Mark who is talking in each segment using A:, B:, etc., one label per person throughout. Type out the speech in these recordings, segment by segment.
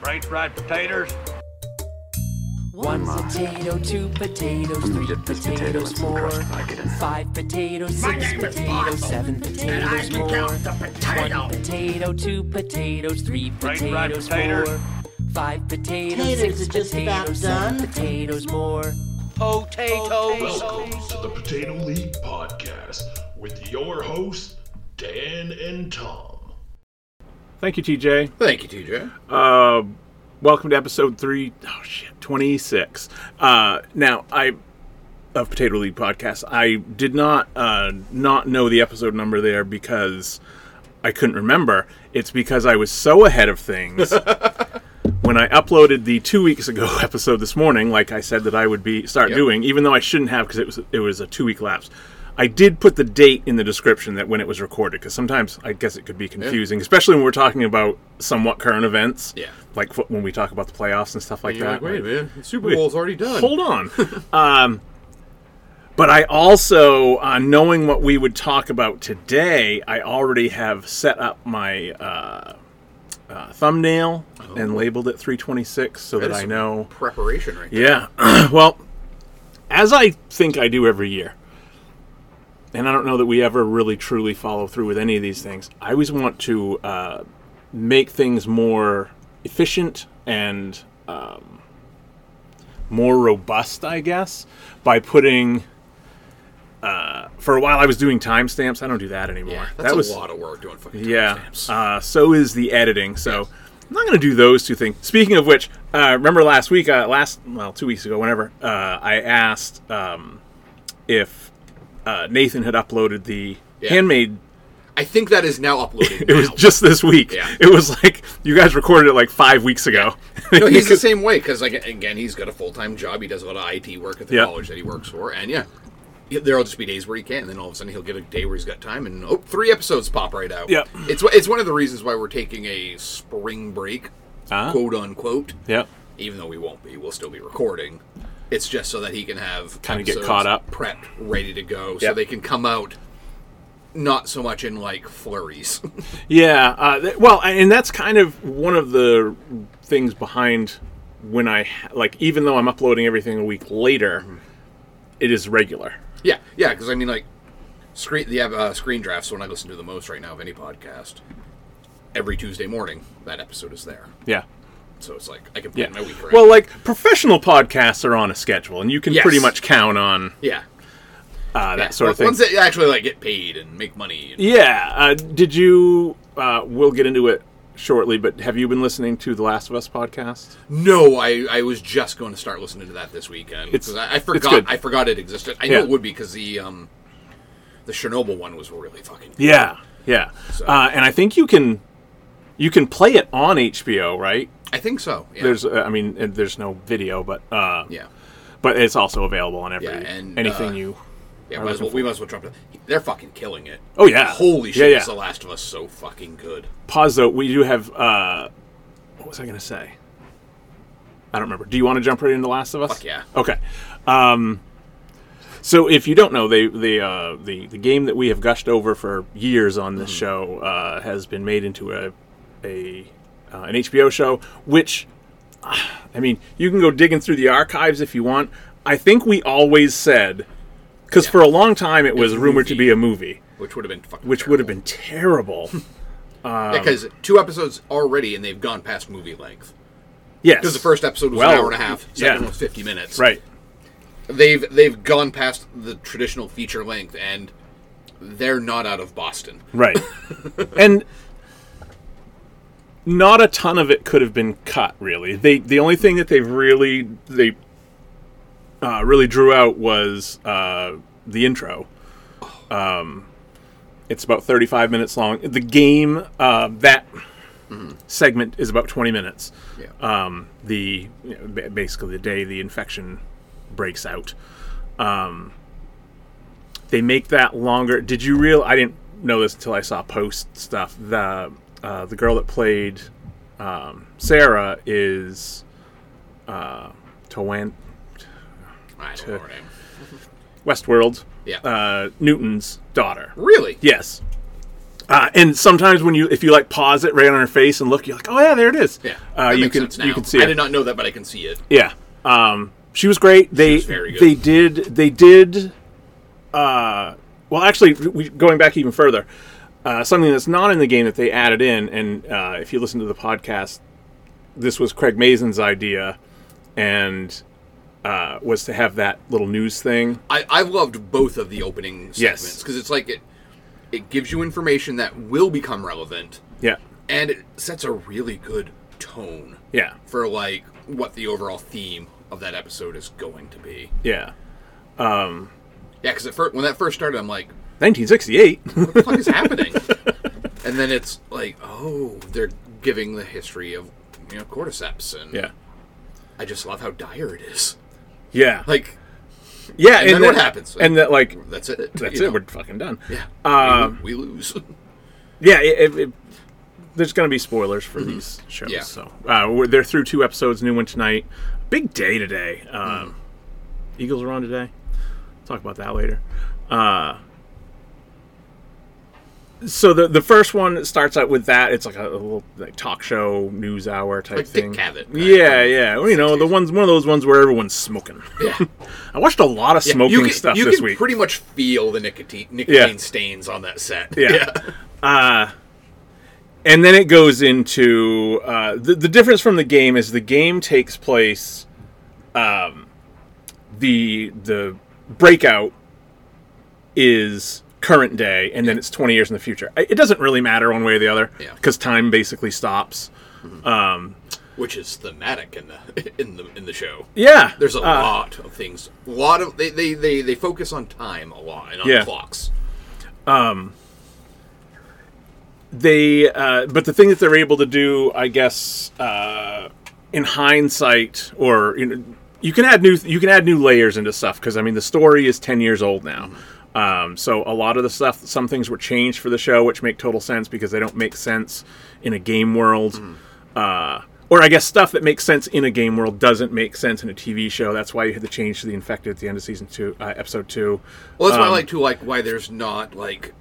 A: French fried potatoes.
B: One potato, two potatoes,
C: gonna
B: three
C: get this potato and
B: potatoes
C: some
B: more.
C: crust if I get in.
B: Five potatoes,
A: My
B: six
A: name is
B: potatoes,
A: Bartle,
B: seven
A: And I
B: potatoes
A: can count the
B: more. One
A: potato.
B: potato, two potatoes, three
A: Right, right,
B: potatoes,
A: potatoes.
B: four. Five potatoes,
D: Potatoes
B: six
D: are just about
B: potatoes, seven
D: done.
B: potatoes more.
E: Potatoes.
F: Welcome to the Potato League Podcast with your hosts, Dan and Tom.
G: Thank you, TJ.
H: Thank you, TJ.
G: Uh, welcome to episode three. Oh shit, twenty six. Uh, now I of Potato League podcast. I did not uh, not know the episode number there because I couldn't remember. It's because I was so ahead of things. When I uploaded the two weeks ago episode this morning, like I said that I would be start
H: Yep.
G: doing, even though I shouldn't have because it was it was a two week lapse, I did put the date in the description that when it was recorded because sometimes I guess it could be confusing, especially when we're talking about somewhat current events,
H: Yeah.
G: like fo- when we talk about the playoffs and stuff like
H: You're
G: that.
H: like, wait, man, the Super
G: Wait,
H: Bowl's already done.
G: Hold on. um, but I also, uh, knowing what we would talk about today, I already have set up my uh, uh, thumbnail and labeled it 326 so that
H: Oh, is
G: I know.
H: Preparation right there.
G: Yeah. well, as I think I do every year, and I don't know that we ever really truly follow through with any of these things, I always want to uh, make things more efficient and um, more robust, I guess, by putting. Uh, for a while, I was doing timestamps. I don't do that anymore.
H: That's
G: that
H: a
G: was
H: lot of work doing fucking
G: yeah.
H: timestamps.
G: Uh, so is the editing. So I'm not going to do those two things. Speaking of which, uh, remember last week, uh, last well, two weeks ago, whenever uh, I asked um, if uh, Nathan had uploaded the
H: Yeah.
G: handmade.
H: I think that is now uploaded.
G: It was
H: now.
G: just this week.
H: Yeah.
G: It was like you guys recorded it like five weeks ago.
H: no, he's the same way because like again, he's got a full time job. He does a lot of IT work at the
G: Yeah.
H: college that he works for, and yeah, yeah, there'll just be days where he can't. And then all of a sudden, he'll get a day where he's got time, and oh, three episodes pop right out.
G: Yep.
H: it's it's one of the reasons why we're taking a spring break,
G: Ah.
H: quote unquote.
G: Yep.
H: Even though we won't be, we'll still be recording. It's just so that he can have
G: Kinda get
H: episodes
G: caught up.
H: prepped, ready to go, so
G: Yep.
H: they can come out. Not so much in like flurries.
G: Yeah, uh, th- well, and that's kind of one of the things behind when I ha- like, even though I'm uploading everything a week later,
H: Mm-hmm.
G: it is regular.
H: Yeah, yeah, because I mean, like, screen the uh, screen drafts the one I listen to the most right now of any podcast. Every Tuesday morning, that episode is there,
G: Yeah,
H: so it's like I can
G: yeah.
H: plan my week. Around.
G: Well, like professional podcasts are on a schedule, and you can
H: Yes.
G: pretty much count on
H: yeah,
G: uh, that
H: yeah.
G: sort of
H: Well,
G: thing.
H: Once they actually like get paid and make money, and
G: yeah. Uh, did you? Uh, we'll get into it shortly, but have you been listening to the Last of Us podcast?
H: no, I, I was just going to start listening to that this weekend
G: It's-
H: because I, I
G: it's
H: forgot
G: good.
H: I forgot it existed. I
G: Yeah.
H: know it would be because the um the Chernobyl one was really fucking good.
G: Yeah, yeah. Uh, and I think you can you can play it on HBO, right?
H: I think so. Yeah.
G: There's, uh, I mean, uh, there's no video, but uh,
H: yeah.
G: but it's also available on every
H: Yeah, and,
G: anything
H: uh,
G: you.
H: Yeah,
G: Are
H: might as
G: looking
H: well, we might as well drop it. They're fucking killing it.
G: Oh, yeah.
H: Holy
G: Yeah,
H: shit!
G: yeah.
H: Is The Last of Us so fucking good?
G: Pause though. We do have. Uh, what was I going to say? I don't remember. Do you want to jump right into Last of Us?
H: Fuck yeah.
G: Okay. Um, so if you don't know, they the uh, the the game that we have gushed over for years on
H: Mm-hmm.
G: this show uh, has been made into a a uh, an HBO show, which ah, I mean, you can go digging through the archives if you want. I think we always said because for a long time it was
H: a
G: rumored to
H: movie.
G: be a movie,
H: Which would have been fucking Um,
G: which would have been terrible.
H: because two episodes already and they've gone past movie length.
G: yes,
H: Because the first episode was
G: Well,
H: an hour and a half, second
G: yeah.
H: was fifty minutes.
G: right.
H: They've they've gone past the traditional feature length and they're not out of Boston.
G: Right. and not a ton of it could have been cut really. They the only thing that they really they uh, really drew out was uh, the intro. Um, it's about 35 minutes long. The game uh, that segment is about 20 minutes.
H: Yeah.
G: Um, the you know, ba- basically the day the infection breaks out Um, they make that longer. Did you real? I didn't know this until I saw post stuff. The uh, the girl that played um, Sarah is uh, Towan
H: I don't know her name.
G: Westworld.
H: Yeah.
G: Uh, Newton's uh, daughter.
H: Really?
G: Yes. Uh, and sometimes when you, if you like pause it right on her face and look, you're like, oh yeah, there it is.
H: Yeah,
G: uh,
H: that
G: you
H: makes
G: can
H: sense
G: you
H: now.
G: can see it.
H: I did not know that, but I can see it.
G: Yeah. Um, she was great. They
H: was very good.
G: they did they did. Uh, well, actually, we, going back even further, uh, something that's not in the game that they added in, and uh, if you listen to the podcast, this was Craig Mason's idea, and uh, was to have that little news thing.
H: I, I've loved both of the opening
G: Yes.
H: segments because it's like it it gives you information that will become relevant,
G: Yeah,
H: and it sets a really good tone
G: yeah,
H: for like what the overall theme of that episode is going to be.
G: yeah.
H: Yeah, because first, when that first started, I'm like,
G: 1968.
H: "What the fuck is happening?" And then it's like, "Oh, they're giving the history of you know cordyceps," and
G: yeah,
H: I just love how dire it is.
G: yeah,
H: Like
G: yeah.
H: and then what happens?
G: And that like
H: that's it.
G: that's
H: you
G: it.
H: know?
G: We're fucking done.
H: yeah,
G: Um,
H: we, we lose.
G: yeah, it, it, it- there's going to be spoilers for these shows.
H: Mm-hmm. Yeah.
G: So uh, we're, they're through two episodes, new one tonight. Big day today.
H: Mm.
G: Um, Eagles are on today. Talk about that later. Uh, so the the first one starts out with that. It's like a, a little like, talk show news hour type
H: Like
G: thing.
H: Dick Cavett, right?
G: Yeah, yeah. Well, you know the ones one of those ones where everyone's smoking.
H: yeah.
G: I watched a lot of
H: Yeah,
G: smoking
H: you can,
G: stuff
H: you
G: this
H: can
G: week.
H: pretty much feel the nicotine nicotine
G: Yeah.
H: stains on that set.
G: Yeah. and then it goes into uh, the the difference from the game is the game takes place, um, the the breakout is current day, and then it's twenty years in the future. I- It doesn't really matter one way or the other
H: Yeah.
G: because time basically stops.
H: which is thematic in the in the in the show.
G: Yeah,
H: There's a
G: uh,
H: lot of things. A lot of they, they, they, they focus on time a lot and on
G: Yeah.
H: clocks.
G: they uh, but the thing that they're able to do i guess uh, in hindsight or you, know, you can add new you can add new layers into stuff because i mean the story is 10 years old now um, so a lot of the stuff some things were changed for the show which make total sense because they don't make sense in a game world
H: Hmm.
G: uh, or I guess stuff that makes sense in a game world doesn't make sense in a TV show. That's why you had the change to the infected at the end of season two, uh, episode two.
H: Well, that's why I
G: Um,
H: like to like why there's not like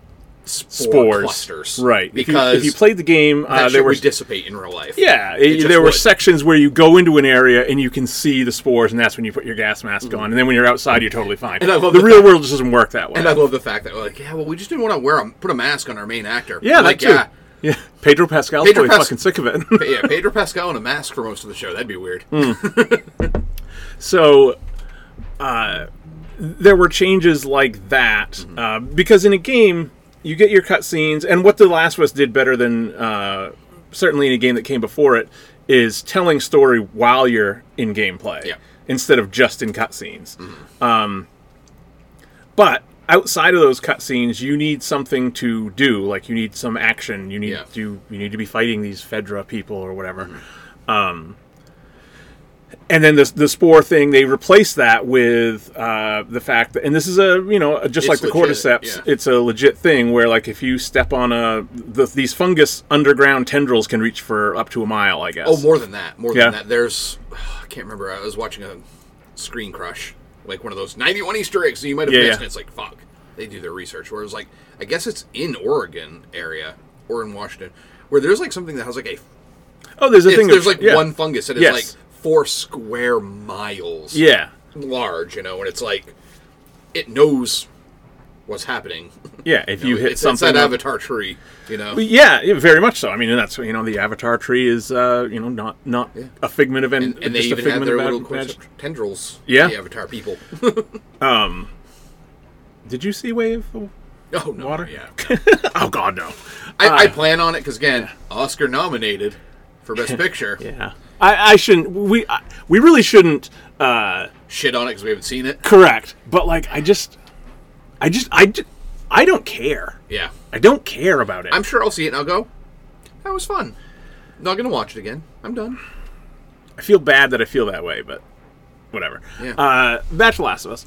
H: spore
G: spores,
H: clusters,
G: right? If you-
H: Because
G: if you, played the game,
H: that
G: uh,
H: shit
G: there were
H: would dissipate in real life.
G: Yeah,
H: It
G: it,
H: just
G: there were
H: would.
G: sections where you go into an area and you can see the spores, and that's when you put your gas mask on. And then when you're outside, you're totally fine.
H: Mm-hmm. And I love
G: the
H: the
G: real
H: fact-
G: world just doesn't work that way.
H: And I love the fact that like yeah, well, we just didn't want to wear a, put a mask on our main actor.
G: yeah,
H: like
G: that too. Yeah. Pedro Pascal's
H: Pedro
G: probably
H: Pas-
G: fucking sick of it.
H: yeah, yeah, Pedro Pascal in a mask for most of the show. That'd be weird.
G: so, uh, there were changes like that
H: Mm-hmm.
G: uh, because in a game you get your cutscenes, and what The Last of Us did better than uh, certainly in a game that came before it is telling story while you're in gameplay
H: Yeah. Mm-hmm.
G: instead of just in cutscenes. Um, But outside of those cutscenes, you need something to do. Like you need some action. You need
H: Yeah. Mm-hmm.
G: to you need to be fighting these Fedra people or whatever. Um, and then the the spore thing, they replaced that with uh, the fact that, and this is a you know just
H: It's
G: like the
H: legit,
G: cordyceps,
H: yeah.
G: it's a legit thing where like if you step on a the, these fungus underground tendrils can reach for up to a mile, I guess.
H: Oh, more than that. More
G: Yeah.
H: than that. There's, I can't remember. I was watching a Screen Crush, like one of those 91 Easter eggs that you might have
G: Yeah,
H: missed,
G: yeah.
H: and it's like, fuck. They do their research. Where it's like, I guess it's in Oregon area or in Washington, where there's like something that has like a.
G: oh, there's a
H: it's-
G: thing.
H: there's
G: of-
H: like
G: yeah.
H: one fungus that is
G: Yes.
H: like four square miles
G: Yeah,
H: large, you know, and it's like, it knows what's happening.
G: yeah. If you, hit
H: it's,
G: something,
H: It's that
G: up-
H: avatar tree, you know?
G: Well, Yeah, yeah, very much so. I mean, and that's you know the Avatar tree is uh, you know not not a figment of
H: and, and they
G: just a
H: even have
G: figment
H: their
G: of
H: little
G: imag- imag-
H: cordyceps tendrils.
G: Yeah.
H: The avatar people.
G: Did you see Wave?
H: Oh no!
G: Water?
H: Yeah,
G: Oh God, no.
H: I, I plan on it because again, Oscar nominated for Best Picture.
G: Yeah, I, I shouldn't. We I, we really shouldn't. Uh,
H: Shit on it because we haven't seen it.
G: correct, but like I just, I just I, ju- I don't care.
H: Yeah,
G: I don't care about it.
H: I'm sure I'll see it and I'll go. That was fun. Not gonna watch it again. I'm done.
G: I feel bad that I feel that way, but whatever.
H: Yeah.
G: Uh, that's The Last of Us.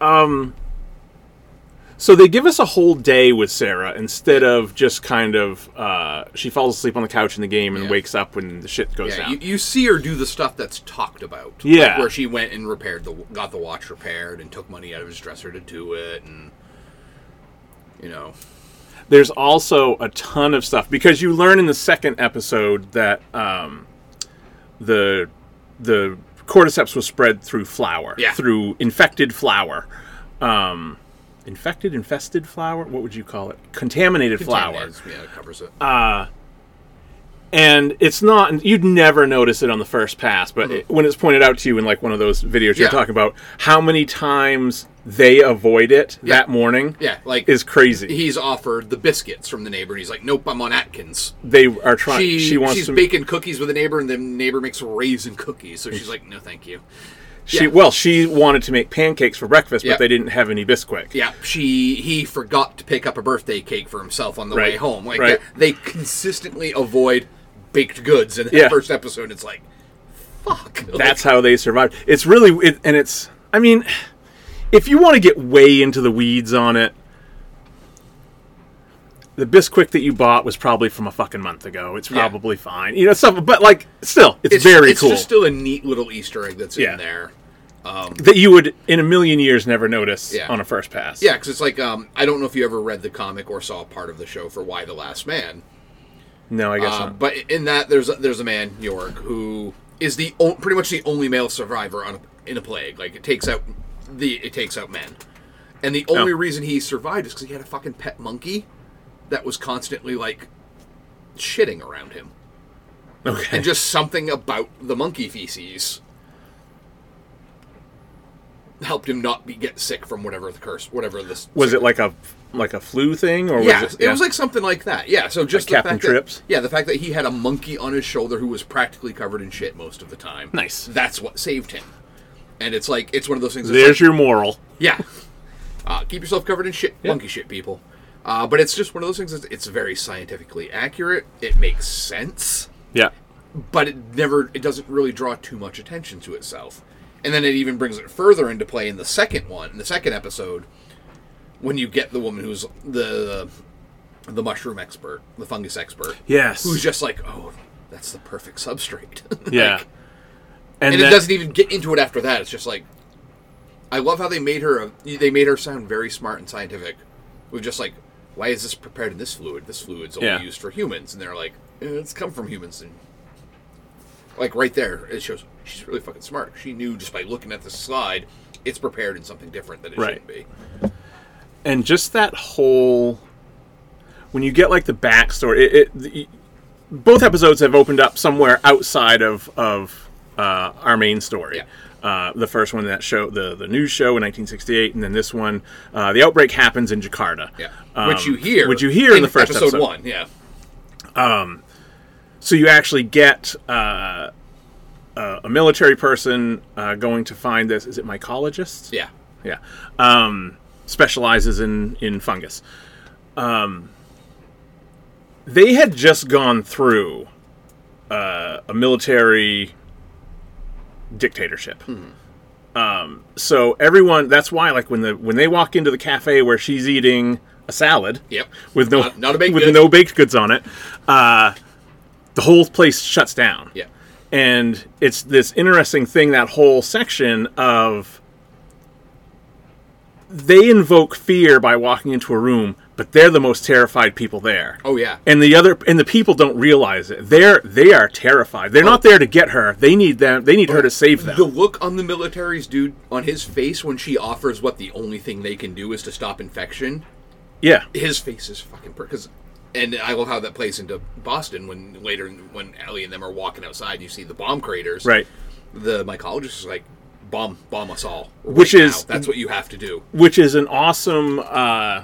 G: Um, so they give us a whole day with Sarah instead of just kind of uh, she falls asleep on the couch in the game and
H: Yeah.
G: wakes up when the shit goes
H: Yeah,
G: down.
H: you, you see her do the stuff that's talked about. like
G: Yeah.
H: where she went and repaired the got the watch repaired and took money out of his dresser to do it and you know
G: There's also a ton of stuff because you learn in the second episode that um, the the cordyceps was spread through flour,
H: Yeah.
G: through infected flour. Um, infected, infested flour. What would you call it? Contaminated, flour.
H: Contaminates- Yeah, it covers it.
G: And it's not. You'd never notice it on the first pass, but it, when it's pointed out to you in like one of those videos you're
H: Mm-hmm. Yeah.
G: talking about, how many times they avoid it that morning
H: yeah, like
G: is crazy.
H: he's offered the biscuits from the neighbor, and he's like, "Nope, I'm on Atkins."
G: they are trying.
H: She,
G: She, wants
H: she's
G: to.
H: baking cookies with a neighbor, and the neighbor makes raisin cookies, so she's like, "No, thank you."
G: she
H: yeah.
G: well, she wanted to make pancakes for breakfast, but
H: Yeah.
G: they didn't have any Bisquick.
H: Yeah, she he forgot to pick up a birthday cake for himself on the way
G: Right,
H: home. Like
G: right.
H: they consistently avoid baked goods in the
G: Yeah.
H: first episode. It's like, fuck.
G: That's how they survived. It's really it, and it's. I mean, if you want to get way into the weeds on it, the Bisquick that you bought was probably from a fucking month ago. It's
H: Yeah.
G: probably fine. You know, stuff. But like, still, it's,
H: it's,
G: very
H: it's
G: cool
H: just still a neat little Easter egg that's
G: Yeah.
H: in there.
G: that you would in a million years never notice
H: Yeah.
G: on a first pass.
H: Yeah, because it's like um, I don't know if you ever read the comic or saw part of the show for Why the Last Man.
G: No, I guess
H: Uh,
G: not.
H: but in that, there's a, there's a man York who is the o- pretty much the only male survivor on a, in a plague. Like it takes out the it takes out men, and the only reason he survived is because he had a fucking pet monkey that was constantly like shitting around him,
G: Okay.
H: and just something about the monkey feces helped him not be get sick from whatever the curse, whatever this
G: was it like a like a flu thing or
H: yeah,
G: was it,
H: it was like something like that. Yeah, so just
G: Like
H: the
G: Captain
H: fact
G: Trips?
H: That, yeah, the fact that he had a monkey on his shoulder who was practically covered in shit most of the time.
G: Nice.
H: That's what saved him. And it's like it's one of those things. That's
G: there's
H: like,
G: your moral.
H: yeah. Uh, keep yourself covered in shit, monkey shit, people. Uh, but it's just one of those things. That's, it's very scientifically accurate. It makes sense,
G: Yeah.
H: but it never. It doesn't really draw too much attention to itself. And then it even brings it further into play in the second one, in the second episode, when you get the woman who's the the mushroom expert, the fungus expert,
G: Yes.
H: who's just like, oh, that's the perfect substrate.
G: yeah. then
H: and it doesn't even get into it after that. It's just like, I love how they made her. A, they made her sound very smart and scientific. With just like, why is this prepared in this fluid? This fluid's only
G: Yeah.
H: used for humans, and they're like, eh, it's come from humans. And like right there, it shows she's really fucking smart. She knew just by looking at the slide, it's prepared in something different than it
G: Right.
H: should be.
G: and just that whole when you get like the backstory it, it the, both episodes have opened up somewhere outside of of uh, our main story uh, the first one that show the the news show in 1968 and then this one uh, the outbreak happens in jakarta
H: Yeah,
G: Um,
H: which you hear,
G: which you hear in, the first episode,
H: one. Yeah,
G: so you actually get uh, uh, a military person uh, going to find this is it mycologist
H: yeah.
G: yeah um, specializes in in fungus um, they had just gone through uh, a military dictatorship
H: Hmm.
G: um, so everyone that's why like when the when they walk into the cafe where she's eating a salad
H: Yep.
G: with no
H: Not- not a baked
G: with
H: good.
G: no baked goods on it uh, the whole place shuts down
H: Yeah.
G: and it's this interesting thing that whole section of they invoke fear by walking into a room but they're the most terrified people there
H: Oh, yeah.
G: and the other and the people don't realize it they're they are terrified they're not there to get her they need them they need her to save them
H: Oh. The look on the military's dude on his face when she offers what the only thing they can do is to stop infection.
G: yeah
H: His face is fucking because, and I love how that plays into Boston when later in- when Ellie and them are walking outside, and you see the bomb craters.
G: right
H: The mycologist is like, bomb, bomb us all.
G: Which
H: right
G: is-
H: now. that's what you have to do.
G: which is an awesome uh,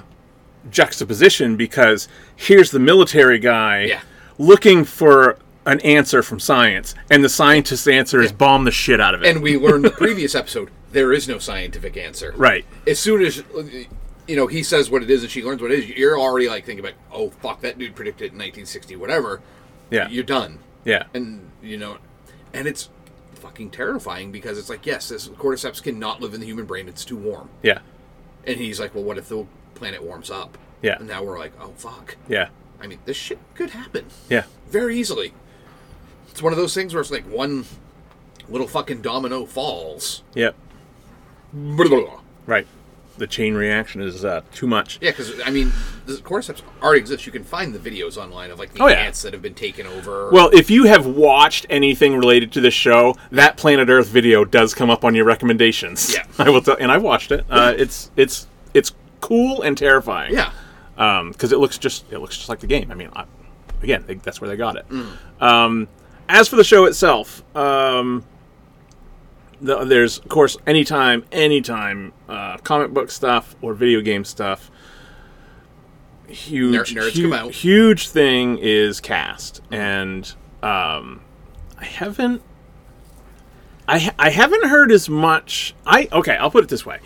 G: juxtaposition because here's the military guy
H: Yeah.
G: looking for an answer from science, and the scientist's answer is bomb the shit out of it.
H: And we learned the previous episode there is no scientific answer.
G: right.
H: as soon as you know he says what it is and she learns what it is, you're already like thinking about, oh fuck, that dude predicted it in 1960, whatever.
G: Yeah.
H: you're done.
G: Yeah.
H: and you know, and it's fucking terrifying because it's like, yes, this cordyceps cannot live in the human brain; it's too warm.
G: yeah.
H: And he's like, well, what if the planet warms up?
G: Yeah.
H: And now we're like, oh fuck.
G: Yeah.
H: I mean, this shit could happen
G: Yeah.
H: very easily. It's one of those things where it's like one little fucking domino falls.
G: Yep.
H: Blah, blah, blah.
G: Right. The chain reaction is uh, too much.
H: Yeah, because I mean, the cordyceps already exists. You can find the videos online of like the
G: Oh, yeah.
H: ants that have been taken over.
G: Well, if you have watched anything related to this show, that Planet Earth video does come up on your recommendations.
H: Yeah.
G: I will tell, and I watched it. Uh, it's it's it's cool and terrifying.
H: yeah,
G: because it looks just it looks just like the game. I mean, I, again, they, that's where they got it.
H: Mm.
G: Um, as for the show itself, um, the, there's of course anytime, anytime uh, comic book stuff or video game stuff. Huge,
H: Ner- nerds
G: huge,
H: come out.
G: huge thing is cast, and um, I haven't. I, ha- I haven't heard as much. I okay. I'll put it this way: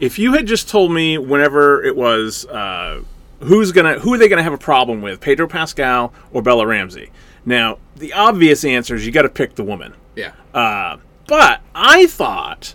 G: if you had just told me whenever it was, uh, who's gonna who are they gonna have a problem with, Pedro Pascal or Bella Ramsey? Now the obvious answer is you got to pick the woman.
H: yeah.
G: Uh, but I thought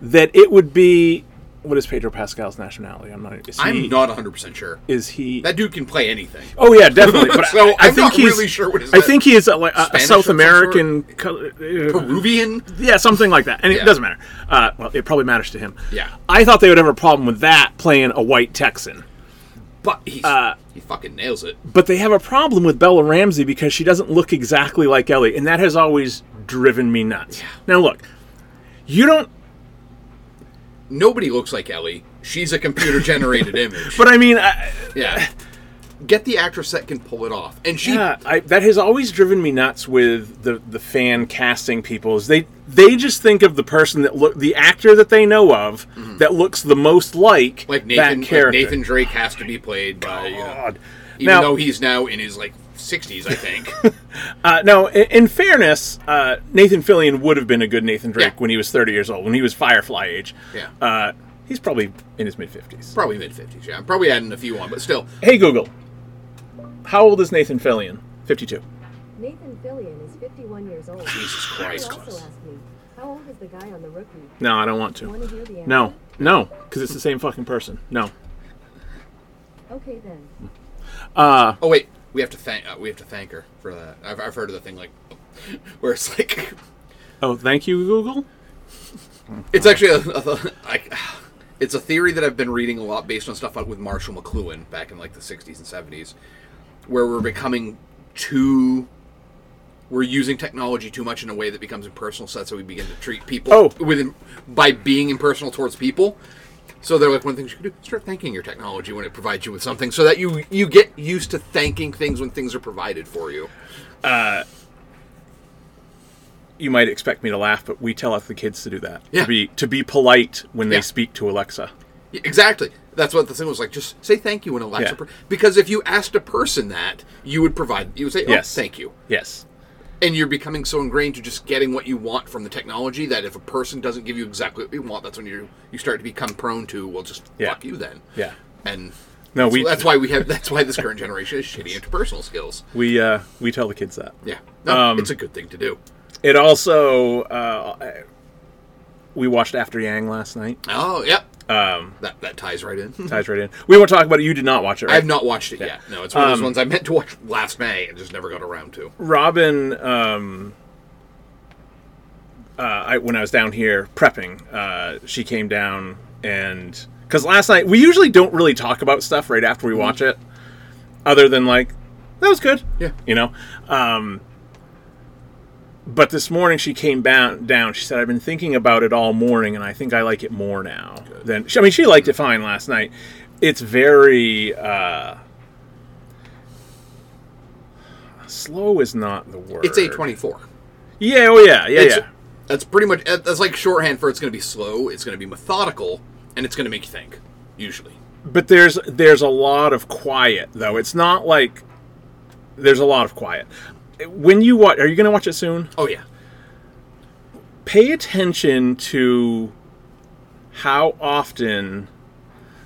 G: that it would be what is Pedro Pascal's nationality? I'm not. Is he,
H: I'm not 100 percent sure.
G: Is he?
H: That dude can play anything.
G: Oh yeah, definitely. But I,
H: So,
G: I
H: I'm
G: think
H: not
G: he's.
H: really sure what his
G: I
H: na-
G: think he is a, like, a- a
H: Spanish of
G: South
H: some
G: American. co- uh,
H: Peruvian.
G: yeah, something like that. And
H: Yeah.
G: it doesn't matter. Uh, well, it probably matters to him.
H: Yeah.
G: I thought they would have a problem with that playing a white Texan.
H: But he's, he fucking nails it.
G: But they have a problem with Bella Ramsey because she doesn't look exactly like Ellie, and that has always driven me nuts. Now, look, you don't.
H: Nobody looks like Ellie. She's a computer generated image.
G: But I mean, I,
H: yeah. Get the actress that can pull it off. And she
G: yeah, Uh, I, that has always driven me nuts with the the fan casting people. Is they they just think of the person that look the actor that they know of that looks the most like
H: Mm-hmm. like Nathan
G: that
H: like
G: character.
H: Nathan Drake has to be played by you know,
G: God.
H: even
G: Now-
H: though he's now in his like 60s, I think.
G: Uh, now, in, in fairness, uh, Nathan Fillion would have been a good Nathan Drake
H: Yeah.
G: when he was 30 years old, when he was Firefly age.
H: Yeah.
G: Uh, he's probably in his mid 50s.
H: probably mid 50s. Yeah, I'm probably adding a few on, but still.
G: Hey, Google, how old is Nathan Fillion? 52.
A: Nathan Fillion is 51 years old.
H: Jesus
A: You
H: Christ.
A: also asked me, how old is the guy on the rookie?
G: No, I don't want
A: Want
G: to.
A: to hear the answer?
G: No, no, because it's the same fucking person. No.
A: Okay then.
H: Oh wait, we have to thank uh, we have to thank her for that. I've, I've heard of the thing like where it's like
G: Oh, thank you, Google.
H: It's actually a, a, I- it's a theory that I've been reading a lot based on stuff with Marshall McLuhan back in like the 60s and 70s, where we're becoming too. We're using technology too much in a way that becomes impersonal, so that's how we begin to treat people
G: Oh.
H: with by being impersonal towards people. So they're like one of the things you can do: start thanking your technology when it provides you with something, so that you you get used to thanking things when things are provided for you.
G: You might expect me to laugh, but we tell the kids to do that.
H: Yeah.
G: To be, to be polite when they
H: Yeah.
G: speak to Alexa.
H: Yeah, Exactly. That's what the thing was like. Just say thank you in Alexa,
G: Yeah.
H: pro- because if you asked a person that, you would provide. You would say, "Oh,
G: Yes.
H: thank you,"
G: Yes.
H: and you're becoming so ingrained to just getting what you want from the technology that if a person doesn't give you exactly what you want, that's when you you start to become prone to, "Well, just
G: Yeah.
H: fuck you then."
G: Yeah.
H: And
G: No,
H: that's,
G: we-
H: that's why we have. That's why this current generation is shitty interpersonal skills.
G: We, uh, we tell the kids that.
H: Yeah. No,
G: Um,
H: it's a good thing to do.
G: It also uh, I- we watched After Yang last night.
H: Oh, yep. Um, that that ties right in.
G: Ties right in. We won't talk about it. You did not watch it. Right?
H: I have not watched it yet. No, it's one of
G: Um,
H: those ones I meant to watch last May and just never got around to.
G: Robin. Um, uh, I, when I was down here prepping, uh, she came down and because last night we usually don't really talk about stuff right after
H: Mm-hmm.
G: we watch it, other than like that was good.
H: Yeah.
G: you know. Um, but this morning she came ba- down. She said, "I've been thinking about it all morning, and I think I like it more now than." I mean, she liked it fine last night. It's very uh, slow is not the word.
H: It's a twenty-four.
G: Yeah. Oh yeah. Yeah.
H: It's-
G: yeah.
H: That's pretty much that's like shorthand for it's going to be slow, it's going to be methodical, and it's going to make you think. Usually,
G: But there's there's a lot of quiet though. It's not like there's a lot of quiet. When you watch, are you going to watch it soon?
H: oh yeah,
G: pay attention to how often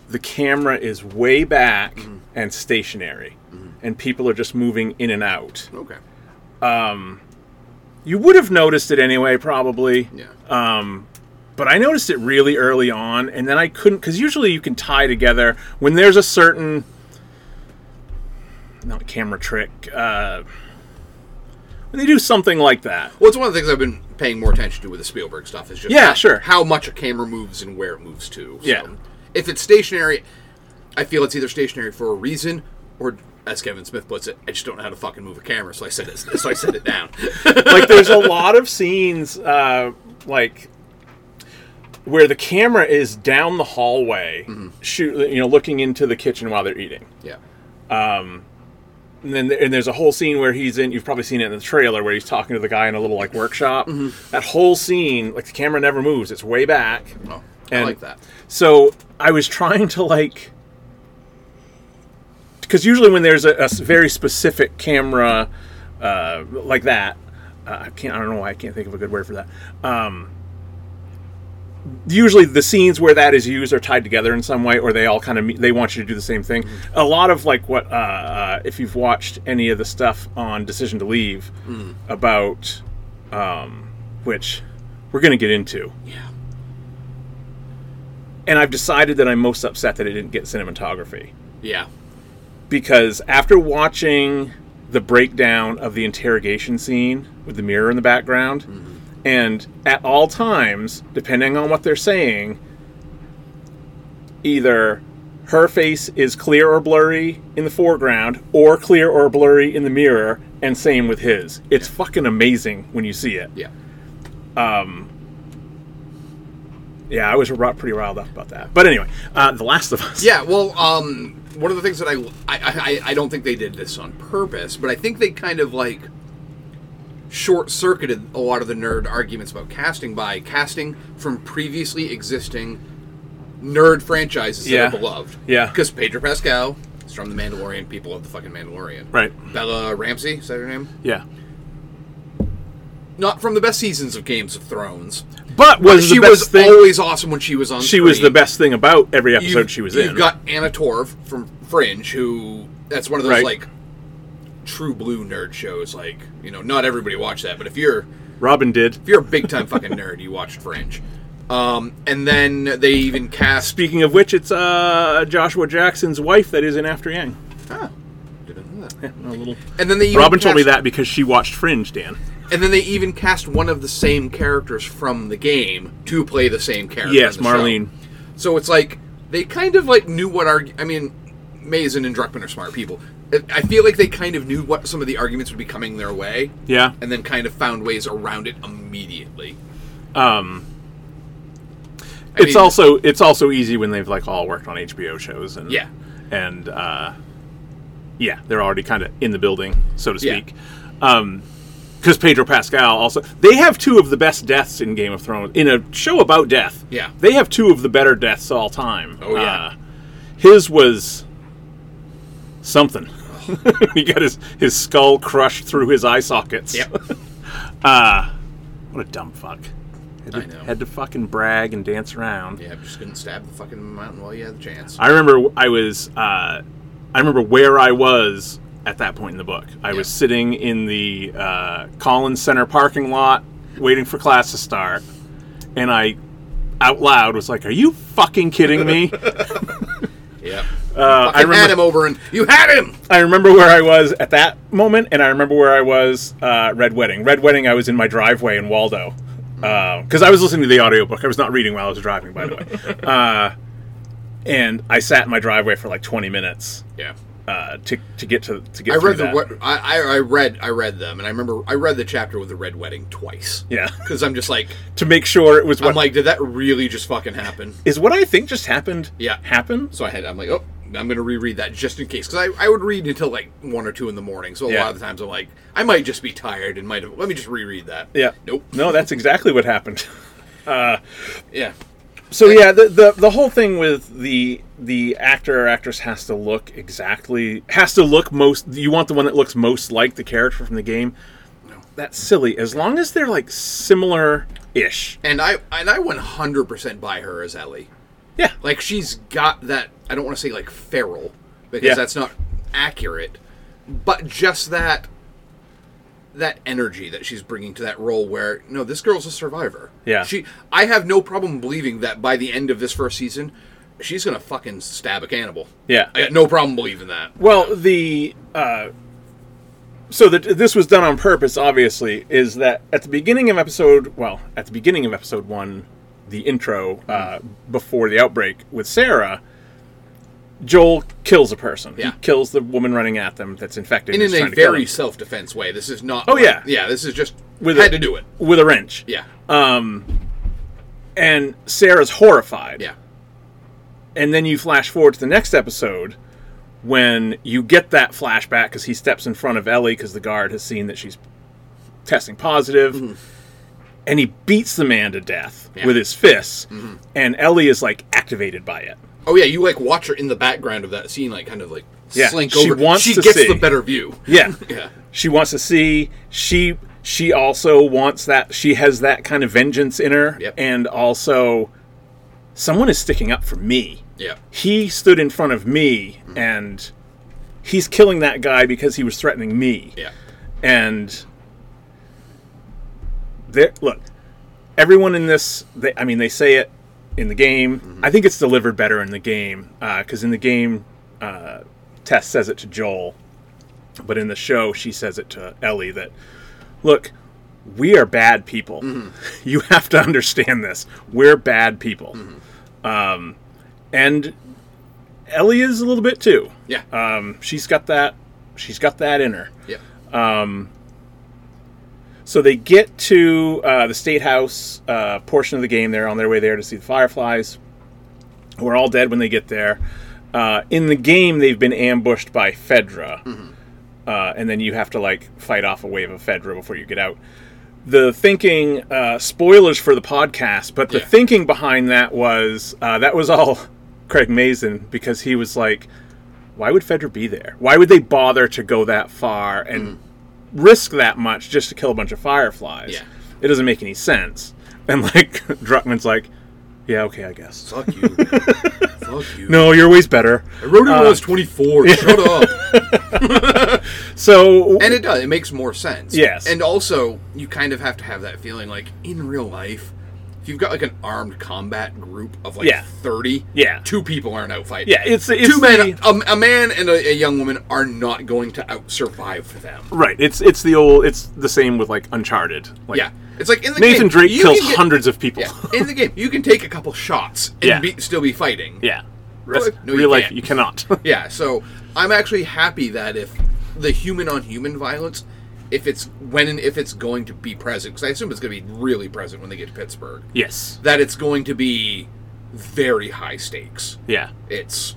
G: the camera is way back and stationary and people are just moving in and out
H: okay,
G: you would have noticed it anyway probably
H: yeah,
G: but i noticed it really early on and then i couldn't because usually you can tie together when there's a certain not camera trick uh, when they do something like that
H: Well, it's one of the things I've been paying more attention to with the Spielberg stuff is just
G: Yeah,
H: how,
G: sure.
H: how much a camera moves and where it moves to. So
G: Yeah.
H: if it's stationary, I feel it's either stationary for a reason, or as Kevin Smith puts it, I just don't know how to fucking move a camera, so I said it. So I set it down.
G: like there's a lot of scenes uh, like where the camera is down the hallway shoot you know looking into the kitchen while they're eating
H: yeah.
G: and then and there's a whole scene where he's in you've probably seen it in the trailer where he's talking to the guy in a little like workshop that whole scene like the camera never moves it's way back
H: Oh, I
G: And-
H: like that.
G: so i was trying to like because usually when there's a, a s- very specific camera uh, like that uh, i can't i don't know why i can't think of a good word for that um, usually the scenes where that is used are tied together in some way or they all kind of they want you to do the same thing
H: Mm-hmm.
G: a lot of like what uh, uh, if you've watched any of the stuff on decision to leave
H: Mm.
G: about um, which we're going to get into
H: Yeah.
G: and i've decided that i'm most upset that it didn't get cinematography
H: Yeah.
G: because after watching the breakdown of the interrogation scene with the mirror in the background, and at all times, depending on what they're saying, either her face is clear or blurry in the foreground, or clear or blurry in the mirror, and same with his. It's fucking amazing when you see it.
H: Yeah.
G: Yeah, I was ri- pretty riled up about that. But anyway, uh, The Last of Us.
H: Yeah, well, um, one of the things that I, I, I, I don't think they did this on purpose, but I think they kind of like short circuited a lot of the nerd arguments about casting by casting from previously existing nerd franchises
G: Yeah.
H: that are beloved.
G: Yeah.
H: Because Pedro Pascal is from The Mandalorian. People love the fucking Mandalorian.
G: Right.
H: Bella Ramsey, is that her name?
G: Yeah.
H: Not from the best seasons of Games of Thrones.
G: But was
H: she
G: the best
H: was
G: thing.
H: always awesome when she was on
G: she was
H: screen.
G: the best thing about every episode
H: You've-
G: she was
H: you've
G: in.
H: got Anna Torv from Fringe, who that's one of those
G: Right.
H: like true blue nerd shows. Like you know, not everybody watched that, but if you're
G: Robin did.
H: if you're a big time fucking nerd, you watched Fringe. Um, and then they even cast.
G: Speaking of which, it's uh, Joshua Jackson's wife that is in After Yang.
H: Ah, didn't know that.
G: A little-
H: And then they even
G: Robin told me
H: cast-
G: that because she watched Fringe, Dan.
H: And then they even cast one of the same characters from the game to play the same character.
G: Yes,
H: in the show.
G: Marlene.
H: So it's like they kind of like knew what arg. I mean, Mason and Druckman are smart people. I- I feel like they kind of knew what some of the arguments would be coming their way,
G: Yeah.
H: and then kind of found ways around it immediately. Um,
G: it's also it's also easy when they've like all worked on HBO shows and
H: Yeah.
G: and uh, yeah, they're already kind of in the building, so to
H: Yeah.
G: speak. Um, because Pedro Pascal also they have two of the best deaths in Game of Thrones in a show about death.
H: Yeah.
G: they have two of the better deaths all time. Uh,
H: Oh, yeah.
G: his was something. he got his his skull crushed through his eye sockets.
H: Yep.
G: What a dumb fuck. Had
H: I
G: to,
H: know.
G: had to fucking brag and dance around.
H: yeah, just couldn't stab the fucking mountain while you had the chance.
G: I remember I was uh, I remember where I was at that point in the book. I was
H: Yeah.
G: sitting in the uh, Collins Center parking lot waiting for class to start, and I out loud was like, "Are you fucking kidding me?"
H: yeah,
G: Uh, I
H: I had
G: remember
H: him over, and you had him.
G: I remember where I was at that moment, and I remember where I was uh, Red Wedding. Red Wedding, I was in my driveway in Waldo. Because I was listening to the audiobook. I was not reading while I was driving, by the way. Uh, and I sat in my driveway for like 20 minutes
H: Yeah.
G: uh, to, to get to, to get
H: I
G: through
H: read the
G: that.
H: wed- I, I I read I read them and I remember I read the chapter with the red wedding twice.
G: Yeah.
H: because I'm just like
G: to make sure it was what
H: I'm like, did that really just fucking happen?
G: is what I think just happened
H: Yeah.
G: happen?
H: So I had I'm like, oh, I'm gonna reread that just in case because I, I would read until like one or two in the morning. So a
G: Yeah.
H: lot of the times I'm like, I might just be tired and might have let me just reread that.
G: Yeah.
H: Nope.
G: No, that's exactly what happened.
H: Yeah.
G: So yeah, the, the the whole thing with the the actor or actress has to look exactly has to look most. You want the one that looks most like the character from the game. That's silly. As long as they're like similar ish.
H: And I and I 100 percent buy her as Ellie.
G: Yeah.
H: Like she's got that. I don't want to say like feral because
G: Yeah.
H: that's not accurate, but just that that energy that she's bringing to that role. Where no, this girl's a survivor.
G: Yeah.
H: She. I have no problem believing that by the end of this first season, she's gonna fucking stab a cannibal.
G: Yeah.
H: I got no problem believing that.
G: Well, the uh, so that this was done on purpose, obviously, is that at the beginning of episode, well, at the beginning of episode one, the intro uh, before the outbreak with Sarah, Joel kills a person.
H: Yeah.
G: He kills the woman running at them that's infected.
H: And
G: and is
H: in a
G: trying to kill
H: very
G: them
H: self defense way. This is not.
G: Oh,
H: like-
G: yeah.
H: yeah. This is just
G: With
H: had
G: a- Uh,
H: to do it.
G: with a wrench.
H: Yeah,
G: And Sarah's horrified.
H: yeah,
G: And then you flash forward to the next episode when you get that flashback because he steps in front of Ellie because the guard has seen that she's testing positive. And he beats the man to death
H: Mm-hmm. Yeah. Mm-hmm.
G: with his fists. And Ellie is like activated by it.
H: oh yeah. You like watch her in the background of that scene, like kind of like
G: Yeah,
H: slink
G: she
H: over.
G: wants
H: she
G: to
H: gets
G: see.
H: the better view.
G: Yeah.
H: Yeah,
G: She wants to see. She she also wants that. She has that kind of vengeance in her.
H: Yep.
G: And also, someone is sticking up for me.
H: yeah,
G: He stood in front of me, and he's killing that guy because he was threatening me.
H: yeah.
G: And there, look, everyone in this. They, I mean, they say it in the game. I think it's delivered better in the game because in the game, uh, Tess says it to Joel, but in the show, she says it to Ellie that, look, we are bad people. You have to understand this. We're bad people. Um, and Ellie is a little bit too.
H: Yeah.
G: Um, she's got that. She's got that in her.
H: Yeah.
G: So they get to uh, the state house uh, portion of the game. They're on their way there to see the fireflies, who are all dead when they get there. Uh, in the game, they've been ambushed by Fedra,
H: Mm-hmm.
G: uh, and then you have to like fight off a wave of Fedra before you get out. The thinking, uh, spoilers for the podcast, but the
H: Yeah.
G: thinking behind that was uh, that was all Craig Mazin because he was like, why would Fedra be there? Why would they bother to go that far and risk that much just to kill a bunch of fireflies?
H: Mm-hmm. Yeah.
G: It doesn't make any sense. And like Druckman's like, yeah, okay, I guess.
H: Fuck you. Fuck you.
G: No, uh, your way's better.
H: I wrote it when I was 24. Shut up.
G: So
H: And it does. It makes more sense.
G: Yes.
H: And also, you kind of have to have that feeling like in real life, if you've got like an armed combat group of like
G: Yeah.
H: 30,
G: Yeah.
H: two people aren't out fighting.
G: yeah, it's it's
H: Two men,
G: the-
H: a, a man and a, a young woman are not going to out survive them.
G: right. It's it's the old. It's the same with like Uncharted. Like,
H: yeah, it's like in the
G: Nathan
H: game,
G: Drake
H: you
G: kills
H: can get-
G: hundreds of people.
H: Yeah, in the game, you can take a couple shots and
G: Yeah.
H: be, still be fighting.
G: Yeah.
H: Real
G: That's-
H: life- no, you
G: real life,
H: can't.
G: you cannot.
H: Yeah, so I'm actually happy that if the human on human violence, if it's when and if it's going to be present, because I assume it's going to be really present when they get to Pittsburgh,
G: yes.
H: that it's going to be very high stakes.
G: Yeah.
H: It's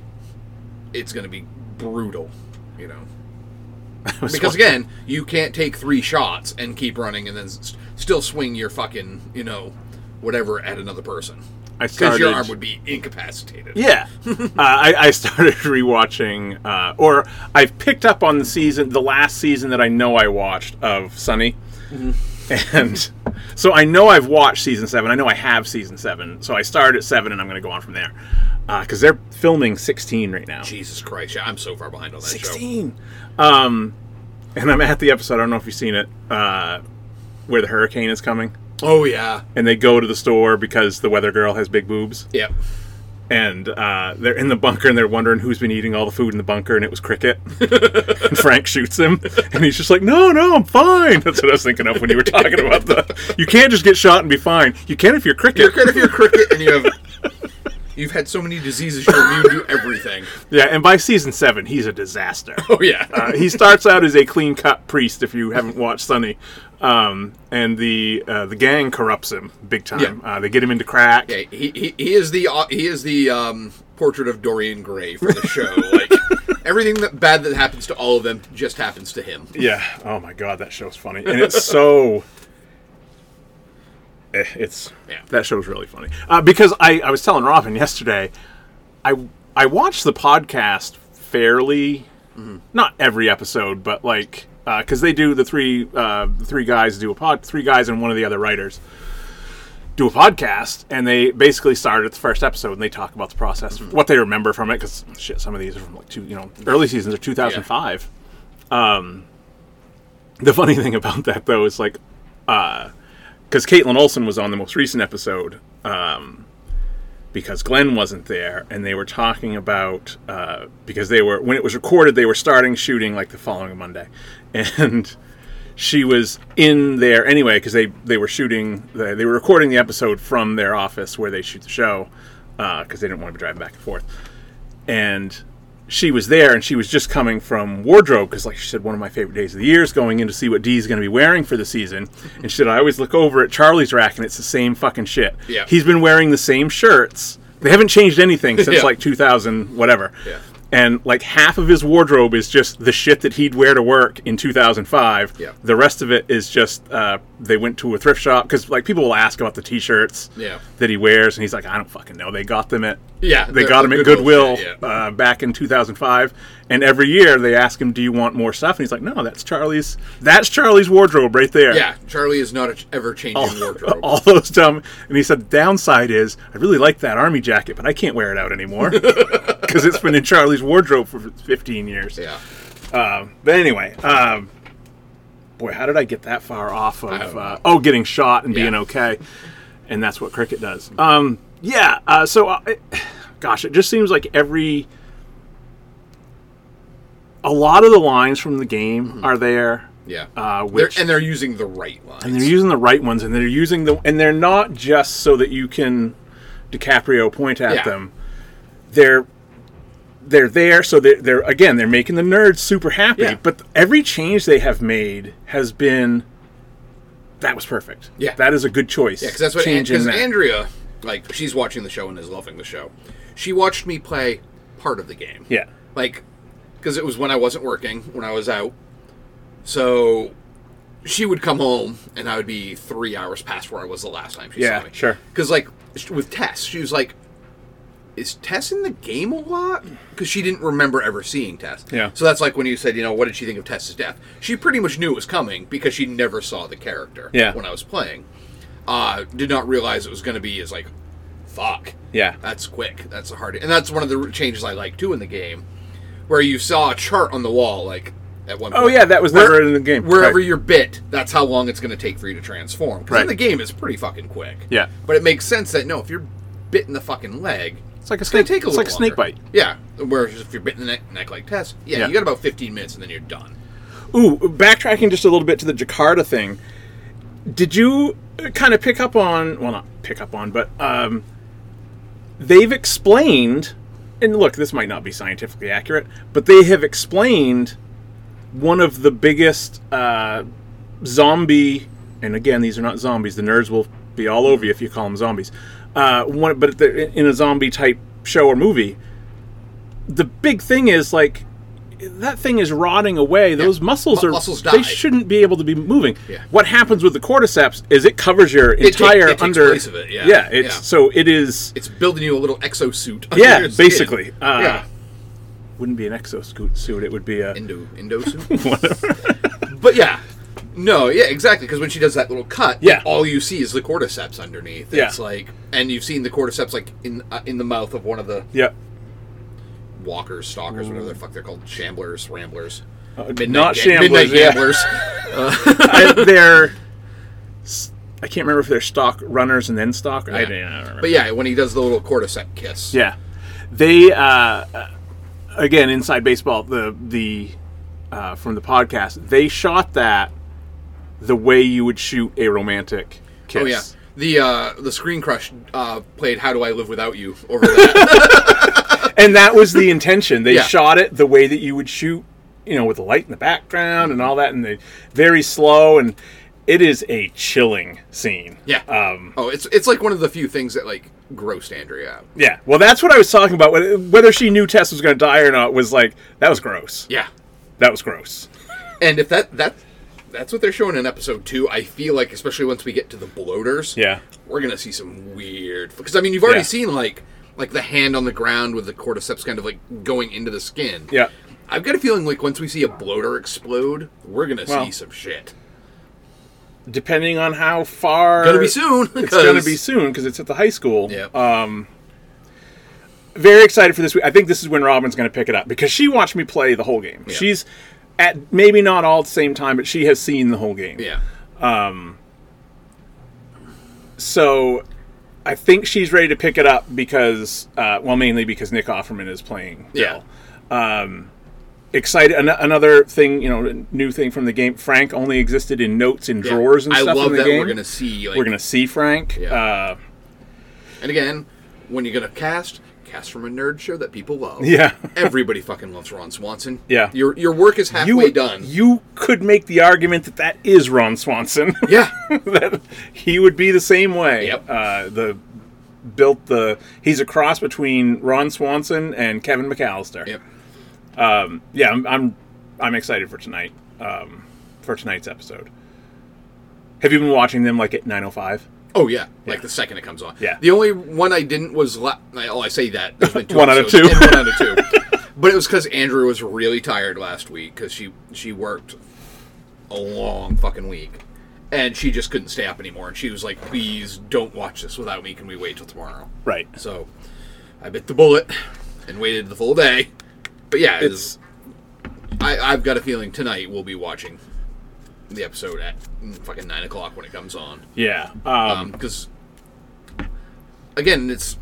H: it's going to be brutal, you know.
G: was
H: Because again, you can't take three shots and keep running and then s still swing your fucking you know whatever at another person
G: I
H: because
G: started.
H: your arm would be incapacitated.
G: Yeah, uh, I, I started rewatching, uh, or I've picked up on the season, the last season that I know I watched of Sunny, and so I know I've watched season seven. I know I have season seven, so I started at seven, and I'm going to go on from there because they're filming 16 right now.
H: Jesus Christ! Yeah, I'm so far behind on that show.
G: 16. Um, and I'm at the episode. I don't know if you've seen it, uh, where the hurricane is coming,
H: Oh yeah,
G: and they go to the store because the weather girl has big boobs.
H: yep.
G: and uh, they're in the bunker and they're wondering who's been eating all the food in the bunker, and it was Cricket. and Frank shoots him, and he's just like, "No, no, I'm fine." That's what I was thinking of when you were talking about the. You can't just get shot and be fine. You can if you're Cricket.
H: You're good if you're cricket and you have you've had so many diseases you're immune to everything.
G: yeah, and by season seven, he's a disaster.
H: Oh yeah.
G: Uh, he starts out as a clean cut priest. If you haven't watched Sunny, um, and the uh, the gang corrupts him big time.
H: Yeah.
G: Uh, they get him into crack.
H: okay, he, he he is the uh, he is the um, portrait of Dorian Gray for the show. Like everything that bad that happens to all of them just happens to him.
G: Yeah. Oh my god, that show's funny, and it's so. Eh, It's
H: Yeah.
G: that show's really funny uh, because I, I was telling Robin yesterday, I I watched the podcast fairly, not every episode, but like because they do the three uh, the three guys do a pod three guys and one of the other writers do a podcast and they basically started at the first episode and they talk about the process what they remember from it because shit some of these are from like two you know early seasons are 2005 Um, the funny thing about that though is like because caitlin olsen was on the most recent episode um, because glenn wasn't there and they were talking about uh, because they were when it was recorded they were starting shooting like the following monday and she was in there anyway because they, they were shooting the, they were recording uh, the episode from their office where they shoot the show because they didn't want to be driving back and forth and she was there and she was just coming from wardrobe because like she said one of my favorite days of the year is going in to see what dee's going to be wearing for the season and she said i always look over at charlie's rack and it's the same fucking shit
H: Yeah.
G: he's been wearing the same shirts they haven't changed anything since
H: Yeah.
G: like 2000 whatever
H: Yeah.
G: and like half of his wardrobe is just the shit that he'd wear to work in 2005
H: Yeah.
G: the rest of it is just uh, they went to a thrift shop because like people will ask about the t-shirts
H: Yeah.
G: that he wears and he's like i don't fucking know they got them at
H: Yeah,
G: they
H: the-
G: got
H: the
G: him at
H: Goodwill
G: Goodwill
H: shit, yeah.
G: uh, back in 2005, and every year they ask him, "Do you want more stuff?" And he's like, "No, that's Charlie's. That's Charlie's wardrobe right there."
H: Yeah, Charlie is not a ever changing wardrobe.
G: All those dumb, and he said, "Downside is, I really like that army jacket, but I can't wear it out anymore because it's been in Charlie's wardrobe for 15 years."
H: Yeah.
G: Um, but anyway, um, boy, how did I get that far off
H: don't
G: of?
H: know.
G: Uh, oh, getting shot and
H: Yeah.
G: being okay, and that's what cricket does. Um, yeah. Uh, so, uh, it, gosh, it just seems like every a lot of the lines from the game are there.
H: Mm-hmm. Yeah.
G: Uh,
H: They're-
G: which
H: and they're using the right lines.
G: and they're using the right ones, and they're using the and they're not just so that you can DiCaprio point at
H: Yeah.
G: them. They're they're there so they're, they're again they're making the nerds super happy.
H: Yeah.
G: But every change they have made has been that was perfect.
H: Yeah.
G: that is a good choice.
H: Yeah, because that's what
G: changing
H: because
G: that.
H: Andrea, like, she's watching the show and is loving the show. She watched me play part of the game.
G: Yeah,
H: Like, because it was when I wasn't working, when I was out. So she would come home and I would be three hours past where I was the last time she
G: Yeah,
H: saw me.
G: sure.
H: Because, like, sh- with Tess, she was like, is Tess in the game a lot? Because she didn't remember ever seeing Tess.
G: Yeah.
H: So that's like when you said, you know, what did she think of Tess's death? She pretty much knew it was coming because she never saw the character
G: Yeah.
H: when I was playing. Uh, did not realize it was going to be as like, fuck.
G: Yeah.
H: That's quick. That's hard. And that's one of the changes I like too in the game, where you saw a chart on the wall like at one.
G: Oh,
H: point.
G: yeah, that was never in the game.
H: Wherever
G: Right.
H: your bit, that's how long it's going to take for you to transform. Because in
G: Right.
H: the game, it's pretty fucking quick.
G: Yeah.
H: But it makes sense that no, if you're bit in the fucking leg,
G: it's like a
H: it's
G: snake.
H: gonna take a
G: it's
H: little
G: like a snake
H: longer.
G: bite.
H: Yeah. Whereas if you're bitten in the neck, neck like Tess, yeah,
G: Yeah.
H: you got about 15 minutes and then you're done.
G: Ooh, backtracking just a little bit to the Jakarta thing. Did you kind of pick up on? Well, not pick up on, but um, they've explained. And look, this might not be scientifically accurate, but they have explained one of the biggest uh, zombie. And again, these are not zombies. The nerds will be all over you if you call them zombies. Uh, one, but the, in a zombie type show or movie, the big thing is like that thing is rotting away. Those muscles
H: Mu-
G: are
H: muscles die.
G: they shouldn't be able to be moving.
H: Yeah.
G: What happens with the cordyceps is it covers your
H: take-
G: entire
H: it takes
G: under
H: place of it, yeah.
G: it's
H: Yeah.
G: so it is
H: It's building you a little exosuit. under
G: Yeah,
H: your skin.
G: basically. Uh,
H: yeah.
G: wouldn't be an exosuit suit. It would be a
H: Indo Indosu. but yeah. No, yeah, exactly. Because when she does that little cut,
G: Yeah.
H: all you see is the cordyceps underneath.
G: Yeah.
H: It's like, and you've seen the cordyceps like in uh, in the mouth of one of the
G: yeah.
H: walkers, stalkers, whatever the fuck they're called, shamblers, ramblers, midnight,
G: Uh, not
H: ga-
G: shamblers,
H: midnight
G: yeah.
H: gamblers.
G: I, they're s- I can't remember if they're stock runners and then stock. I,
H: Yeah.
G: don't- I don't remember.
H: but yeah, when he does the little cordyceps kiss,
G: Yeah, they uh, uh, again inside baseball the the uh, from the podcast they shot that the way you would shoot a romantic kiss.
H: Oh yeah, the uh, the Screen Crush uh, played "How Do I Live Without You" over that.
G: and that was the intention. They
H: Yeah.
G: shot it the way that you would shoot, you know, with the light in the background and all that, and they very slow and it is a chilling scene. Uh,
H: yeah. Um, oh, it's it's like one of the few things that like grossed Andrea out.
G: Yeah, well, that's what I was talking about. Whether whether she knew Tess was going to die or not was like that was gross.
H: Yeah,
G: That was gross.
H: and if that that that's what they're showing in episode two, I feel like especially once we get to the bloaters,
G: Yeah,
H: we're gonna see some weird. Because I mean, you've already
G: Yeah.
H: seen like like the hand on the ground with the cordyceps kind of like going into the skin.
G: yeah.
H: I've got a feeling like once we see a bloater explode, we're gonna see
G: Well.
H: some shit.
G: Depending on how far
H: Gonna be soon.
G: er, It's going to be soon because it's at the high school. Uh,
H: Yeah.
G: very excited for this week. I think this is when Robin's going to pick it up because she watched me play the whole game. She's at maybe not all at the same time, but she has seen the whole game.
H: yeah.
G: So I think she's ready to pick it up because, uh, well, mainly because Nick Offerman is playing.
H: Yeah.
G: Excited. An- another thing, you know, new thing from the game. Frank only existed in notes and
H: Yeah.
G: drawers and
H: I
G: stuff.
H: love
G: in the
H: that
G: game.
H: we're gonna see. Like,
G: We're gonna see Frank.
H: Yeah.
G: Uh,
H: And again, when you're gonna cast, cast from a nerd show that people love.
G: Yeah.
H: Everybody fucking loves Ron Swanson.
G: Yeah.
H: Your your work is halfway
G: You
H: done.
G: you could make the argument that that is Ron Swanson.
H: yeah.
G: that he would be the same way.
H: Yep.
G: Uh, the built the he's a cross between Ron Swanson and Kevin McAllister.
H: Yep.
G: Yeah, I'm I'm, I'm excited for tonight. Um, for tonight's episode. Have you been watching them like at 9:05?
H: Oh yeah, like the second it comes on.
G: Yeah.
H: The only one I didn't was la- oh I say that there's been two
G: One out of
H: episodes,
G: two.
H: and one out of two, but it was because Andrew was really tired last week because she she worked a long fucking week and she just couldn't stay up anymore and she was like please don't watch this without me can we wait till tomorrow
G: Right.
H: so I bit the bullet and waited the full day but yeah it's, I I've got a feeling tonight we'll be watching the episode at fucking nine o'clock when it comes on
G: Yeah. Um,
H: because again, it's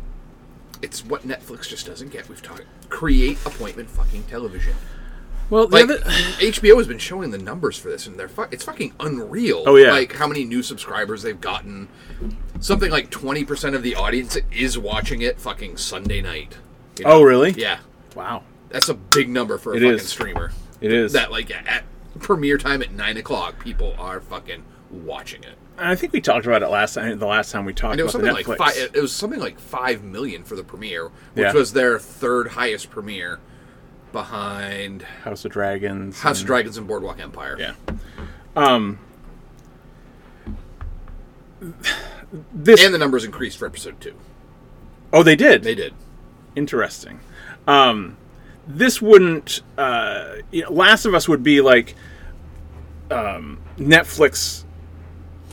H: it's what Netflix just doesn't get. We've talked create appointment fucking television.
G: well, the
H: Like
G: other-
H: HBO has been showing the numbers for this, and they're fu- it's fucking unreal.
G: Oh, yeah.
H: like how many new subscribers they've gotten. Something like twenty percent of the audience is watching it fucking Sunday night. you know?
G: Oh, really?
H: Yeah,
G: Wow.
H: that's a big number for a
G: It
H: fucking
G: is.
H: streamer.
G: It is.
H: That like at premiere time at nine o'clock, people are fucking watching it.
G: I think we talked about it last time. The last time we talked
H: And it was
G: about the
H: something
G: Netflix.
H: like five. It was something like five million for the premiere, which
G: Yeah.
H: was their third highest premiere, behind
G: House of Dragons.
H: uh, House of
G: and-
H: Dragons and Boardwalk Empire.
G: Yeah. Um. This.
H: and the numbers increased for episode two.
G: oh, they did.
H: They did.
G: Interesting. Um, this wouldn't. Uh, you know, Last of Us would be like um, Netflix.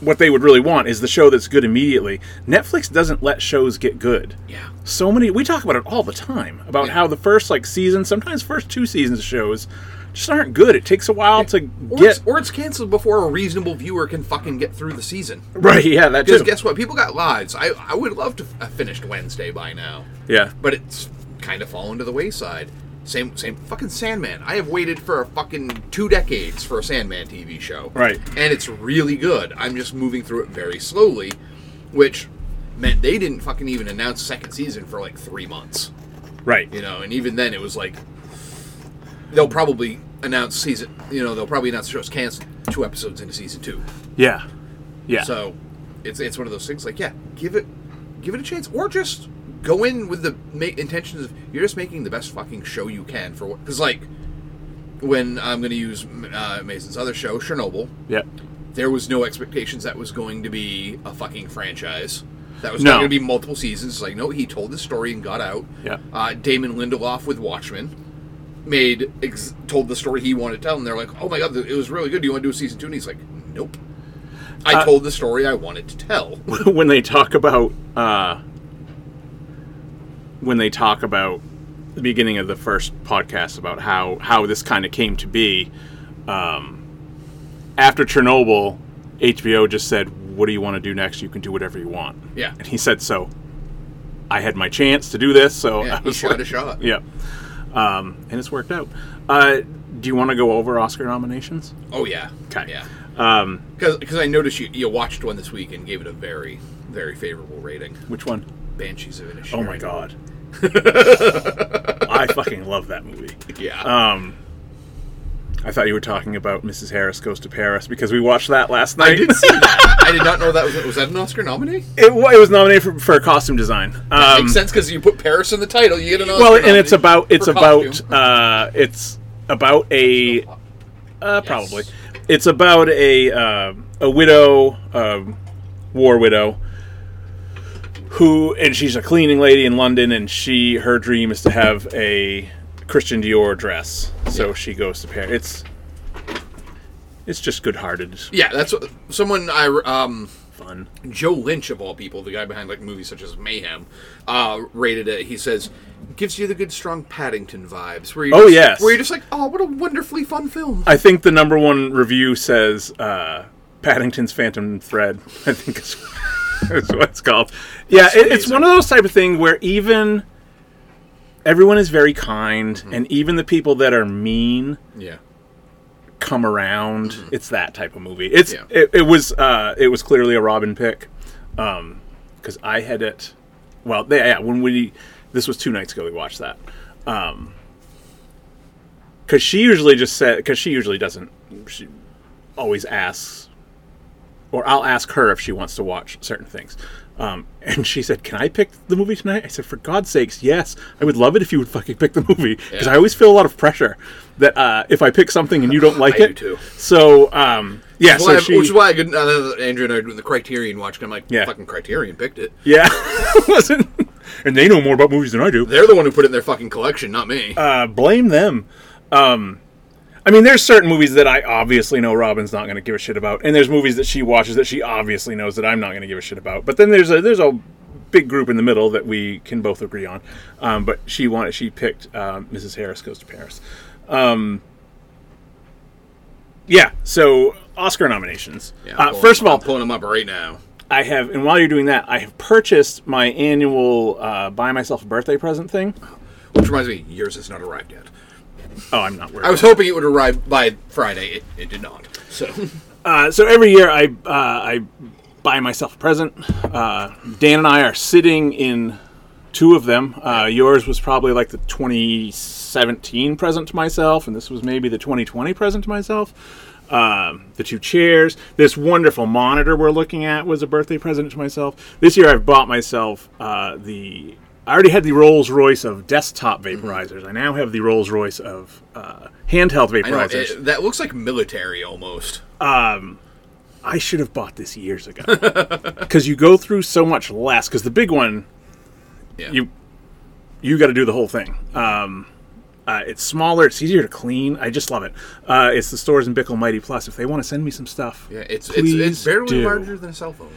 G: What they would really want is the show that's good immediately. Netflix doesn't let shows get good.
H: Yeah.
G: so many we talk about it all the time about
H: Yeah.
G: how the first like season sometimes first two seasons of shows just aren't good it takes a while to
H: Or,
G: get
H: it's, or it's canceled before a reasonable viewer can fucking get through the season.
G: right yeah that
H: Because
G: too
H: guess what? People got lives. I, I would love to have finished Wednesday by now.
G: yeah
H: But it's kind of fallen to the wayside. Same, same fucking Sandman. I have waited for a fucking two decades for a Sandman TV show.
G: Right.
H: And it's really good. I'm just moving through it very slowly, which meant they didn't fucking even announce second season for like three months.
G: right
H: You know, and even then it was like they'll probably announce season. You know, they'll probably announce the show's canceled two episodes into season two.
G: yeah yeah
H: So it's it's one of those things. Like, yeah, give it give it a chance, or just go in with the ma- intentions of you're just making the best fucking show you can for what. Because like when I'm going to use uh, Mason's other show, Chernobyl,
G: yeah
H: there was no expectations that was going to be a fucking franchise. That was
G: No.
H: not going to be multiple seasons. It's Like, no, he told his story and got out.
G: Yeah.
H: Uh, Damon Lindelof with Watchmen made ex- told the story he wanted to tell, and they're like, "Oh my god, it was really good. Do you want to do a season two? And he's like, "Nope." I
G: Uh,
H: told the story I wanted to tell.
G: when they talk about uh when they talk about the beginning of the first podcast about how how this kind of came to be um after chernobyl hbo just said what do you want to do next you can do whatever you want
H: Yeah.
G: and he said so i had my chance to do this so I
H: Yeah, he
G: was
H: shot
G: like,
H: a shot.
G: yeah um and it's worked out uh do you want to go over oscar nominations
H: Oh yeah.
G: 'Kay.
H: Yeah.
G: um
H: Because I noticed you you watched one this week and gave it a very very favorable rating.
G: which one
H: Banshees of Inisherin.
G: Oh my god. I fucking love that movie.
H: Yeah.
G: I thought you were talking about Mrs. Harris Goes to Paris because we watched that last night.
H: I did see that. I did not know that was was that an Oscar nominee.
G: it, wa- it was nominated for, for costume design. Um,
H: Makes sense because you put Paris in the title, you get an Oscar.
G: well, and it's
H: nominee
G: about it's
H: for
G: about
H: costume.
G: uh, it's about a uh, probably
H: Yes.
G: it's about a uh, a widow, um, war widow, who and she's a cleaning lady in London, and she her dream is to have a Christian Dior dress, so she goes to Paris. It's it's just good-hearted
H: yeah, that's what, someone I re- um
G: fun.
H: Joe Lynch of all people, the guy behind like movies such as Mayhem, uh, rated it. He says gives you the good strong Paddington vibes. Where you
G: Oh,
H: just,
G: yes.
H: where you're just like oh what a wonderfully fun film.
G: I think the number one review says uh, Paddington's Phantom Thread. I think is, is what it's called. Yeah, it, it's one of those type of thing where even everyone is very kind, and even the people that are mean
H: Yeah,
G: come around. It's that type of movie. It's
H: Mm-hmm. Yeah.
G: it, it was uh, it was um, clearly a Robin pick because I had it. Well, they, yeah, when we This was two nights ago. We watched that. Um, because she usually just said because she usually doesn't. She always asks, or I'll ask her if she wants to watch certain things. Um, and she said, "Can I pick the movie tonight?" I said, "For God's sakes, yes! I would love it if you would fucking pick the movie because
H: Yeah.
G: I always feel a lot of pressure that uh, if I pick something and you don't like
H: I
G: it,
H: do too.
G: so um, yeah,
H: Well,
G: so
H: I-
G: she,
H: which is why I could, uh, Andrew and I were doing the Criterion watch, and I'm like,
G: Yeah.
H: fucking Criterion picked it.
G: yeah, wasn't. And they know more about movies than I do.
H: They're the one who put it in their fucking collection, not me.
G: Uh, blame them. Um, I mean, there's certain movies that I obviously know Robin's not going to give a shit about, and there's movies that she watches that she obviously knows that I'm not going to give a shit about. But then there's a there's a big group in the middle that we can both agree on. Um, but she wanted she picked um, Mrs. Harris Goes to Paris. Um, yeah, so Oscar nominations.
H: Yeah, I'm
G: uh,
H: pulling-
G: first of all,
H: I'm pulling them up right now.
G: I have, and while you're doing that, I have purchased my annual uh, buy myself a birthday present thing.
H: Which reminds me, yours has not arrived yet.
G: Oh, I'm not worried.
H: I was hoping it would arrive by Friday. It, it did not. So
G: Uh, so every year I uh, I buy myself a present. Uh, Dan and I are sitting in two of them. Uh, yours was probably like the 2017 present to myself, and this was maybe the 2020 present to myself. Um, the two chairs, this wonderful monitor we're looking at was a birthday present to myself. This year I've bought myself uh, the. I already had the Rolls Royce of desktop vaporizers. I now have the Rolls Royce of uh, handheld
H: I know
G: vaporizers.
H: it, that looks like military almost.
G: I should have bought this years ago because you go through so much less. Because the big one,
H: Yeah.
G: you you got to do the whole thing. Um, uh, it's smaller, it's easier to clean. I just love it. Uh, it's the stores in Bickle Mighty Plus. If they want to send me some stuff,
H: yeah, it's it's, it's
G: please
H: barely
G: do.
H: larger than a cell phone.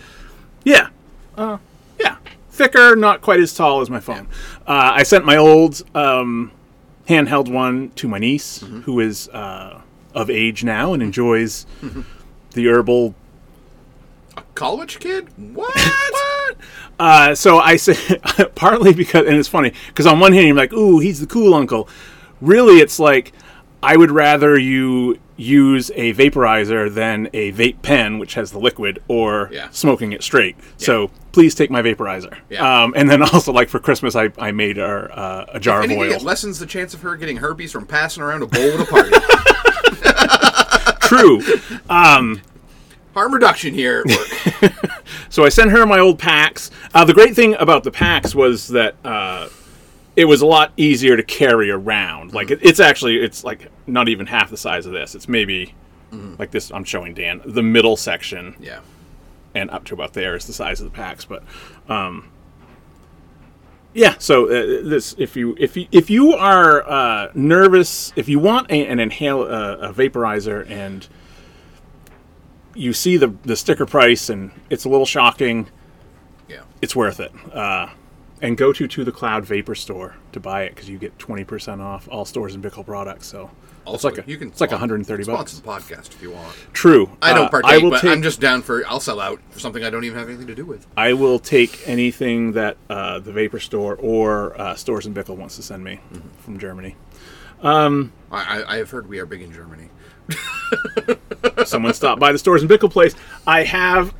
G: Yeah, uh, yeah, thicker, not quite as tall as my phone. Uh, I sent my old um, handheld one to my niece,
H: Mm-hmm.
G: who is uh, of age now and enjoys
H: Mm-hmm.
G: the herbal
H: A college kid? What?
G: Uh, so I say partly because, and it's funny because on one hand you're like, "Ooh, he's the cool uncle." Really, it's like I would rather you use a vaporizer than a vape pen, which has the liquid, or
H: Yeah.
G: smoking it straight. So please take my vaporizer.
H: Yeah.
G: Um, and then also, like for Christmas, I, I made our, uh, a jar of
H: Anything
G: oil.
H: that lessens the chance of her getting herpes from passing around a bowl at a party.
G: True.
H: Harm reduction here. at work.
G: So I sent her my old packs. Uh, the great thing about the packs was that uh, it was a lot easier to carry around. Like it, it's actually it's like not even half the size of this. It's maybe like this. I'm showing Dan the middle section
H: yeah.
G: and up to about there is the size of the packs. But um, yeah, so uh, this if you if you if you are uh, nervous, if you want a, an inhale uh, a vaporizer and you see the the sticker price and it's a little shocking,
H: Yeah.
G: it's worth it. Uh, and go to to the cloud vapor store to buy it because you get twenty percent off all stores and Bickle products. So.
H: Also,
G: like a-
H: you can
G: it's like
H: spon-
G: 130 bucks.
H: Sponsor the podcast if you want.
G: True.
H: I
G: Uh,
H: don't partake,
G: will
H: but
G: take-
H: I'm just down for. I'll sell out for something I don't even have anything to do with.
G: I will take anything that uh, the Vapor Store or uh, Stores and Bickle wants to send me
H: Mm-hmm.
G: from Germany.
H: I, I, I have heard we are big in Germany.
G: Someone stopped by the Stores and Bickle place. I have.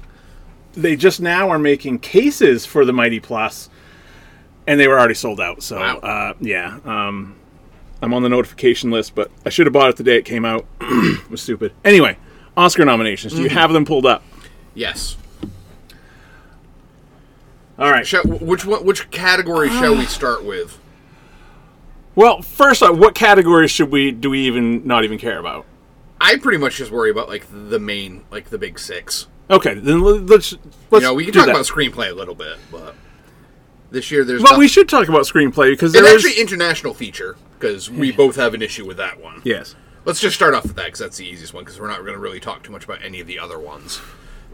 G: They just now are making cases for the Mighty Plus, and they were already sold out. So
H: Wow.
G: uh, yeah, um, I'm on the notification list, but I should have bought it the day it came out. it was stupid. Anyway, Oscar nominations. Do you
H: Mm-hmm.
G: have them pulled up?
H: Yes.
G: All right.
H: Shall, which one, which category shall we start with?
G: Well, first off, what categories should we do? We even not even care about?
H: I pretty much just worry about like the main, like the big six.
G: Okay, then le- let's
H: You
G: let's
H: know, we can
G: do
H: talk
G: that.
H: about screenplay a little bit, but this year there's.
G: But we
H: nothing-
G: should talk about screenplay because
H: And
G: there is.
H: actually, international feature because we both have an issue with that one.
G: yes.
H: Let's just start off with that because that's the easiest one because we're not going to really talk too much about any of the other ones.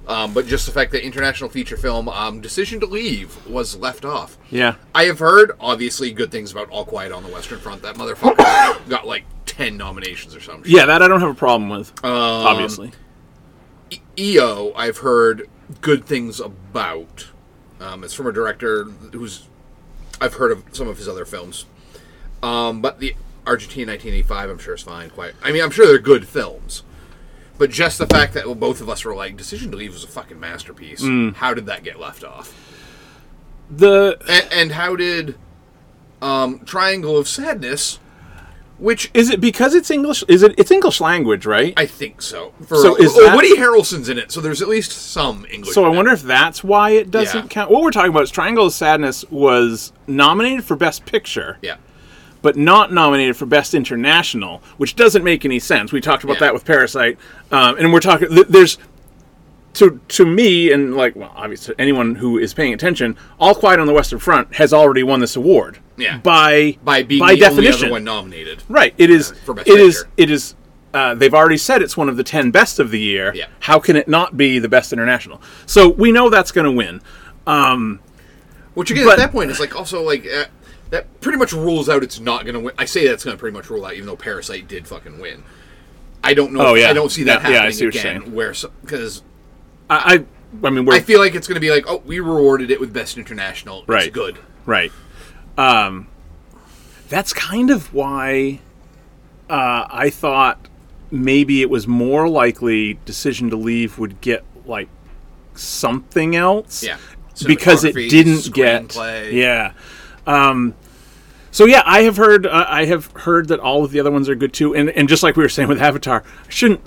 H: Um, but just the fact that international feature film um, Decision to Leave was left off.
G: Yeah.
H: I have heard, obviously, good things about All Quiet on the Western Front. That motherfucker got like 10 nominations or something.
G: Yeah, that I don't have a problem with.
H: Um,
G: obviously.
H: EO, E I've heard good things about. Um, it's from a director who's I've heard of some of his other films, um, but the Argentina 1985, I'm sure is fine. Quite, I mean, I'm sure they're good films, but just the fact that well, both of us were like, "Decision to Leave" was a fucking
G: Mm.
H: masterpiece. How did that get left off?
G: The
H: And, and how did um, Triangle of Sadness, which
G: Is it because it's English? Is it? It's English language, right?
H: I think so. For,
G: So is
H: oh,
G: that-
H: Woody Harrelson's in it, so there's at least some English.
G: so I
H: in it.
G: wonder if that's why it doesn't
H: Yeah.
G: count. What we're talking about is Triangle of Sadness was nominated for Best Picture,
H: Yeah.
G: but not nominated for Best International, which doesn't make any sense. We talked about
H: Yeah.
G: that with Parasite, um, and we're talking. Th- there's to to me and like well, obviously anyone who is paying attention, All Quiet on the Western Front has already won this award.
H: Yeah.
G: by
H: By being
G: by
H: the only
G: definition,
H: other one nominated.
G: Right. It is.
H: For Best
G: it is.
H: Picture.
G: It is. Uh, they've already said it's one of the ten best of the year.
H: Yeah.
G: How can it not be the best international? So we know that's going to win. Um,
H: Which again,
G: But-
H: at that point, is like also like uh, that pretty much rules out it's not going to win. I say that's going to pretty much rule out, even though Parasite did fucking win. I don't know.
G: Oh, yeah.
H: I don't see that
G: Yeah,
H: happening
G: yeah, I see what you're
H: again.
G: saying.
H: Where because
G: I, I. I mean, we're
H: I feel like it's going to be like, oh, we rewarded it with Best International.
G: right.
H: It's good.
G: Right. Um, that's kind of why uh, I thought maybe it was more likely decision to leave would get like something else.
H: Yeah.
G: because it
H: Cinematography,
G: didn't get
H: screenplay.
G: yeah um so yeah i have heard uh, i have heard that all of the other ones are good too and and just like we were saying with avatar I shouldn't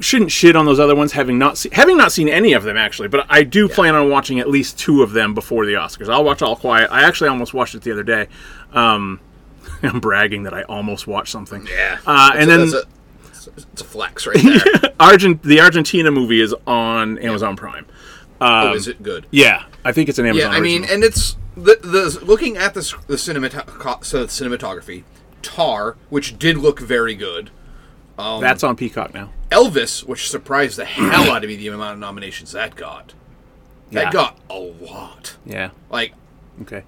G: shouldn't shit on those other ones having not se- having not seen any of them actually but i do plan on watching at least two of them before the oscars i'll watch all quiet i actually almost watched it the other day um i'm bragging that i almost watched something
H: Yeah.
G: uh,
H: That's
G: and
H: a-
G: then
H: that's a, it's- it's a flex right there.
G: Argent, the argentina movie is on amazon prime Um,
H: oh, is it good?
G: yeah i think it's an amazon
H: Yeah, I mean,
G: original.
H: and it's the the looking at the s- the cinemat- co- so cinematography, Tar, which did look very good,
G: that's on peacock now
H: Elvis, which surprised the hell out of me the amount of nominations that got. That
G: Yeah.
H: got a lot.
G: Yeah.
H: Like,
G: Okay.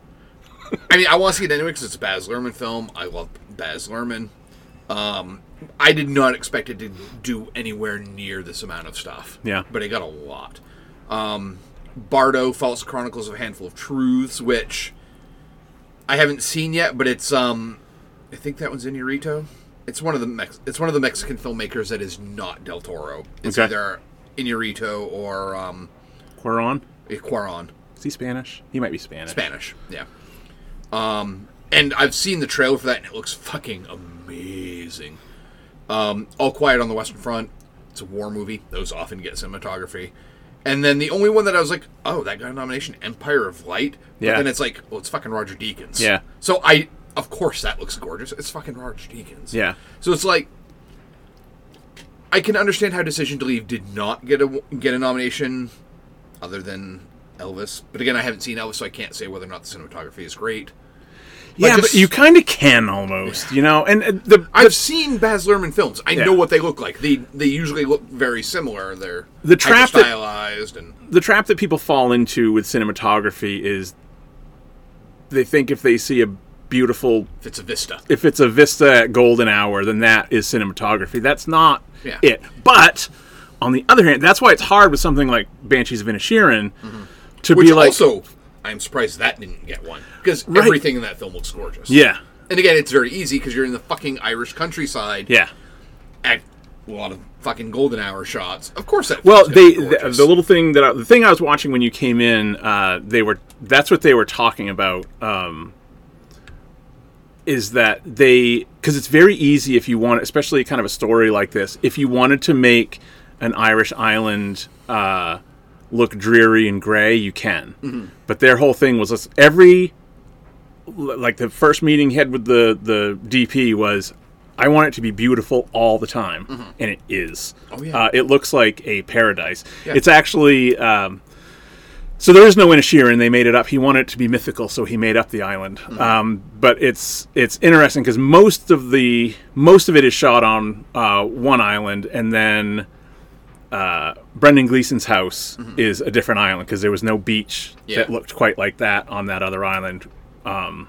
H: I mean, I want to see it anyway because it's a Baz Luhrmann film. I love Baz Luhrmann. Um, I did not expect it to do anywhere near this amount of stuff.
G: Yeah.
H: but it got a lot. Um, Bardo, False Chronicles of a Handful of Truths, which I haven't seen yet, but it's um, I think that one's Inarito. It's one of the Mex- it's one of the Mexican filmmakers that is not Del Toro. It's
G: Okay.
H: either Inarito or um,
G: Quaron?
H: Cuaron.
G: Is he Spanish? He might be Spanish.
H: Spanish. Yeah. Um, and I've seen the trailer for that, and it looks fucking amazing. Um, All Quiet on the Western Front. It's a war movie. Those often get cinematography. And then the only one that I was like, oh, that got a nomination, Empire of Light. But
G: Yeah.
H: then it's like, well, it's fucking Roger Deakins.
G: Yeah.
H: So I, of course, that looks gorgeous. It's fucking Roger Deakins.
G: Yeah.
H: So it's like, I can understand how Decision to Leave did not get a get a nomination, other than Elvis. But again, I haven't seen Elvis, so I can't say whether or not the cinematography is great.
G: Yeah,
H: just-
G: but you kind of can almost, you know. And uh, the, the
H: I've seen Baz Luhrmann films. I
G: Yeah.
H: know what they look like. They they usually look very similar. They're
G: The trap that-
H: stylized and
G: the trap that people fall into with cinematography is they think if they see a beautiful
H: if it's a vista.
G: if it's a vista at golden hour, then that is cinematography. That's not
H: Yeah.
G: it. But on the other hand, that's why it's hard with something like Banshees of Inisherin to
H: Which
G: be like,
H: also, I'm surprised that didn't get one because
G: Right.
H: everything in that film looks gorgeous.
G: yeah,
H: And again, it's very easy because you're in the fucking Irish countryside.
G: yeah.
H: At a lot of fucking golden hour shots. Of course, that.
G: Well,
H: film's gonna
G: they
H: be
G: the,
H: gorgeous.
G: the little thing that I, the thing I was watching when you came in, uh, they were that's what they were talking about. Um, is that they because it's very easy if you want, especially kind of a story like this, if you wanted to make an Irish island uh, look dreary and gray, you can. But their whole thing was let's- every like the first meeting he had with the the DP was, I want it to be beautiful all the time, and it is.
H: Mm-hmm. Oh, yeah.
G: uh, it looks like a paradise.
H: Yeah.
G: It's actually. Um, so there is no Inishirin. They made it up. He wanted it to be mythical, so he made up the island.
H: Hmm.
G: Um, but it's it's interesting because most of the most of it is shot on uh, one island, and then uh, Brendan Gleeson's house is a different island because there was no beach
H: Hmm. Yeah.
G: that looked quite like that on that other island. Um,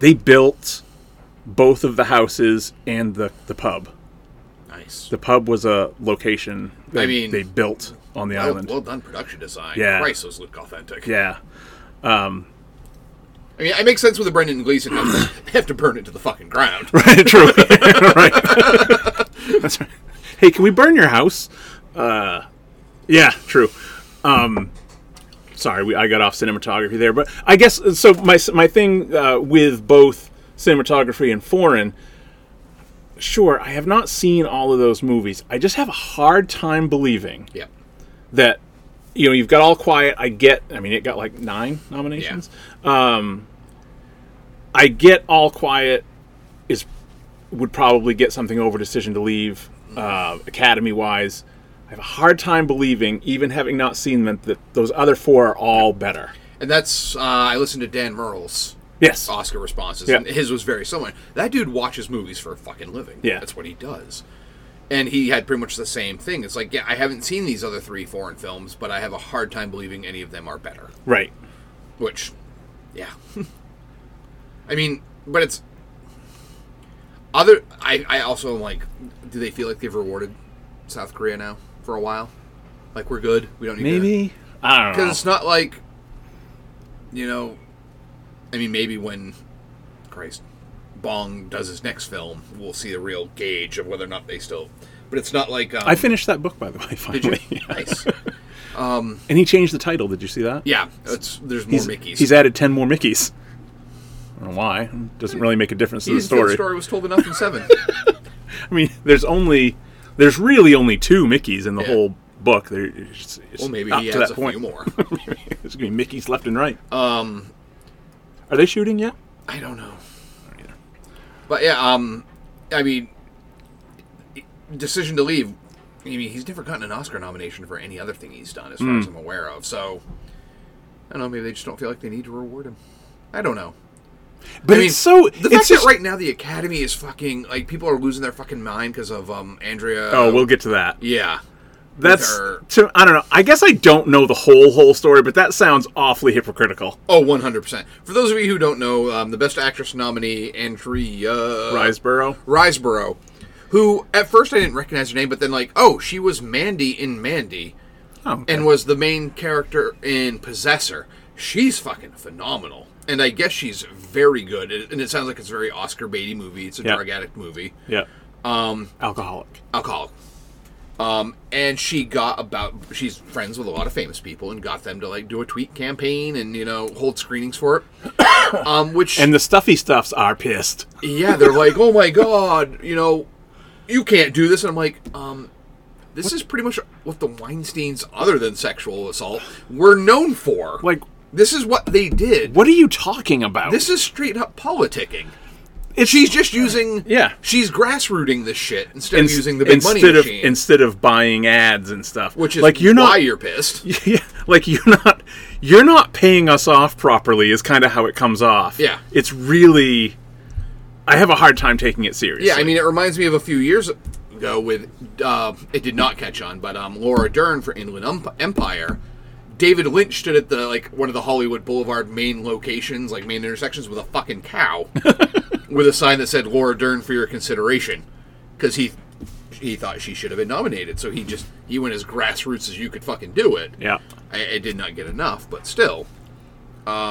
G: they built both of the houses and the the pub.
H: nice.
G: The pub was a location. They,
H: I mean-
G: they built on the
H: Well,
G: island.
H: well done production design.
G: Yeah.
H: Christ, those look authentic.
G: yeah.
H: I mean, it makes sense with the Brendan Gleeson house. they have to burn it to the fucking ground.
G: True. right. That's right. Hey, can we burn your house? Uh, yeah, true. Um, sorry, we, I got off cinematography there, but I guess so. My my thing uh, with both cinematography and foreign. Sure, I have not seen all of those movies. I just have a hard time believing
H: Yeah.
G: that you know you've got all quiet i get i mean it got like nine nominations um i get all quiet is would probably get something over decision to leave uh academy wise i have a hard time believing even having not seen them that those other four are all better
H: And that's uh, I listened to Dan Merle's
G: yes
H: Oscar responses,
G: Yeah.
H: and his was very similar. That dude watches movies for a fucking living.
G: Yeah.
H: that's what he does. And he had pretty much the same thing. It's like, yeah, I haven't seen these other three foreign films, but I have a hard time believing any of them are better.
G: right
H: Which, yeah, I mean, but it's other. I I also am like, do they feel like they've rewarded South Korea now for a while? Like we're good. We don't need to-
G: maybe i don't
H: because
G: know
H: it's not like, you know, I mean, maybe when, Christ, Bong does his next film, we'll see a real gauge of whether or not they still. But it's not like um,
G: i finished that book by the way
H: Did you?
G: finally
H: nice.
G: and he changed the title did you see that
H: Yeah, it's, there's more
G: he's,
H: Mickey's.
G: he's added 10 more mickeys I don't know why It doesn't really make a difference to
H: He
G: the
H: didn't feel
G: story.
H: story was told enough in seven.
G: I mean, there's only there's really only two Mickeys in the
H: Yeah.
G: whole book. There, it's, it's
H: well, maybe
G: up
H: he
G: to
H: adds
G: that
H: a
G: point.
H: few more.
G: there's gonna be Mickeys left and right. Um, are they shooting yet?
H: I don't know. But yeah, um, I mean, decision to leave. I mean, he's never gotten an Oscar nomination for any other thing he's done, as far as
G: Hmm.
H: I'm aware of. So I don't know. Maybe they just don't feel like they need to reward him. I don't know.
G: But
H: I mean,
G: it's so
H: the
G: it's
H: fact
G: just
H: that right now the Academy is fucking like people are losing their fucking mind because of um Andrea.
G: Oh, we'll get to that.
H: yeah.
G: That's
H: her-
G: to, I don't know. I guess I don't know the whole whole story, but that sounds awfully hypocritical.
H: Oh, 100%. For those of you who don't know, um, the Best Actress nominee, Andrea
G: Riseborough.
H: Riseborough, who at first I didn't recognize her name, but then like, oh, she was Mandy in Mandy,
G: Oh, okay.
H: and was the main character in Possessor. She's fucking phenomenal, and I guess she's very good. And and it sounds like it's a very Oscar Beatty movie. It's a
G: Yeah.
H: drug addict movie,
G: yeah. Um, alcoholic.
H: alcoholic. Um, and she got about she's friends with a lot of famous people and got them to like do a tweet campaign and you know hold screenings for it. um, which
G: And the stuffy stuffs are pissed.
H: yeah, they're like, oh my god, you know, you can't do this. And I'm like, um, this is pretty much what the Weinsteins, other than sexual assault, were known for.
G: Like-
H: this is what they did.
G: What are you talking about?
H: This is straight up politicking.
G: It's-
H: she's just using,
G: Yeah.
H: she's grassrooting this shit instead
G: Ins-
H: of using the big money
G: instead of
H: machine,
G: instead of buying ads and stuff,
H: which is
G: like you're
H: why
G: not
H: you're pissed.
G: yeah, like you're not you're not paying us off properly is kind of how it comes off.
H: Yeah.
G: It's really I have a hard time taking it seriously.
H: Yeah, I mean, it reminds me of a few years ago with uh, it did not catch on, but um, Laura Dern for Inland Ump- Empire. David Lynch stood at the like one of the Hollywood Boulevard main locations, like main intersections, with a fucking cow, with a sign that said "Laura Dern for your consideration," because he he thought she should have been nominated. So he just he went as grassroots as you could fucking do it.
G: Yeah.
H: I, I did not get enough, but still. Um,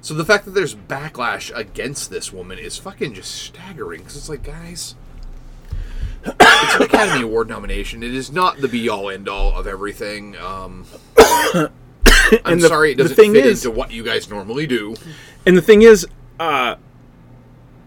H: so the fact that there's backlash against this woman is fucking just staggering because it's like, guys, it's an Academy Award nomination. It is not the be all end all of everything. Um, I'm
G: the-
H: sorry, it
G: the
H: doesn't
G: thing
H: fit
G: is-
H: into what you guys normally do.
G: And the thing is, uh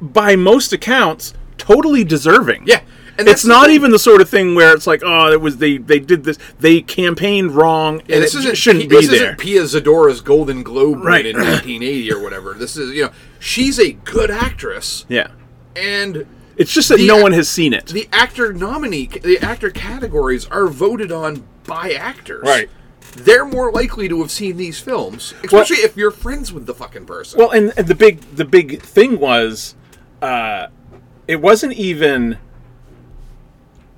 G: by most accounts, totally deserving.
H: Yeah, and that's
G: it's
H: the
G: not
H: thing.
G: even the sort of thing where it's like, oh, it was they they did this, they campaigned wrong, and
H: this
G: it
H: isn't
G: shouldn't
H: this
G: be there.
H: Isn't Pia Zadora's Golden Globe win
G: Right.
H: in 1980 or whatever. This is, you know, she's a good actress,
G: yeah,
H: and
G: it's just that
H: The-
G: no one has seen it.
H: the actor nominee the actor categories are voted on by actors
G: Right.
H: they're more likely to have seen these films especially if you're friends with the fucking person
G: Well, and, and the big the big thing was, uh, it wasn't even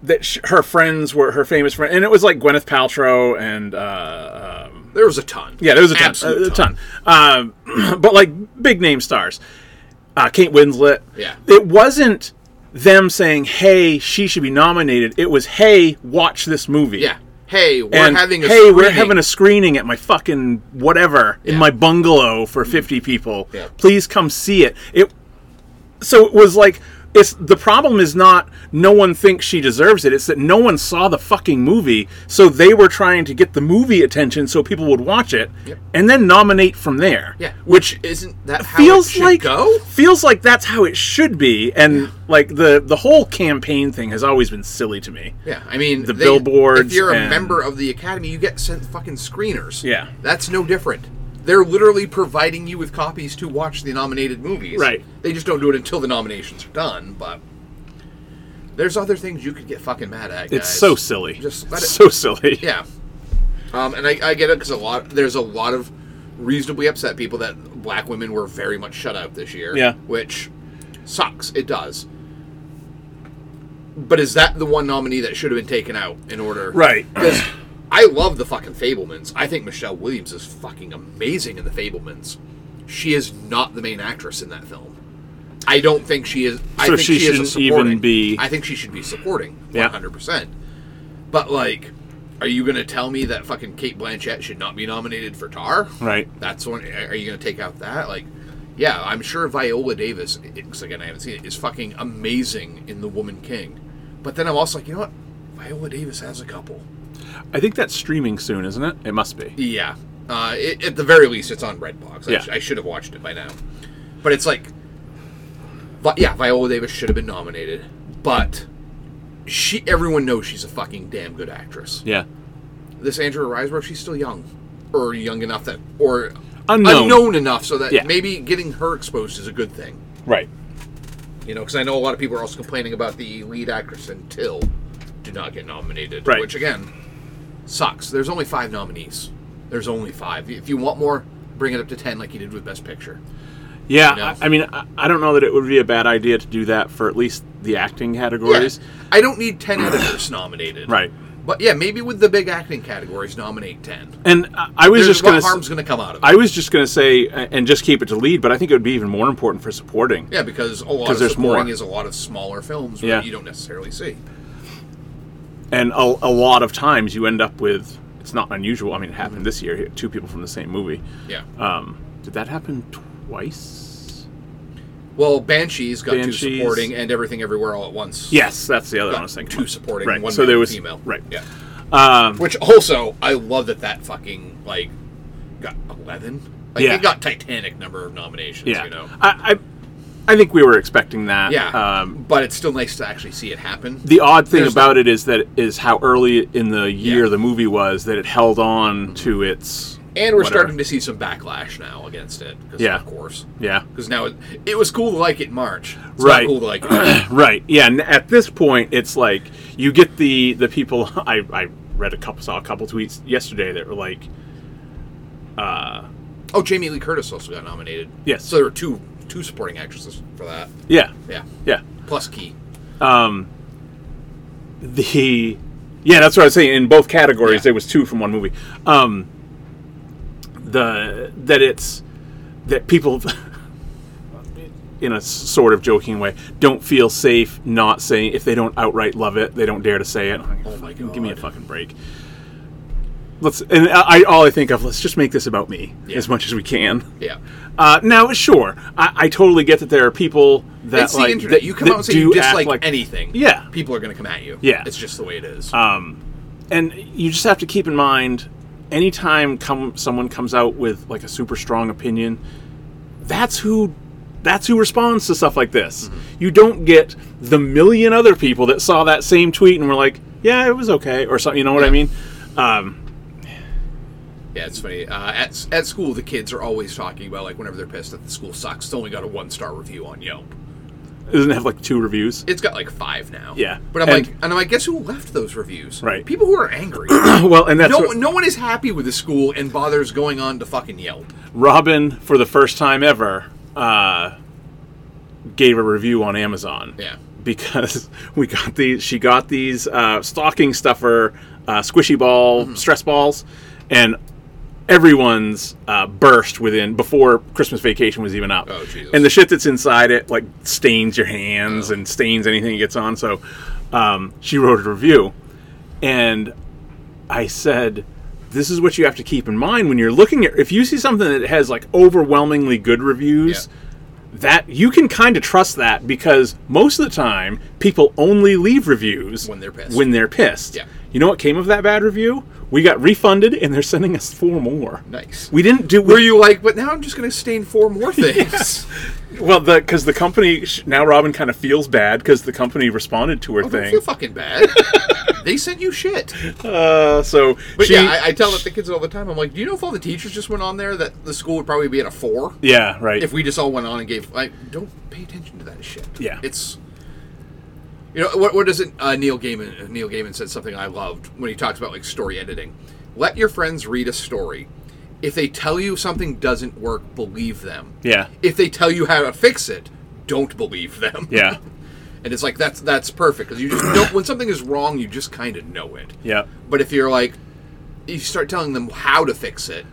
G: that sh- her friends were her famous friend, and it was like Gwyneth Paltrow and uh, um,
H: there was a ton
G: yeah, there was a ton, a,
H: Absolute
G: a ton, Um, but like big name stars, uh, Kate Winslet.
H: Yeah.
G: it wasn't them saying, "Hey, she should be nominated." It was, "Hey, watch this movie."
H: yeah hey we're
G: And
H: having a
G: hey, we're
H: screening.
G: having a screening at my fucking whatever in
H: Yeah. Mm.
G: my bungalow for fifty people.
H: Yeah.
G: Please come see it. It so it was like It's the problem is not no one thinks she deserves it. It's that no one saw the fucking movie, so they were trying to get the movie attention so people would watch it,
H: Yep.
G: and then nominate from there.
H: Yeah,
G: which
H: which isn't that how it
G: feels
H: should
G: like
H: go?
G: feels like that's how it should be, and like the the whole campaign thing has always been silly to me.
H: Yeah, I mean
G: The billboards
H: If you're a
G: and-
H: member of the academy, you get sent fucking screeners.
G: Yeah.
H: that's no different. They're literally providing you with copies to watch the nominated movies.
G: Right.
H: They just don't do it until the nominations are done. But there's other things you could get fucking mad at.
G: It's
H: guys.
G: so silly.
H: Just let
G: It's
H: it.
G: so silly.
H: yeah. Um, and I, I get it because a lot there's a lot of reasonably upset people that black women were very much shut out this year.
G: Yeah.
H: which sucks. It does. But is that the one nominee that should have been taken out in order?
G: Right.
H: Because I love the fucking Fablemans. I think Michelle Williams is fucking amazing in the Fablemans. She is not the main actress in that film. I don't think she is. I
G: So
H: think
G: she
H: she, is a
G: shouldn't
H: supporting.
G: even be-
H: I think she should be supporting.
G: Yeah.
H: One hundred percent. But like, are you gonna tell me that fucking Kate Blanchett should not be nominated for Tar?
G: Right.
H: That's one. Are you gonna take out that? Like, yeah, I'm sure Viola Davis. eh, Because again, I haven't seen it. Is fucking amazing in The Woman King. But then I'm also like, you know what? Viola Davis has a couple.
G: I think that's streaming soon, isn't it? It must be.
H: Yeah. Uh, it, at the very least, it's on Redbox. I,
G: Yeah.
H: sh- I should have watched it by now. But it's like, Vi- yeah, Viola Davis should have been nominated, but she. Everyone knows she's a fucking damn good actress.
G: Yeah.
H: This Andrea Riseborough, she's still young, or young enough that, or
G: Unknown.
H: enough so that
G: Yeah.
H: maybe getting her exposed is a good thing.
G: Right.
H: You know, because I know a lot of people are also complaining about the lead actress in Till did not get nominated,
G: Right.
H: which again sucks. There's only five nominees. There's only five. If you want more, bring it up to ten, like you did with Best Picture.
G: Yeah,
H: know?
G: I, I mean, I, I don't know that it would be a bad idea to do that for at least the acting categories.
H: I don't need ten editors nominated,
G: Right.
H: But yeah, maybe with the big acting categories, nominate ten.
G: And I, I was
H: There's
G: just
H: what
G: going
H: harm's
G: to.
H: going to come out of it.
G: I was just going to say, a- and just keep it to lead, but I think it would be even more important for supporting.
H: yeah, because a lot
G: 'Cause
H: of
G: there's
H: supporting
G: more.
H: is a lot of smaller films
G: Yeah.
H: that you don't necessarily see.
G: And a, a lot of times you end up with, it's not unusual. I mean, it happened this year, two people from the same movie.
H: Yeah.
G: Um, did that happen twice?
H: Well, Banshees got two
G: Banshees.
H: supporting and Everything Everywhere All at Once.
G: Yes, that's the other one I
H: got
G: was thinking.
H: two
G: about.
H: supporting,
G: right.
H: one
G: so
H: male
G: there
H: and
G: was
H: female.
G: Right.
H: Yeah.
G: Um,
H: Which also, I love that that fucking like got eleven. Like
G: Yeah.
H: it got Titanic number of nominations.
G: yeah.
H: You know.
G: I, I, I think we were expecting that.
H: Yeah.
G: Um,
H: but it's still nice to actually see it happen.
G: the odd thing
H: There's
G: about it is that is how early in the year
H: Yeah.
G: the movie was that it held on to its
H: and we're
G: whatever.
H: starting to see some backlash now against it. 'cause,
G: Yeah.
H: Of course.
G: yeah
H: Because now it, it was cool to like it in March. It's
G: Right.
H: Not cool to like it. now.
G: right yeah and at this point it's like you get the the people I, I read a couple saw a couple tweets yesterday that were like
H: oh, Jamie Lee Curtis also got nominated.
G: Yes.
H: So there were two two supporting actresses for that.
G: yeah
H: Yeah.
G: yeah
H: Plus Key.
G: the yeah that's what i was saying in both categories
H: Yeah.
G: there was two from one movie um the that it's that people in a sort of joking way don't feel safe not saying if they don't outright love it they don't dare to say it I'm like,
H: Oh my
G: "Fucking give me a
H: God.
G: fucking break let's and I, I all i think of let's just make this about me
H: Yeah.
G: as much as we can
H: Yeah.
G: uh, now, sure, I, I totally get that there are people that
H: it's
G: like
H: the internet.
G: that
H: you come out
G: that
H: and say you
G: do act
H: dislike
G: like-
H: anything.
G: Yeah.
H: People are going to come at you.
G: Yeah. Uh,
H: It's just the way it is.
G: and you just have to keep in mind anytime come someone comes out with like a super strong opinion that's who that's who responds to stuff like this you don't get the million other people that saw that same tweet and were like yeah it was okay or something you know what i
H: Yeah.
G: mean um,
H: Yeah, it's funny. Uh, at at school, the kids are always talking about like whenever they're pissed that the school sucks. It's only got a one star review on Yelp.
G: it doesn't have like two reviews
H: It's got like five now.
G: Yeah.
H: but I'm
G: And-
H: like, and I'm like, guess who left those reviews?
G: Right.
H: people who are angry.
G: well and that's
H: no,
G: what-
H: no one is happy with the school and bothers going on to fucking Yelp.
G: robin for the first time ever uh, gave a review on amazon
H: Yeah,
G: because we got these she got these uh, stocking stuffer uh, squishy ball
H: Mm-hmm.
G: stress balls and everyone's uh, burst within before christmas vacation was even up
H: Oh, Jesus. Oh.
G: and the shit that's inside it like stains your hands and stains anything it gets on so um, she wrote a review and I said, this is what you have to keep in mind when you're looking at. If you see something that has like overwhelmingly good reviews, that you can kind of trust that because most of the time people only leave reviews
H: When they're pissed.
G: When they're pissed.
H: Yeah.
G: You know what came of that bad review? We got refunded and they're sending us four more.
H: Nice.
G: We didn't do.
H: Were you like, but now I'm just going to stain four more things?
G: Well, the because the company sh- now Robin kind of feels bad because the company responded to her
H: I Oh, don't
G: thing.
H: feel fucking bad. they sent you shit.
G: Uh, so
H: But
G: she,
H: yeah, I, I tell the kids all the time. I'm like, do you know if all the teachers just went on there that the school would probably be at a four
G: yeah, right.
H: if we just all went on and gave like don't pay attention to that shit.
G: Yeah.
H: it's you know what? What does it? Uh, Neil Gaiman. Neil Gaiman said something I loved when he talks about like story editing. Let your friends read a story. If they tell you something doesn't work, believe them.
G: yeah,
H: If they tell you how to fix it, don't believe them.
G: yeah,
H: And it's like that's that's perfect because you just know when something is wrong, you just kind of know it.
G: yeah,
H: But if you're like, you start telling them how to fix it,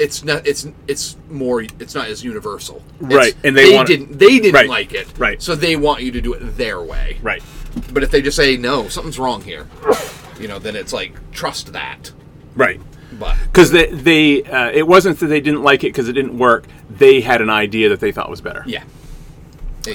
H: it's not. It's it's more. It's not as universal. It's-
G: Right, and they want-
H: didn't. They didn't
G: right,
H: like it.
G: right.
H: So they want you to do it their way.
G: right.
H: But if they just say no, something's wrong here, you know, then it's like trust that.
G: Right.
H: But
G: Because they, they uh, it wasn't that they didn't like it because it didn't work. They had an idea that they thought was better.
H: yeah.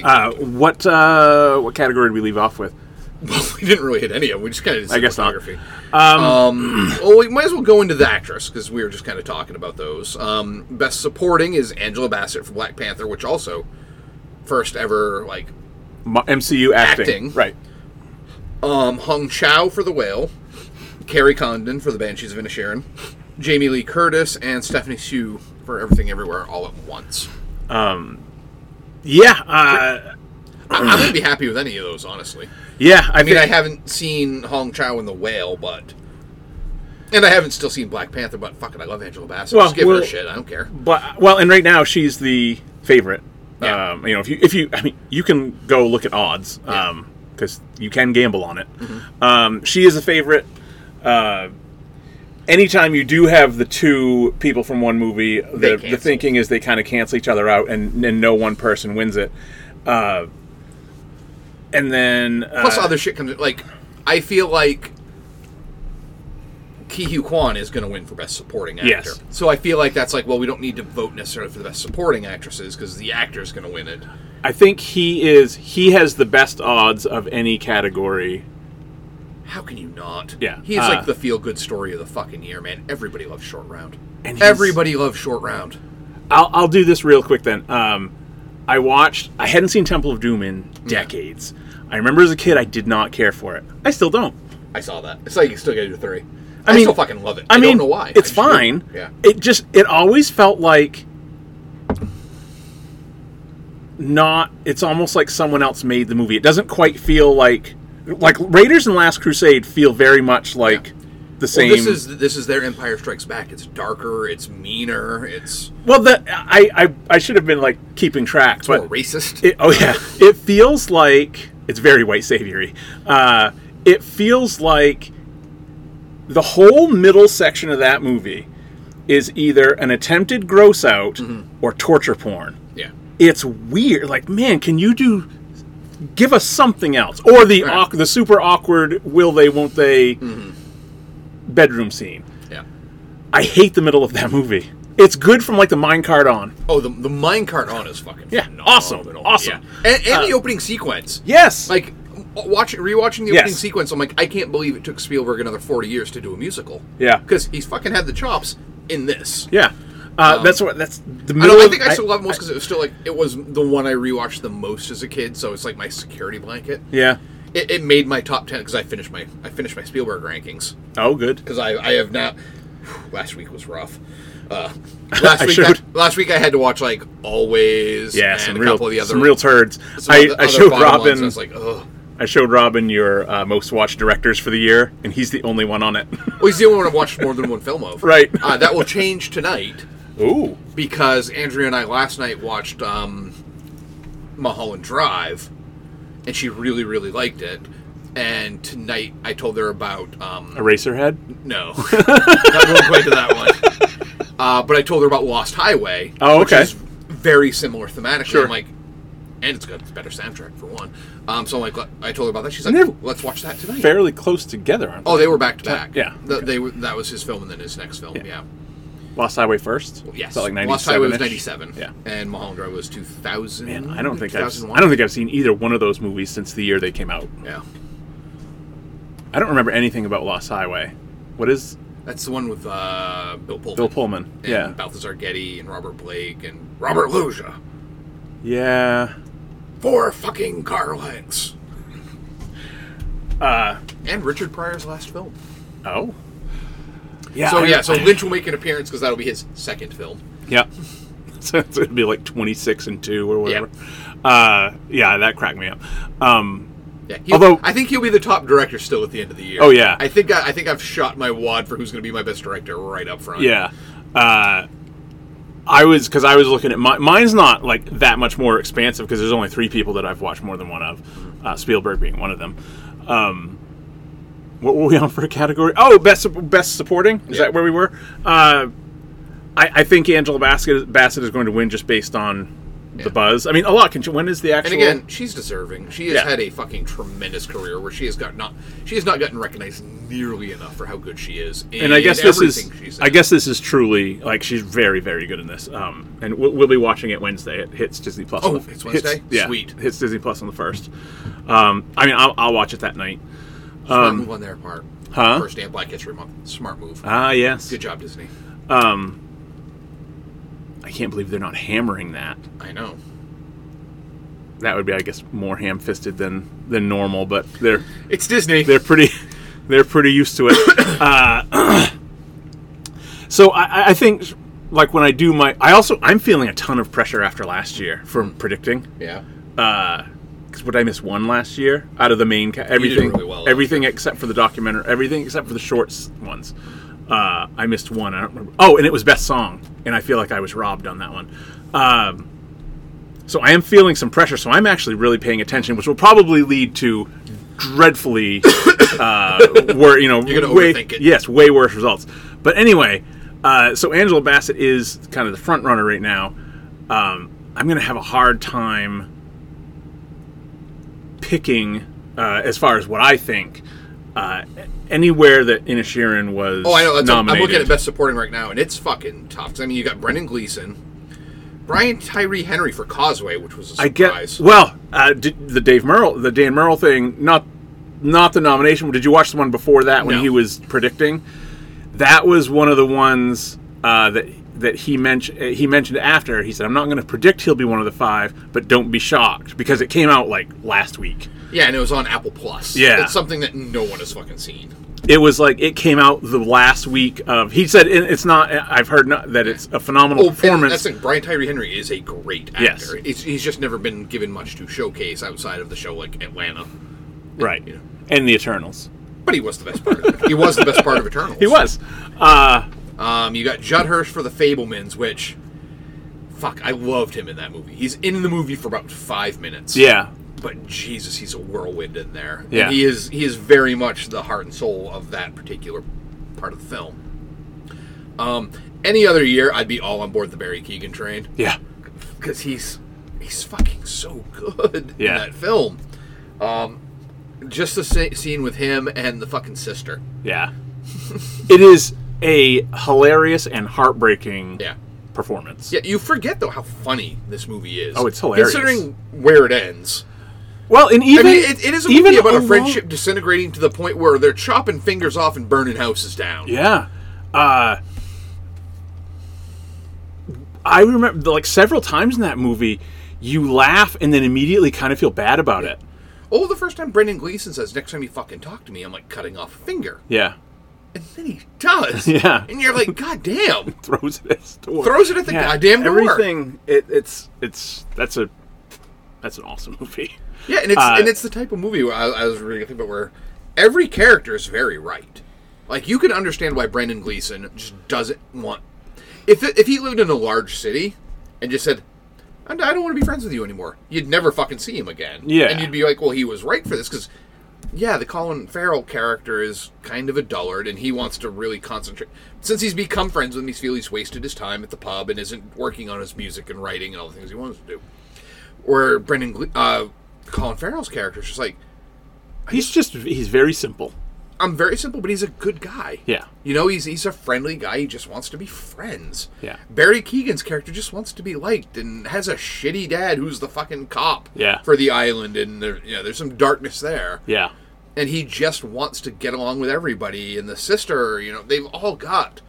G: Uh, what uh, what category did we leave off with?
H: Well, we didn't really hit any of them. We just kind of did
G: I guess not.
H: cinematography. Um, well, we might as well go into the actress because we were just kind of talking about those. Um, best supporting is Angela Bassett for Black Panther, which also first ever like
G: Mo- MCU acting.
H: Acting.
G: Right.
H: um, Hung Chow for The Whale, Carrie Condon for The Banshees of Inisherin, Jamie Lee Curtis, and Stephanie Hsu for Everything Everywhere All at Once.
G: Yeah. Uh,
H: I, I wouldn't be happy with any of those, honestly.
G: yeah. I,
H: I mean, I
G: think-
H: haven't seen Hong Chow in The Whale, but. And I haven't still seen Black Panther, but fuck it, I love Angela Bassett.
G: Well,
H: Just give her
G: we'll-
H: a shit. I don't care.
G: But well, and right now she's the favorite.
H: Yeah.
G: Um, you know, if you if you I mean, you can go look at odds
H: Yeah. Mm-hmm.
G: because you can gamble on it. Um, she is a favorite. Uh, anytime you do have the two people from one movie, the, the
H: cancel.
G: thinking is they kind of cancel each other out, and, and no one person wins it. Uh, and then uh,
H: Plus, other shit comes in. Like, I feel like Ki Hugh Kwan is going to win for Best Supporting Actor.
G: Yes.
H: So I feel like that's like, well, we don't need to vote necessarily for the Best Supporting Actresses because the actor's going to win it.
G: I think he is he has the best odds of any category.
H: How can you not?
G: Yeah.
H: He is
G: Uh,
H: like the feel good story of the fucking year, man. Everybody loves Short Round.
G: And he's-
H: Everybody loves Short Round.
G: I'll, I'll do this real quick then. Um, I watched. I hadn't seen Temple of Doom in decades. I remember as a kid, I did not care for it. I still don't.
H: I saw that. It's like you still got to do three.
G: I
H: I,
G: mean-
H: still fucking love it.
G: I,
H: I,
G: mean,
H: don't know why. I
G: It's
H: just do.
G: fine.
H: Yeah.
G: It just it always felt like not. It's almost like someone else made the movie. It doesn't quite feel like like Raiders and Last Crusade feel very much like the
H: Well,
G: same.
H: this is this is their Empire Strikes Back. It's darker. It's meaner. It's
G: well, the I, I I should have been like keeping track, but
H: more racist.
G: It, oh yeah, it feels like it's very white saviory. Uh, it feels like the whole middle section of that movie is either an attempted gross out
H: Mm-hmm.
G: or torture porn.
H: yeah.
G: It's weird. Like, man, can you do? Give us something else, or the
H: Right. Mm-hmm.
G: awk- the super awkward will they won't they bedroom scene.
H: Yeah.
G: I hate the middle of that movie. It's good from like the minecart on.
H: Oh, the the mine cart on is fucking
G: Yeah,
H: phenomenal.
G: awesome, awesome. Uh,
H: Yeah. And, and the opening sequence.
G: Yes,
H: Like watching rewatching the
G: Yes.
H: opening sequence, I'm like, I can't believe it took Spielberg another 40 years to do a musical.
G: Yeah.
H: because he's fucking had the chops in this.
G: yeah. Uh, that's what that's the
H: I
G: middle.
H: don't. I
G: of-
H: think I still love it most because it was still like it was the one I rewatched the most as a kid. So it's like my security blanket.
G: Yeah.
H: It, it made my top ten because I finished my I finished my Spielberg rankings
G: Oh, good.
H: because I I have now. Last week was rough. Uh, last
G: I
H: week,
G: showed-
H: I, last week I had to watch like Always.
G: Yeah,
H: and
G: some
H: a
G: real,
H: couple of the other
G: some real turds.
H: some
G: I,
H: other-
G: I
H: other
G: showed
H: bottom ones, and
G: Robin.
H: I was like, oh,
G: I showed Robin your uh, most watched directors for the year, and he's the only one on it.
H: well, he's the only one I've watched more than one film of.
G: Right.
H: Uh, that will change tonight
G: Ooh,
H: because Andrea and I last night watched um, Mulholland Drive, and she really, really liked it. And tonight I told her about um,
G: Eraserhead.
H: No, not going quite to that one. Uh, but I told her about Lost Highway.
G: Oh, okay.
H: Which is very similar thematically.
G: Sure.
H: I'm like, and it's got a better soundtrack for one. Um, so I'm like, let- I told her about that. She's
G: And
H: like,
G: they're
H: let's watch that tonight.
G: Fairly close together. Aren't they?
H: Oh, they were back to back.
G: Yeah,
H: Th- they were, that was his film and then his next film. Yeah.
G: Lost Highway first?
H: Yes.
G: Is that like 97
H: Lost Highway was 97.
G: Yeah.
H: And Mulholland Drive was 2000.
G: Man, I don't think I've,
H: 2001?
G: I don't think I've seen either one of those movies since the year they came out.
H: Yeah.
G: I don't remember anything about Lost Highway. What is
H: That's the one with uh, Bill Pullman.
G: Bill Pullman?
H: And
G: Yeah.
H: Balthazar Getty and Robert Blake and Robert Loggia.
G: Yeah.
H: Four fucking car lengths. Uh, and Richard Pryor's last film.
G: Oh. Yeah.
H: so
G: I-
H: yeah, so Lynch will make an appearance because that'll be his second film.
G: Yeah. So it's going to be like 26 and 2 or whatever. Uh, yeah, that cracked me up. Um,
H: Yeah, he'll-
G: Although-
H: I think he'll be the top director still at the end of the year.
G: Oh, yeah.
H: I think I, I think I've shot my wad for who's going to be my best director right up front.
G: yeah. Uh, I was, because I was looking at my, mine's not like that much more expansive because there's only three people that I've watched more than one of, uh, Spielberg being one of them. Um, what were we on for a category? Oh, best best supporting. Is
H: Yeah.
G: that where we were? Uh, I, I think Angela Bassett, Bassett is going to win just based on
H: Yeah.
G: the buzz. I mean, a lot. Can, when is the
H: And
G: actual?
H: again, she's deserving. She has
G: Yeah.
H: had a fucking tremendous career where she has got not she has not gotten recognized nearly enough for how good she is. In
G: and I guess this is
H: everything she's in.
G: I guess this is truly like she's very very good in this. Um, and we'll, we'll be watching it Wednesday. It hits Disney Plus.
H: Oh,
G: on the,
H: it's Wednesday?
G: hits- yeah,
H: Sweet.
G: Hits Disney Plus on the first. Um, I mean, I'll, I'll watch it that night.
H: smart move on their part.
G: um, huh?
H: First day of Black History Month. Smart move.
G: Ah, yes.
H: Good job, Disney.
G: I can't believe they're not hammering that.
H: I know.
G: That would be, I guess, more ham-fisted than than normal. But they're
H: It's Disney.
G: they're pretty they're pretty used to it. Uh, so I, I- I think like when I do my, I also I'm feeling a ton of pressure after last year from predicting.
H: yeah.
G: because what I missed one last year out of the main ca- everything,
H: really well last
G: everything except for the documentary, everything except for the shorts ones. Uh, I missed one. I don't remember. Oh, and it was best song, and I feel like I was robbed on that one. Um, so I am feeling some pressure. So I'm actually really paying attention, which will probably lead to dreadfully, uh, where you know,
H: You're gonna
G: way,
H: overthink it.
G: yes, way worse results. But anyway, uh, so Angela Bassett is kind of the front runner right now. Um, I'm gonna have a hard time picking uh, as far as what I think. Uh, anywhere that Inishirin was
H: Oh, I know. That's I'm
G: nominated.
H: looking at best supporting right now, and it's fucking tough. 'Cause, I mean, you got Brendan Gleeson, Brian Tyree Henry for Causeway, which was a
G: I get
H: surprise.
G: well uh, d- the Dave Merle, the Dan Merle thing. Not not the nomination. but Did you watch the one before that when
H: No.
G: he was predicting? That was one of the ones uh, that that he mentioned. He mentioned after he said, "I'm not going to predict he'll be one of the five, but don't be shocked because it came out like last week.
H: yeah, and it was on Apple Plus.
G: Yeah.
H: it's something that no one has fucking seen.
G: It was like it came out the last week of. He said it- it's not. I've heard not, that it's a phenomenal
H: Oh, and
G: performance.
H: That's the thing. Brian Tyree Henry is a great actor.
G: Yes.
H: He's, he's just never been given much to showcase outside of the show like Atlanta.
G: right,
H: you know.
G: and the Eternals.
H: But he was the best part of it. He was the best part of Eternals.
G: He was. Uh,
H: Um, you got Judd Hirsch for The Fablemans, which, fuck, I loved him in that movie. He's in the movie for about five minutes.
G: yeah,
H: But Jesus, he's a whirlwind in there.
G: Yeah.
H: And he is. He is very much the heart and soul of that particular part of the film. Um, any other year, I'd be all on board the Barry Keegan train.
G: yeah.
H: because he's he's fucking so good
G: Yeah.
H: in that film. Um, just the sa- scene with him and the fucking sister.
G: Yeah. it is a hilarious and heartbreaking
H: Yeah.
G: performance.
H: Yeah, you forget though how funny this movie is.
G: Oh, it's hilarious.
H: Considering where it ends.
G: Well, and
H: I
G: even
H: mean, it, it is a movie
G: even
H: about a
G: along-
H: friendship disintegrating to the point where they're chopping fingers off and burning houses down.
G: Yeah. Uh I remember like several times in that movie you laugh and then immediately kind of feel bad about it.
H: Oh, the first time Brendan Gleeson says, "Next time you fucking talk to me, I'm like cutting off a finger,"
G: Yeah.
H: and then he does.
G: Yeah.
H: and you're like, "God damn!"
G: Throws it at his door.
H: Throws it at the goddamn door.
G: Everything it, it's it's that's a that's an awesome movie.
H: Yeah, and it's
G: Uh,
H: and it's the type of movie where I, I was reading about where every character is very right. Like you can understand why Brendan Gleeson just doesn't want. If if he lived in a large city and just said, "I I don't want to be friends with you anymore," you'd never fucking see him again.
G: Yeah.
H: and you'd be like, "Well, he was right for this," because. Yeah, the Colin Farrell character is kind of a dullard, and he wants to really concentrate. Since he's become friends with him, he's feel he's wasted his time at the pub and isn't working on his music and writing and all the things he wants to do where Brendan, Gle- uh, Colin Farrell's character is just like,
G: He's just he's very simple.
H: I'm very simple, but he's a good guy.
G: Yeah.
H: You know, he's he's a friendly guy. He just wants to be friends.
G: Yeah.
H: Barry Keegan's character just wants to be liked and has a shitty dad who's the fucking cop.
G: Yeah.
H: For the island, and there, you know, there's some darkness there.
G: Yeah.
H: And he just wants to get along with everybody. And the sister, you know, they've all got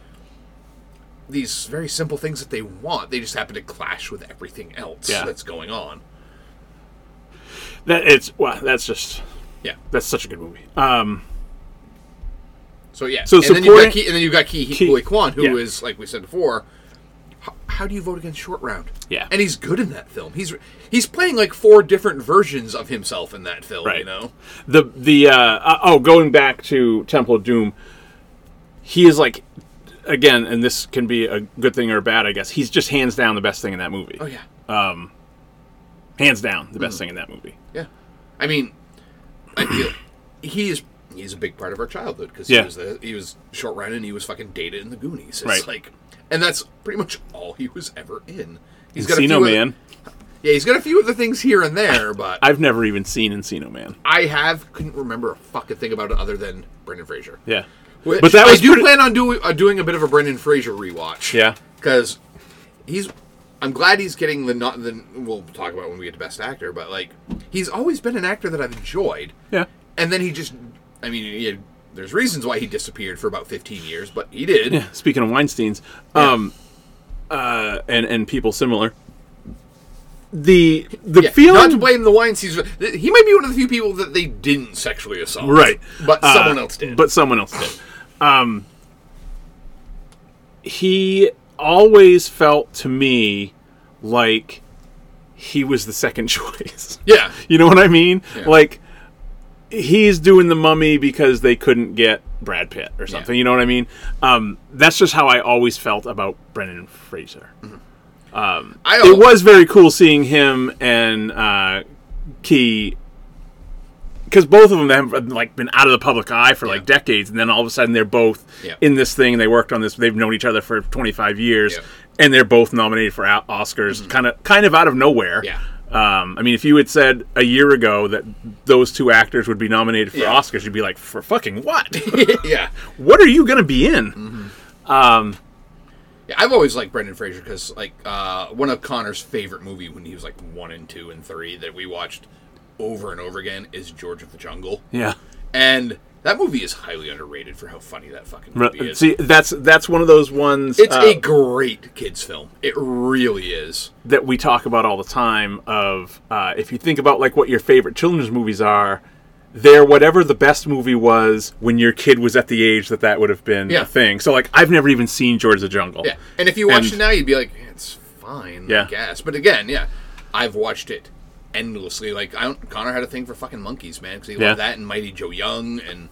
H: these very simple things that they want. They just happen to clash with everything else
G: Yeah.
H: that's going on.
G: That it's wow. That's just
H: Yeah.
G: that's such a good movie. Um,
H: So yeah.
G: So
H: and then you've
G: supporting-
H: got Ki, and then you've got Ki
G: Ki-
H: Hui Kwan, who is
G: yeah.
H: like we said before. How, how do you vote against Short Round?
G: Yeah.
H: and he's good in that film. He's he's playing like four different versions of himself in that film. You
G: Right.
H: know.
G: the the uh, uh, oh, going back to Temple of Doom, he is like again, and this can be a good thing or bad, I guess. He's just hands down the best thing in that movie.
H: Oh yeah.
G: hands down the best thing in that movie.
H: Yeah. I mean, I feel he is he's a big part of our childhood because
G: Yeah.
H: he was the, he was Short Round and he was fucking Data in the Goonies. It's
G: Right.
H: like, and that's pretty much all he was ever in. He's
G: Encino
H: other-
G: Man.
H: yeah, he's got a few other things here and there, but
G: I've never even seen Encino Man.
H: I have couldn't remember a fucking thing about it other than Brendan Fraser.
G: Yeah,
H: Which
G: but that was
H: I do
G: pretty-
H: plan on doing uh, doing a bit of a Brendan Fraser rewatch.
G: Yeah.
H: because he's. I'm glad he's getting the not. The we'll talk about when we get to Best Actor, but like he's always been an actor that I've enjoyed.
G: yeah,
H: And then he just. I mean, he had, there's reasons why he disappeared for about 15 years, but he did.
G: yeah. Speaking of Weinstein's, um, uh, and and people similar, the the
H: Yeah,
G: feeling
H: Not to blame the wine season. He might be one of the few people that they didn't sexually assault.
G: Right.
H: But
G: Uh,
H: someone else did.
G: But someone else did. Um, he always felt to me like he was the second choice.
H: yeah.
G: You know what I mean? Like he's doing the mummy because they couldn't get Brad Pitt or something. You know what I mean? Um, that's just how I always felt about Brendan Fraser.
H: I
G: It
H: al-
G: was very cool seeing him and uh, Key because both of them have like been out of the public eye for like
H: Yeah.
G: decades, and then all of a sudden they're both
H: Yeah.
G: in this thing. They worked on this. They've known each other for 25 years,
H: Yeah. Mm-hmm.
G: and they're both nominated for o- Oscars, kind of kind of out of nowhere.
H: Yeah.
G: Um, I mean, if you had said a year ago that those two actors would be nominated for
H: Yeah.
G: Oscars, you'd be like, "For fucking what?
H: yeah.
G: what are you going to be in?"
H: Yeah, I've always liked Brendan Fraser because, like, uh, one of Connor's favorite movie when he was like one and two and three that we watched over and over again is George of the Jungle,
G: Yeah.
H: and that movie is highly underrated for how funny that fucking
G: Re-
H: movie is.
G: See, that's that's one of those ones.
H: it's
G: uh,
H: a great kids film. It really is.
G: that we talk about all the time of uh, if you think about like what your favorite children's movies are they're whatever the best movie was when your kid was at the age that that would have been
H: Yeah.
G: a thing so like i've never even seen george the jungle
H: Yeah, and if you watched
G: And-
H: it now, you'd be like, "Eh, it's fine, I
G: Yeah.
H: guess. But again, yeah, I've watched it endlessly. Like, I don't, Connor had a thing for fucking monkeys, man, because he
G: Yeah.
H: loved that and Mighty Joe Young, and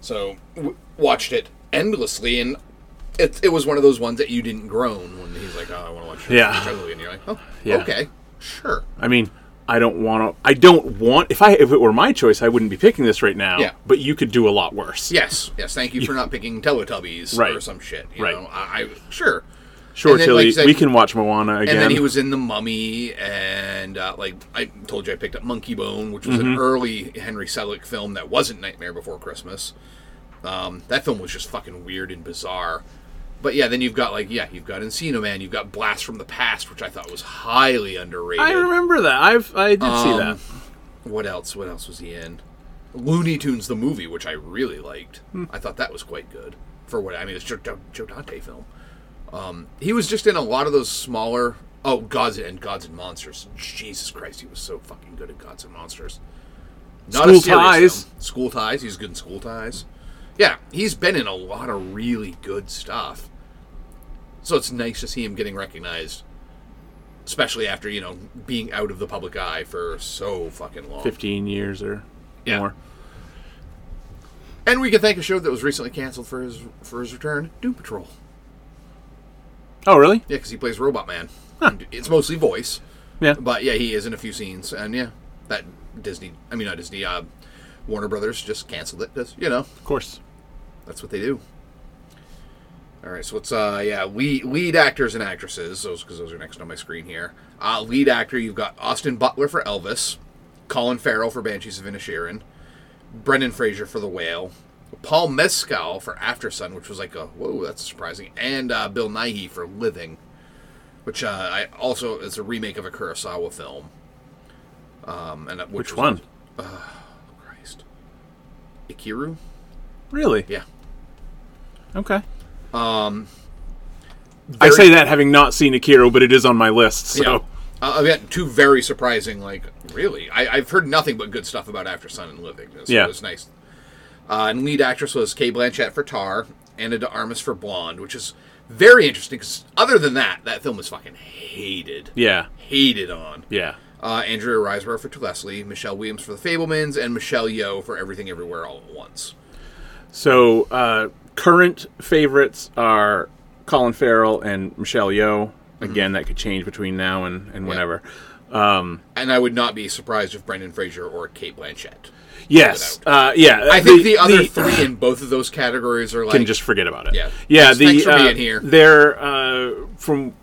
H: so w- watched it endlessly. And it, it was one of those ones that you didn't groan when he's like, "Oh, I want to watch
G: Yeah.
H: Jungle," Book," and you're like, "Oh,
G: Yeah.
H: okay, sure."
G: i mean i don't want to i don't want if i if it were my choice i wouldn't be picking this right now
H: Yeah.
G: but you could do a lot worse
H: Yes, yes. Thank you for not picking Teletubbies or
G: Right.
H: some shit. You
G: Right.
H: know, I, I sure.
G: sure
H: And then, like
G: tilly
H: you said-
G: we can watch moana again
H: And then he was in The Mummy, and uh, like I told you, I picked up Monkey Bone, which was
G: Mm-hmm.
H: an early Henry Selick film that wasn't Nightmare Before Christmas. Um, that film was just fucking weird and bizarre. But yeah, then you've got like yeah, you've got Encino Man, you've got Blast from the Past, which I thought was highly underrated.
G: i remember that i've i did see
H: Um,
G: that
H: What else? What else was he in? Looney Tunes the movie, which I really liked.
G: Hmm.
H: I thought that was quite good for what I mean. It's Joe, Joe, Joe Dante film. Um, he was just in a lot of those smaller. Oh, Gods and Gods and Monsters. Jesus Christ, he was so fucking good at Gods and Monsters. Not
G: School
H: serious
G: Ties.
H: film. School ties. He's good in school ties. Yeah, he's been in a lot of really good stuff. So it's nice to see him getting recognized, especially after you know being out of the public eye for so fucking long.
G: 15 years or
H: Yeah.
G: more
H: And we can thank a show that was recently canceled for his for his return, Doom Patrol.
G: oh really
H: Yeah, because he plays Robot Man. And It's mostly voice,
G: yeah
H: but yeah, he is in a few scenes, and yeah, that Disney. I mean, not Disney. Uh, Warner Brothers just canceled it because you know
G: of course
H: that's what they do. All right, so let's uh yeah lead lead actors and actresses those because those are next on my screen here. Uh, lead actor you've got Austin Butler for Elvis, Colin Farrell for Banshees of Inisherin, Brendan Fraser for The Whale, Paul Mescal for After Sun, which was like a whoa, that's surprising, and uh, Bill Nighy for Living, which uh, I also is a remake of a Kurosawa film. Um, and uh,
G: Which
H: was-
G: one?
H: Christ, Ikiru.
G: Really?
H: Yeah,
G: Okay. Um, I say that having not seen Akira, but it is on my list. So.
H: yeah. Uh, I've got two very surprising, like really. I, I've heard nothing but good stuff about After Sun and Living. So
G: Yeah.
H: it was nice. Uh, and lead actress was Kay Blanchett for Tar, Anna De Armas for Blonde, which is very interesting because other than that, that film was fucking hated.
G: Yeah.
H: hated on.
G: Yeah.
H: Uh, Andrea Riseborough for Gillespie, Michelle Williams for The Fablemans, and Michelle Yeoh for Everything Everywhere All at Once.
G: So uh, current favorites are Colin Farrell and Michelle Yeoh.
H: Mm-hmm.
G: Again, that could change between now and, and whenever.
H: And I would not be surprised if Brendan Fraser or Kate Blanchett.
G: Yes. Uh, yeah.
H: I think the, other three in both of those categories are like
G: can just forget about it.
H: Yeah.
G: yeah.
H: Thanks-
G: The
H: thanks for
G: uh,
H: being here.
G: They're uh, from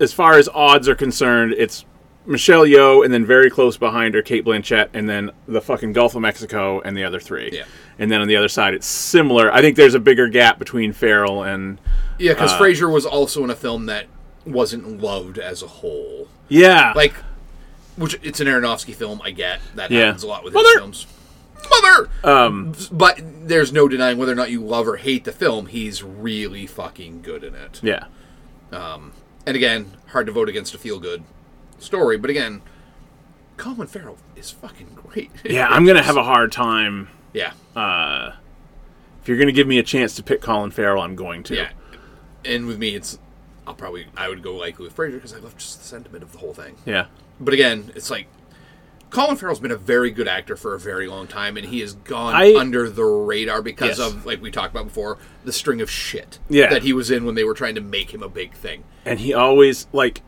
G: as far as odds are concerned, it's Michelle Yeoh, and then very close behind her, Kate Blanchett, and then the fucking Gulf of Mexico, and the other three.
H: Yeah.
G: And then on the other side, it's similar. I think there's a bigger gap between Farrell and
H: yeah, because
G: Uh,
H: Fraser was also in a film that wasn't loved as a whole.
G: yeah,
H: Like, which it's an Aronofsky film. I get that
G: Yeah.
H: happens a lot with his
G: Mother!
H: films. Mother, um, but there's no denying whether or not you love or hate the film. He's really fucking good in it.
G: yeah,
H: And again, hard to vote against a feel good story, but again, Colin Farrell is fucking great.
G: yeah. I'm gonna have a hard time
H: yeah.
G: if you're gonna give me a chance to pick Colin Farrell. I'm going to.
H: Yeah. And with me, it's I'll probably I would go likely with Fraser because I love just the sentiment of the whole thing.
G: Yeah.
H: But again, it's like Colin Farrell's been a very good actor for a very long time, and he has gone
G: I-
H: under the radar because
G: Yes.
H: of like we talked about before the string of shit
G: Yeah.
H: that he was in when they were trying to make him a big thing.
G: and he always like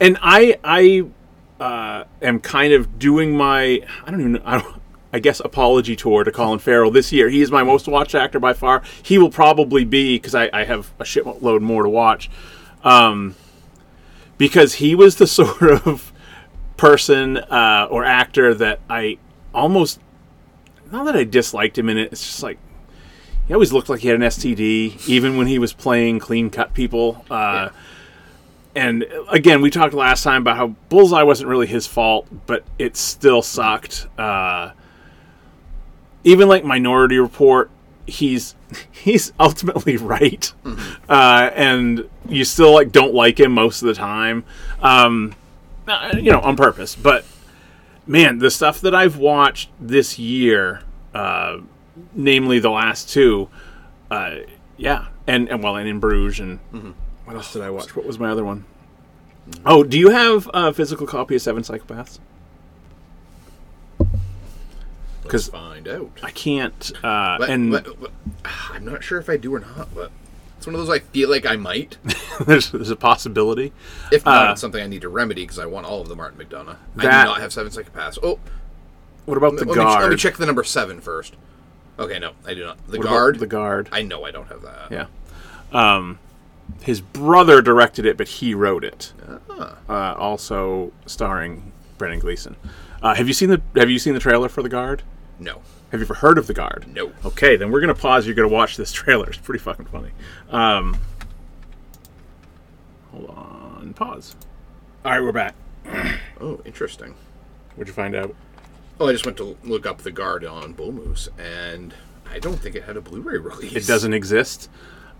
G: and i i uh, am kind of doing my i don't even know I, don't- I guess apology tour to colin farrell this year he is my most watched actor by far he will probably be because I, I have a shitload more to watch um, because he was the sort of person uh, or actor that i almost not that i disliked him in it it's just like he always looked like he had an std even when he was playing clean cut people uh, and uh, again, we talked last time about how Bullseye wasn't really his fault, but it still sucked. Uh, even like Minority Report, he's he's ultimately right, uh, and you still like don't like him most of the time, um, uh, you know, on purpose. But man, the stuff that I've watched this year, uh, namely the last two, uh, yeah, and and well, and in Bruges and. What else did I watch? What was my other one? Oh, do you have a physical copy of Seven Psychopaths?
H: Let's
G: 'Cause-
H: find out.
G: I can't. Uh,
H: But-
G: and
H: but- but- I'm not sure if I do or not, but it's one of those I feel like I might.
G: there's, there's a possibility.
H: If not, it's something I need to remedy because I want all of the Martin McDonough. I
G: Uh, That-
H: do not have seven psychopaths. Oh,
G: What about the
H: let me,
G: guard?
H: let me check the number seven first. Okay, no, I do not. The
G: What about
H: guard.
G: The guard.
H: I know I don't have that.
G: yeah. Um, his brother directed it, but he wrote it.
H: Ah.
G: Uh, also starring Brendan Gleeson. Uh, have you seen the Have you seen the trailer for the guard?
H: No.
G: Have you ever heard of the guard?
H: No.
G: Okay, then we're gonna pause. You're gonna watch this trailer. It's pretty fucking funny. Um, hold on, pause. All right, we're back.
H: Oh, interesting.
G: What'd you find out?
H: Oh, I just went to look up the guard on Bulmoose, and I don't think it had a Blu-ray release.
G: It doesn't exist.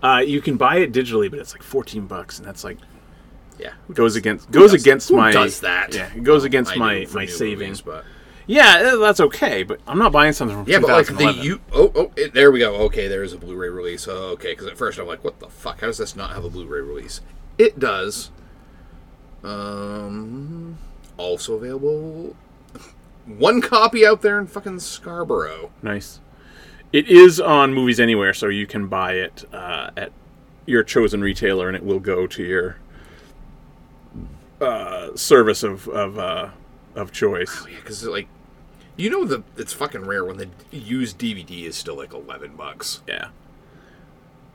G: Uh, you can buy it digitally, but it's like 14 bucks, and that's like
H: Yeah.
G: goes against goes
H: does-
G: against
H: who
G: my
H: does that?
G: Yeah, it goes against
H: I
G: my
H: do for
G: my
H: new
G: savings.
H: movies, but
G: yeah, eh, that's okay, but I'm not buying something from
H: yeah, but like the
G: 2011.
H: you. Oh, oh, it, there we go. Okay, there is a Blu-ray release. Oh, okay, because at first I'm like, what the fuck? How does this not have a Blu-ray release? It does. Um, also available. One copy out there in fucking Scarborough.
G: Nice. It is on Movies Anywhere, so you can buy it uh, at your chosen retailer, and it will go to your uh, service of of, uh, of choice.
H: Oh, Yeah, because like, you know, the it's fucking rare when the used DVD is still like eleven bucks.
G: Yeah.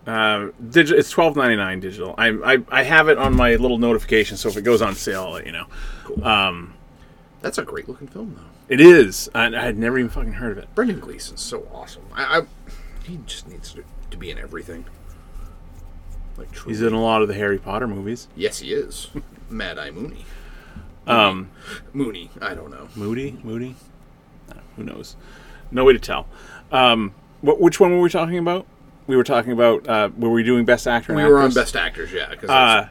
G: Uh, digi- it's twelve ninety nine digital. I, I I have it on my little notification, so if it goes on sale, I'll let you know.
H: That's a great looking film though.
G: It is. I, I had never even fucking heard of it.
H: Brendan Gleeson's so awesome. I, I He just needs to, to be in everything. Like truly.
G: He's in a lot of the Harry Potter movies.
H: yes, he is. Mad Eye Mooney.
G: Um,
H: Mooney. I don't know.
G: Moody, Moody, Uh, who knows? No way to tell. Um, what, which one were we talking about? We were talking about uh, were we doing Best Actor? and
H: We were on
G: Actress?
H: Best Actors, yeah. 'cause
G: Uh,
H: that's-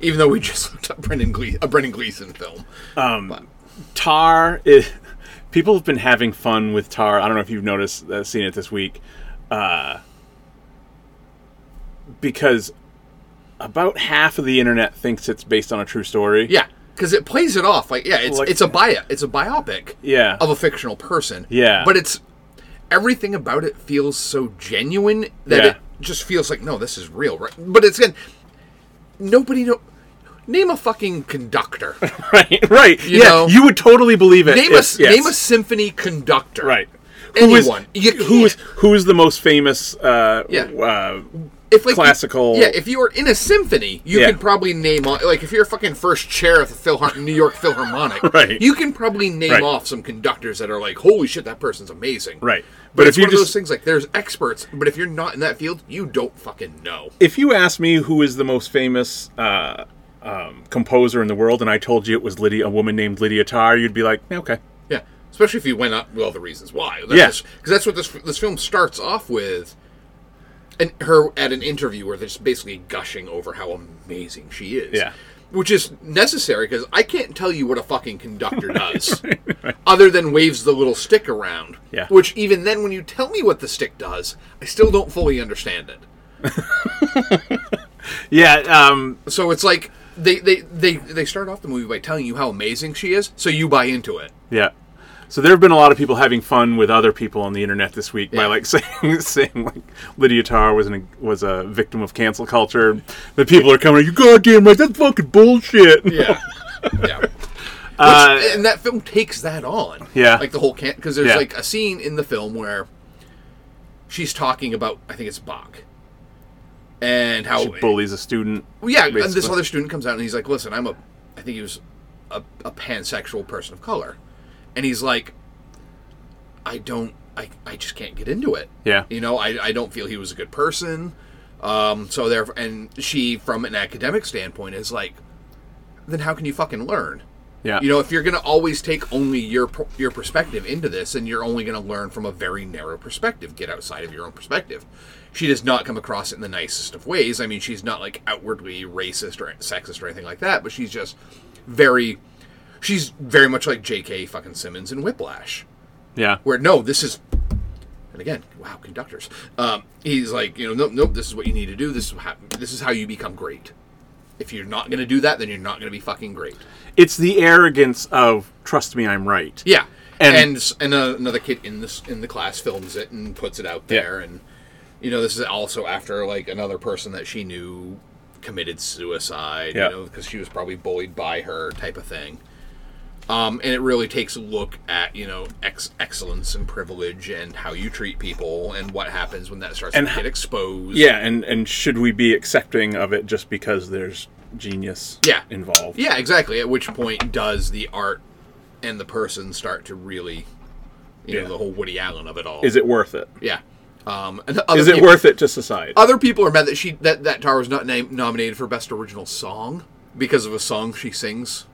H: even though we just looked up Brendan Gleeson, a Brendan Gleeson film, um, but
G: Tar is. People have been having fun with Tar. I don't know if you've noticed, uh, seen it this week, uh, because about half of the internet thinks it's based on a true story.
H: yeah, because it plays it off like yeah, it's
G: Like-
H: it's a bio, it's a biopic,
G: Yeah.
H: of a fictional person,
G: Yeah.
H: but it's everything about it feels so genuine that
G: Yeah.
H: it just feels like no, this is real, right? But it's again, nobody know. Name a fucking conductor.
G: right, right.
H: You
G: yeah,
H: know.
G: you would totally believe it.
H: Name a
G: if- yes.
H: name a symphony conductor.
G: right.
H: Anyone.
G: Who
H: You
G: is who is
H: can't.
G: who is the most famous? Uh,
H: Yeah.
G: Uh,
H: if like
G: classical-
H: yeah if you were in a symphony you
G: Yeah.
H: can probably name off like if you're fucking first chair at the Philhar- new york philharmonic
G: Right.
H: you can probably name
G: Right.
H: off some conductors that are like holy shit that person's amazing
G: Right.
H: but,
G: But
H: it's
G: if you
H: one of those
G: just-
H: things like there's experts but if you're not in that field you don't fucking know
G: if you asked me who is the most famous uh, um, composer in the world, and I told you it was Lydia, a woman named Lydia Tar, you'd be like, "Yeah, okay.
H: yeah especially if you went up well the reasons why
G: Yeah.
H: because that's what this this film starts off with and her at an interview where they're just basically gushing over how amazing she is
G: Yeah.
H: which is necessary because I can't tell you what a fucking conductor does, other than waves the little stick around.
G: Yeah.
H: Which even then, when you tell me what the stick does, I still don't fully understand it.
G: Yeah, um,
H: So it's like they they they they start off the movie by telling you how amazing she is, so you buy into it.
G: yeah. So there have been a lot of people having fun with other people on the internet this week by
H: Yeah.
G: like saying saying like Lydia Tar was an, was a victim of cancel culture. The people are coming, you goddamn right, that's fucking bullshit.
H: Yeah. yeah. Which,
G: Uh,
H: and that film takes that on.
G: Yeah.
H: Like the whole can because there's
G: Yeah.
H: like a scene in the film where she's talking about I think it's Bach. And how
G: She bullies a student.
H: Well, yeah, and this
G: basically.
H: other student comes out and he's like, "Listen, I'm a, I think he was a, a pansexual person of color," and he's like, "I don't, I, I just can't get into it.
G: Yeah.
H: you know, I, I don't feel he was a good person. Um, so there, and she, from an academic standpoint, is like, then how can you fucking learn?
G: Yeah.
H: You know, if you're going to always take only your per- your perspective into this, and you're only going to learn from a very narrow perspective, get outside of your own perspective. She does not come across it in the nicest of ways. I mean, she's not like outwardly racist or sexist or anything like that, but she's just very, she's very much like J.K. fucking Simmons in Whiplash,
G: yeah.
H: where no, this is, and again, wow, conductors. Um, he's like, you know, nope, nope, this is what you need to do. This is how, this is how you become great. If you're not going to do that, then you're not going to be fucking great.
G: It's the arrogance of trust me, I'm right.
H: Yeah,
G: And-
H: and and, s- and uh, another kid in this in the class films it and puts it out there, and you know this is also after like another person that she knew committed suicide,
G: Yeah.
H: you know, because she was probably bullied by her type of thing. Um, and it really takes a look at you know ex- excellence and privilege and how you treat people and what happens when that starts
G: And
H: to
G: ho-
H: get exposed.
G: Yeah, and and should we be accepting of it just because there's genius
H: Yeah.
G: involved?
H: Yeah, exactly. At which point does the art and the person start to really, you
G: Yeah.
H: know, the whole Woody Allen of it all.
G: Is it worth it?
H: Yeah. Um, and other
G: Is it
H: people,
G: worth it to society?
H: Other people are mad that she that that Tar was not named nominated for best original song because of a song she sings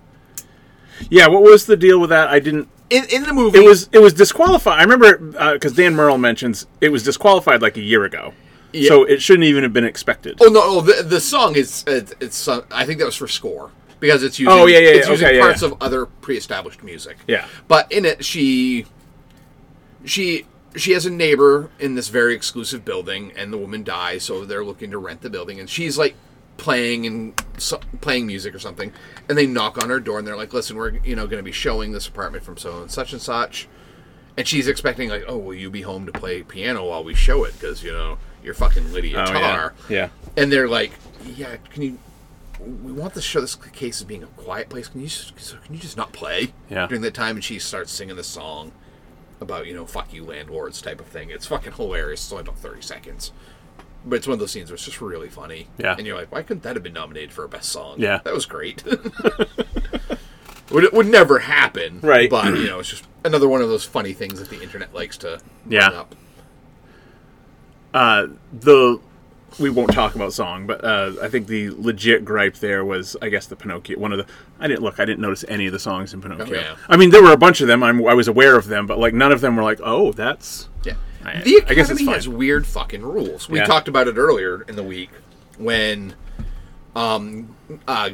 G: yeah, what was the deal with that? I didn't
H: in in the movie.
G: it was it was disqualified. I remember because Dan Merle mentions it was disqualified like a year ago,
H: Yeah.
G: so it shouldn't even have been expected.
H: Oh no! Oh, the, the song is it's, it's sung- I think that was for score because it's using
G: Oh, yeah, yeah,
H: it's
G: yeah.
H: using
G: Okay, yeah,
H: parts
G: yeah.
H: of other pre-established music.
G: Yeah.
H: but in it she she she has a neighbor in this very exclusive building, and the woman dies, so they're looking to rent the building, and she's like playing and so, playing music or something, and they knock on her door, and they're like, "Listen, we're you know going to be showing this apartment from so and such and such." And she's expecting like, oh, will you be home to play piano while we show it? Because you know you're fucking Lydia
G: Oh, yeah.
H: Tar
G: yeah,
H: and they're like, "Yeah, can you? We want to show this case as being a quiet place. Can you just, so can you just not play
G: Yeah.
H: during that time?" And she starts singing the song about you know "fuck you landlords" type of thing. It's fucking hilarious. It's only about thirty seconds, but it's one of those scenes where it's just really funny.
G: Yeah.
H: and you're like, "Why couldn't that have been nominated for a best song?"
G: Yeah.
H: that was great. would would never happen,
G: Right.
H: But you know, it's just another one of those funny things that the internet likes to bring
G: Yeah.
H: up.
G: Uh, the we won't talk about song, but uh, I think the legit gripe there was, I guess, the Pinocchio. One of the I didn't look, I didn't notice any of the songs in Pinocchio.
H: Oh, yeah.
G: I mean, there were a bunch of them. I'm, I was aware of them, but like none of them were like, oh, that's
H: Yeah.
G: I-
H: the Academy
G: I guess it's fine.
H: has weird fucking rules. We
G: Yeah.
H: talked about it earlier in the week when um, uh,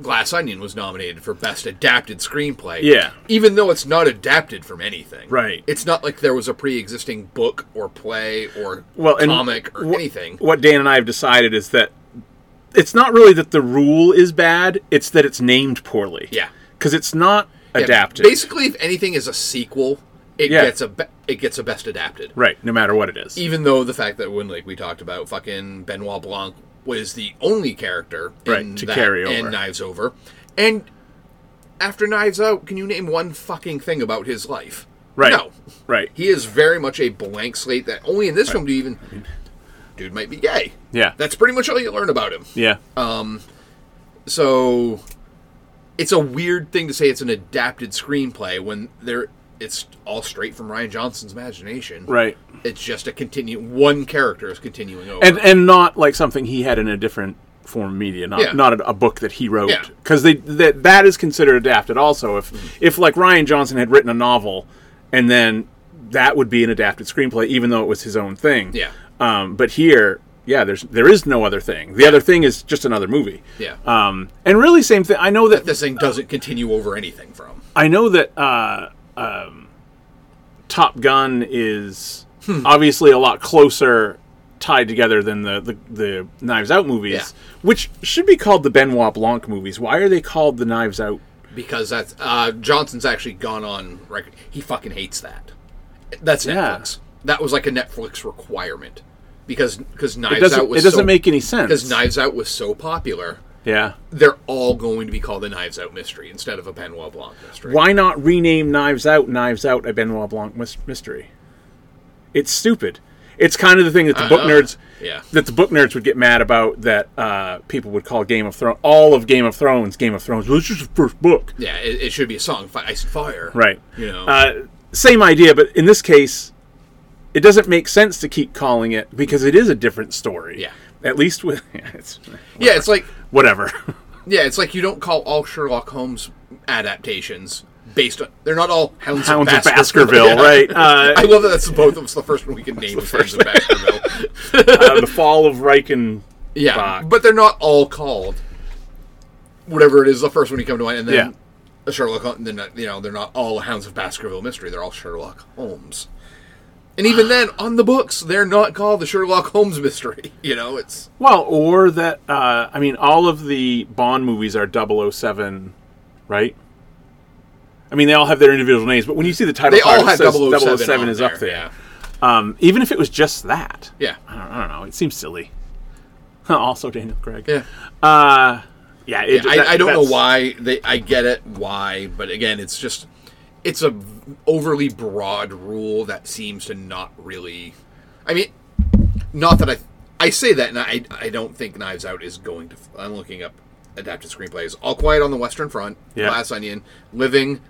H: Glass Onion was nominated for Best Adapted Screenplay.
G: Yeah.
H: Even though it's not adapted from anything.
G: Right.
H: It's not like there was a pre existing book or play or
G: well, and
H: comic or
G: wh-
H: anything.
G: What Dan and I have decided is that it's not really that the rule is bad; it's that it's named poorly.
H: Yeah.
G: because it's not
H: Yeah,
G: adapted.
H: Basically, if anything is a sequel, it
G: Yeah.
H: gets a be- it gets a Best Adapted.
G: right, no matter what it is.
H: even though the fact that when like we talked about fucking Benoit Blanc was the only character in
G: Right, to
H: that
G: carry over.
H: and Knives Over, and after Knives Out, can you name one fucking thing about his life?
G: right,
H: No,
G: right.
H: he is very much a blank slate. That only in this film do you even dude might be gay.
G: Yeah.
H: that's pretty much all you learn about him.
G: yeah,
H: So it's a weird thing to say it's an adapted screenplay when there it's all straight from Ryan Johnson's imagination.
G: right.
H: It's just a continue. One character is continuing over.
G: and and not like something he had in a different form of media not
H: Yeah.
G: not a, a book that he wrote
H: Yeah. Mm-hmm.
G: because they that that is considered adapted also if if like Ryan Johnson had written a novel and then that would be an adapted screenplay even though it was his own thing
H: Yeah.
G: um, but here yeah there's there is no other thing the other thing is just another movie
H: Yeah.
G: um, and really same thing I know that
H: this thing doesn't continue over anything from.
G: I know that uh, um, Top Gun is
H: Hmm.
G: obviously a lot closer tied together than the, the, the Knives Out movies,
H: Yeah.
G: which should be called the Benoit Blanc movies. Why are they called the Knives Out?
H: Because that's uh, Johnson's actually gone on record. He fucking hates that. That's
G: Yeah.
H: Netflix. That was like a Netflix requirement because because
G: It
H: Knives Out
G: doesn't, it
H: was
G: doesn't
H: so,
G: make any sense.
H: because Knives Out was so popular.
G: yeah.
H: They're all going to be called the Knives Out mystery instead of a Benoit Blanc mystery.
G: Why not rename Knives Out Knives Out a Benoit Blanc mys- mystery? It's stupid. It's kind of the thing that the book
H: know.
G: nerds
H: Uh, Yeah.
G: that the book nerds would get mad about that uh, people would call Game of Thrones all of Game of Thrones Game of Thrones. Well, it's just the first book.
H: Yeah, it, it should be a song. Fi- Ice and Fire.
G: Right.
H: You know.
G: Uh, same idea, but in this case, it doesn't make sense to keep calling it because it is a different story.
H: Yeah.
G: At least with yeah, it's
H: yeah, it's like
G: whatever.
H: yeah, it's like you don't call all Sherlock Holmes adaptations based on they're not all Hounds,
G: Hounds
H: of
G: of Baskerville,
H: Baskerville. Yeah.
G: right? Uh,
H: I love that that's both of us the first one we can name is Hounds of Baskerville.
G: uh, the fall of Riken.
H: yeah,
G: Fuck.
H: but they're not all called whatever it is. The first one you come to mind, and then
G: Yeah.
H: a Sherlock. Holmes, and They're not, you know, they're not all Hounds of Baskerville mystery. They're all Sherlock Holmes. And even then, on the books, they're not called the Sherlock Holmes mystery. You know, it's
G: Well, or that uh, I mean, all of the Bond movies are 007, right? I mean, they all have their individual names, but when you see the title
H: they
G: card,
H: all
G: it
H: have
G: says
H: 007,
G: 007
H: on
G: is
H: there.
G: up oh there.
H: Yeah,
G: Um, even if it was just that,
H: yeah,
G: I don't, I don't know. It seems silly. also, Daniel Craig.
H: yeah.
G: Uh, yeah, it,
H: I,
G: that-
H: I don't know
G: that's-
H: why they. I get it why, but again, it's just it's a overly broad rule that seems to not really. I mean, not that I I say that, and I I don't think Knives Out is going to. I'm looking up adapted screenplays. All Quiet on the Western Front,
G: Yeah.
H: Glass Onion, Living,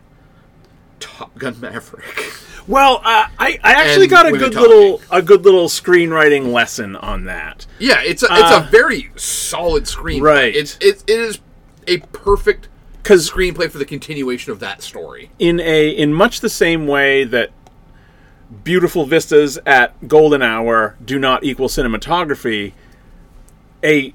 H: Top Gun Maverick.
G: Well, uh, I I actually
H: And
G: got a
H: women
G: good
H: talking.
G: little a good little screenwriting lesson on that.
H: Yeah, it's a it's a very solid screenplay.
G: Uh, Right.
H: It's it, it is a perfect
G: 'Cause-
H: screenplay for the continuation of that story.
G: In a in much the same way that beautiful vistas at golden hour do not equal cinematography, a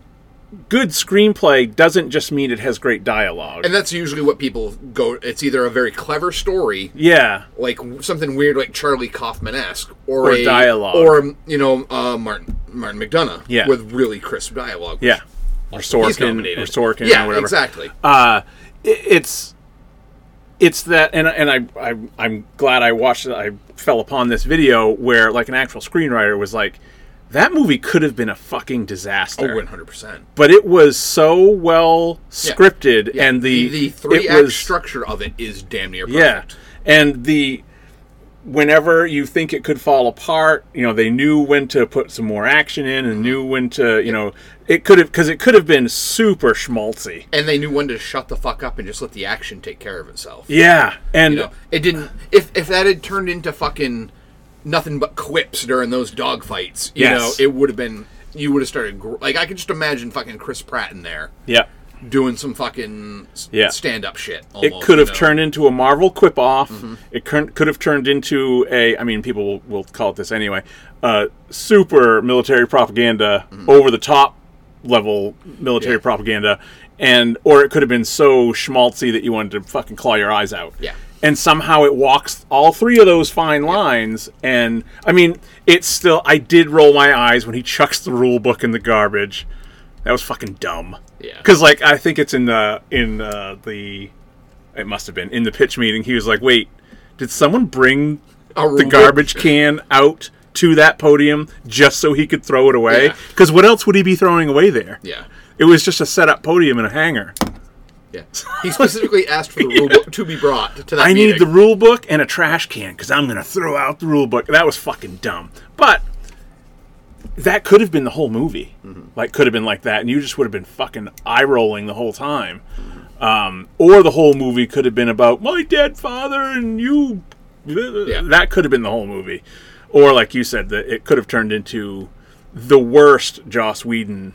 G: good screenplay doesn't just mean it has great dialogue.
H: And that's usually what people go. It's either a very clever story,
G: yeah,
H: like something weird, like Charlie Kaufman esque, or,
G: Or
H: a
G: dialogue.
H: or you know uh, Martin Martin McDonough,
G: Yeah.
H: with really crisp dialogue. which
G: yeah, or
H: he's
G: Sorkin,
H: nominated.
G: or Sorkin,
H: yeah,
G: or whatever.
H: exactly.
G: uh, it- it's it's that and and I, I I'm glad I watched it. I fell upon this video where like an actual screenwriter was like that movie could have been a fucking disaster.
H: Oh, one hundred percent.
G: But it was so well scripted and the
H: the three
G: it
H: act
G: was-
H: structure of it is damn near
G: yeah.
H: perfect.
G: And the whenever you think it could fall apart, you know, they knew when to put some more action in and knew when to, you know, it could have cuz it could have been super schmaltzy.
H: And they knew when to shut the fuck up and just let the action take care of itself.
G: Yeah. And
H: You know, it didn't. If if that had turned into fucking nothing but quips during those dogfights, you
G: Yes.
H: know, it would have been you would have started gr- like I could just imagine fucking Chris Pratt in there
G: Yeah.
H: doing some fucking
G: Yeah.
H: stand up shit.
G: It
H: almost,
G: could
H: you
G: have
H: know. Mm-hmm.
G: turned into a Marvel quip off. It could could have turned into a, I mean, people will, will call it this anyway, uh, super military propaganda, over the top level military
H: Mm-hmm. Yeah.
G: propaganda, and or it could have been so schmaltzy that you wanted to fucking claw your eyes out.
H: Yeah.
G: And somehow it walks all three of those fine lines, and I mean, it's still. I did roll my eyes when he chucks the rule book in the garbage. That was fucking dumb.
H: Yeah.
G: Because like I think it's in the in uh, the it must have been in the pitch meeting. He was like, "Wait, did someone bring
H: A
G: the
H: rule
G: garbage can out to that podium just so he could throw it away?
H: Yeah.
G: Because what else would he be throwing away there?
H: Yeah.
G: It was just a set up podium and a hanger.
H: Yeah. He specifically asked for the rule book to be brought to that
G: I need the
H: meeting.
G: rule book and a trash can because I'm gonna throw out the rule book. That was fucking dumb, but." That could have been the whole movie.
H: Mm-hmm.
G: Like, could have been like that, and you just would have been fucking eye rolling the whole time. um, or the whole movie could have been about my dead father and you. That could have been the whole movie, or like you said, that it could have turned into the worst Joss Whedon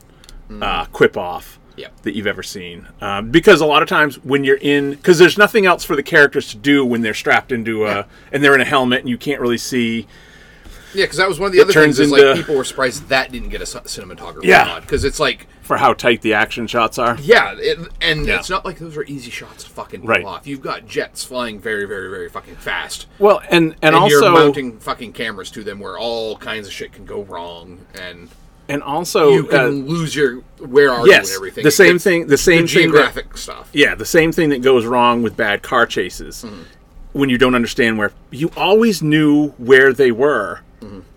G: uh, quip off
H: Mm-hmm. Yep.
G: that you've ever seen. Um, because a lot of times when you're in, because there's nothing else for the characters to do when they're strapped into a and they're in a helmet and you can't really see.
H: Yeah, because that was one of the other
G: turns
H: things is
G: into-
H: like people were surprised that didn't get a c- cinematographer.
G: Yeah.
H: Because it's like
G: For how tight the action shots are,
H: Yeah, it, and
G: Yeah.
H: it's not like those are easy shots to fucking pull
G: Right.
H: off. You've got jets flying very, very, very fucking fast,
G: well, and and,
H: and
G: also
H: you're mounting fucking cameras to them where all kinds of shit can go wrong, and
G: and also
H: you can
G: uh,
H: lose your where are you
G: yes,
H: and everything.
G: the same
H: It's
G: thing, the same thing that,
H: geographic stuff.
G: Yeah, the same thing that goes wrong with bad car chases
H: Hmm.
G: when you don't understand where you always knew where they were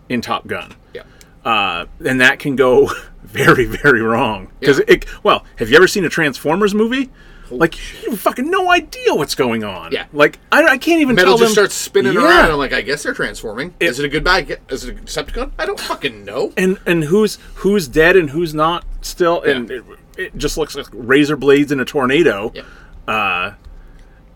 G: in Top Gun,
H: Mm-hmm. Yeah.
G: uh, and that can go very very wrong because
H: Yeah.
G: it. Well, have you ever seen a Transformers movie? like you have fucking no idea what's going on.
H: Yeah.
G: like I, I can't even
H: Metal
G: tell
H: just
G: them.
H: starts spinning
G: Yeah.
H: around. And I'm like, I guess they're transforming.
G: It-
H: Is it a good bag? Is it a Decepticon? I don't fucking know.
G: and and who's who's dead and who's not still and
H: Yeah.
G: it, it just looks like razor blades in a tornado
H: Yeah.
G: uh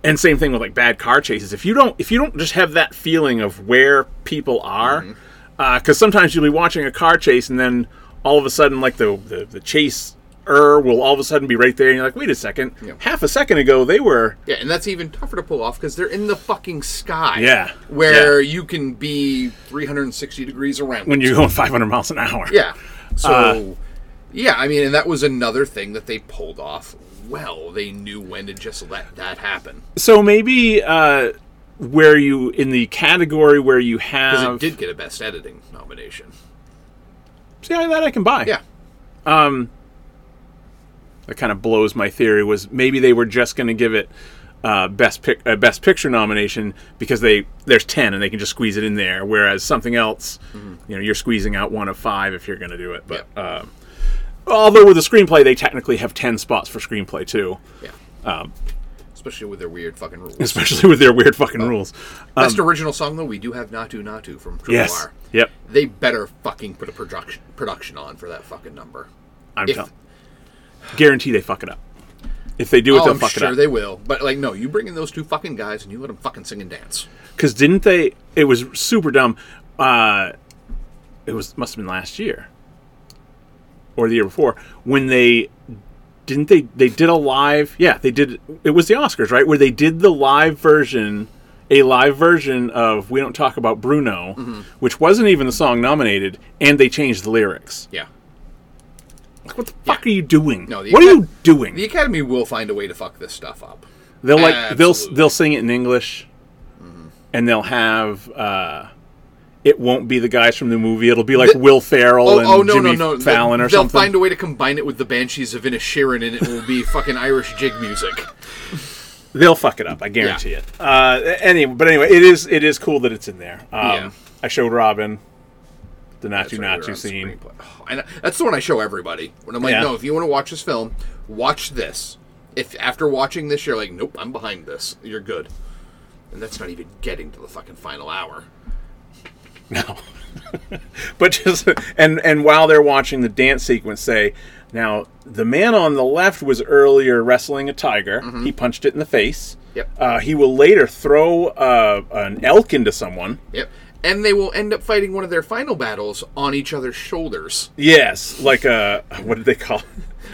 G: and same thing with like bad car chases if you don't if you don't just have that feeling of where people are
H: Mm-hmm.
G: because sometimes you'll be watching a car chase and then all of a sudden like the the, the chase will all of a sudden be right there and you're like wait a second
H: Yeah.
G: half a second ago they were
H: Yeah, and that's even tougher to pull off because they're in the fucking sky.
G: Yeah.
H: where you can be 360 degrees around.
G: when Uh, you're going 500 miles an hour
H: Yeah. So, yeah, I mean, and that was another thing that they pulled off well. They knew when to just let that happen.
G: so maybe uh where you in the category where you
H: Because
G: have
H: it did get a Best Editing nomination.
G: see that I can buy
H: Yeah.
G: that kind of blows my theory was maybe they were just going to give it uh, best pic- uh, best picture nomination because they there's 10 and they can just squeeze it in there whereas something else you know you're squeezing out one of five if you're going to do it but
H: Mm-hmm. Yeah.
G: um, although with the screenplay they technically have 10 spots for screenplay too
H: Yeah. Um, Especially with their weird fucking rules.
G: especially with their weird fucking
H: Oh.
G: rules
H: Best original song, though, we do have Natu Natu from Triple
G: um, yes
H: R.
G: yep
H: They better fucking put a production production on for that fucking number.
G: i'm
H: If-
G: telling guarantee they fuck it up if they do it
H: oh,
G: they'll
H: I'm
G: fuck
H: sure
G: it up
H: they will. But, like, no, you bring in those two fucking guys and you let them fucking sing and dance.
G: Because didn't they? It was super dumb. Uh, it was must have been last year or the year before when they didn't they they did a live yeah they did it was the Oscars right where they did the live version a live version of We Don't Talk About Bruno
H: Mm-hmm.
G: which wasn't even the song nominated and they changed the lyrics.
H: Yeah.
G: Like, what the fuck are you doing?
H: No, the
G: what are
H: Acad-
G: you doing?
H: The Academy will find a way to fuck this stuff up.
G: They'll like they'll
H: Absolutely. Mm-hmm.
G: they'll sing it in English, and they'll have uh, it won't be the guys from the movie. It'll be like
H: The-
G: Will Ferrell
H: Oh,
G: and
H: oh, no,
G: Jimmy
H: no, no!
G: Fallon
H: they'll,
G: or something.
H: They'll find a way to combine it with the Banshees of Inisherin, and it will be fucking Irish jig music.
G: they'll fuck it up. I guarantee
H: Yeah.
G: it. Uh, anyway, but anyway, it is it is cool that it's in there. Um,
H: Yeah.
G: I showed Robin the Natu
H: That's right, we're
G: Natu
H: on
G: scene.
H: screenplay. Oh, and that's the one I show everybody. When I'm like,
G: Yeah.
H: no, if you want to watch this film, watch this. If after watching this, you're like, nope, I'm behind this. You're good. And that's not even getting to the fucking final hour.
G: No. but just and and while they're watching the dance sequence say now the man on the left was earlier wrestling a tiger he punched it in the face
H: Yep.
G: uh, he will later throw uh, an elk into someone
H: Yep. and they will end up fighting one of their final battles on each other's shoulders.
G: Yes, like uh, what did they call?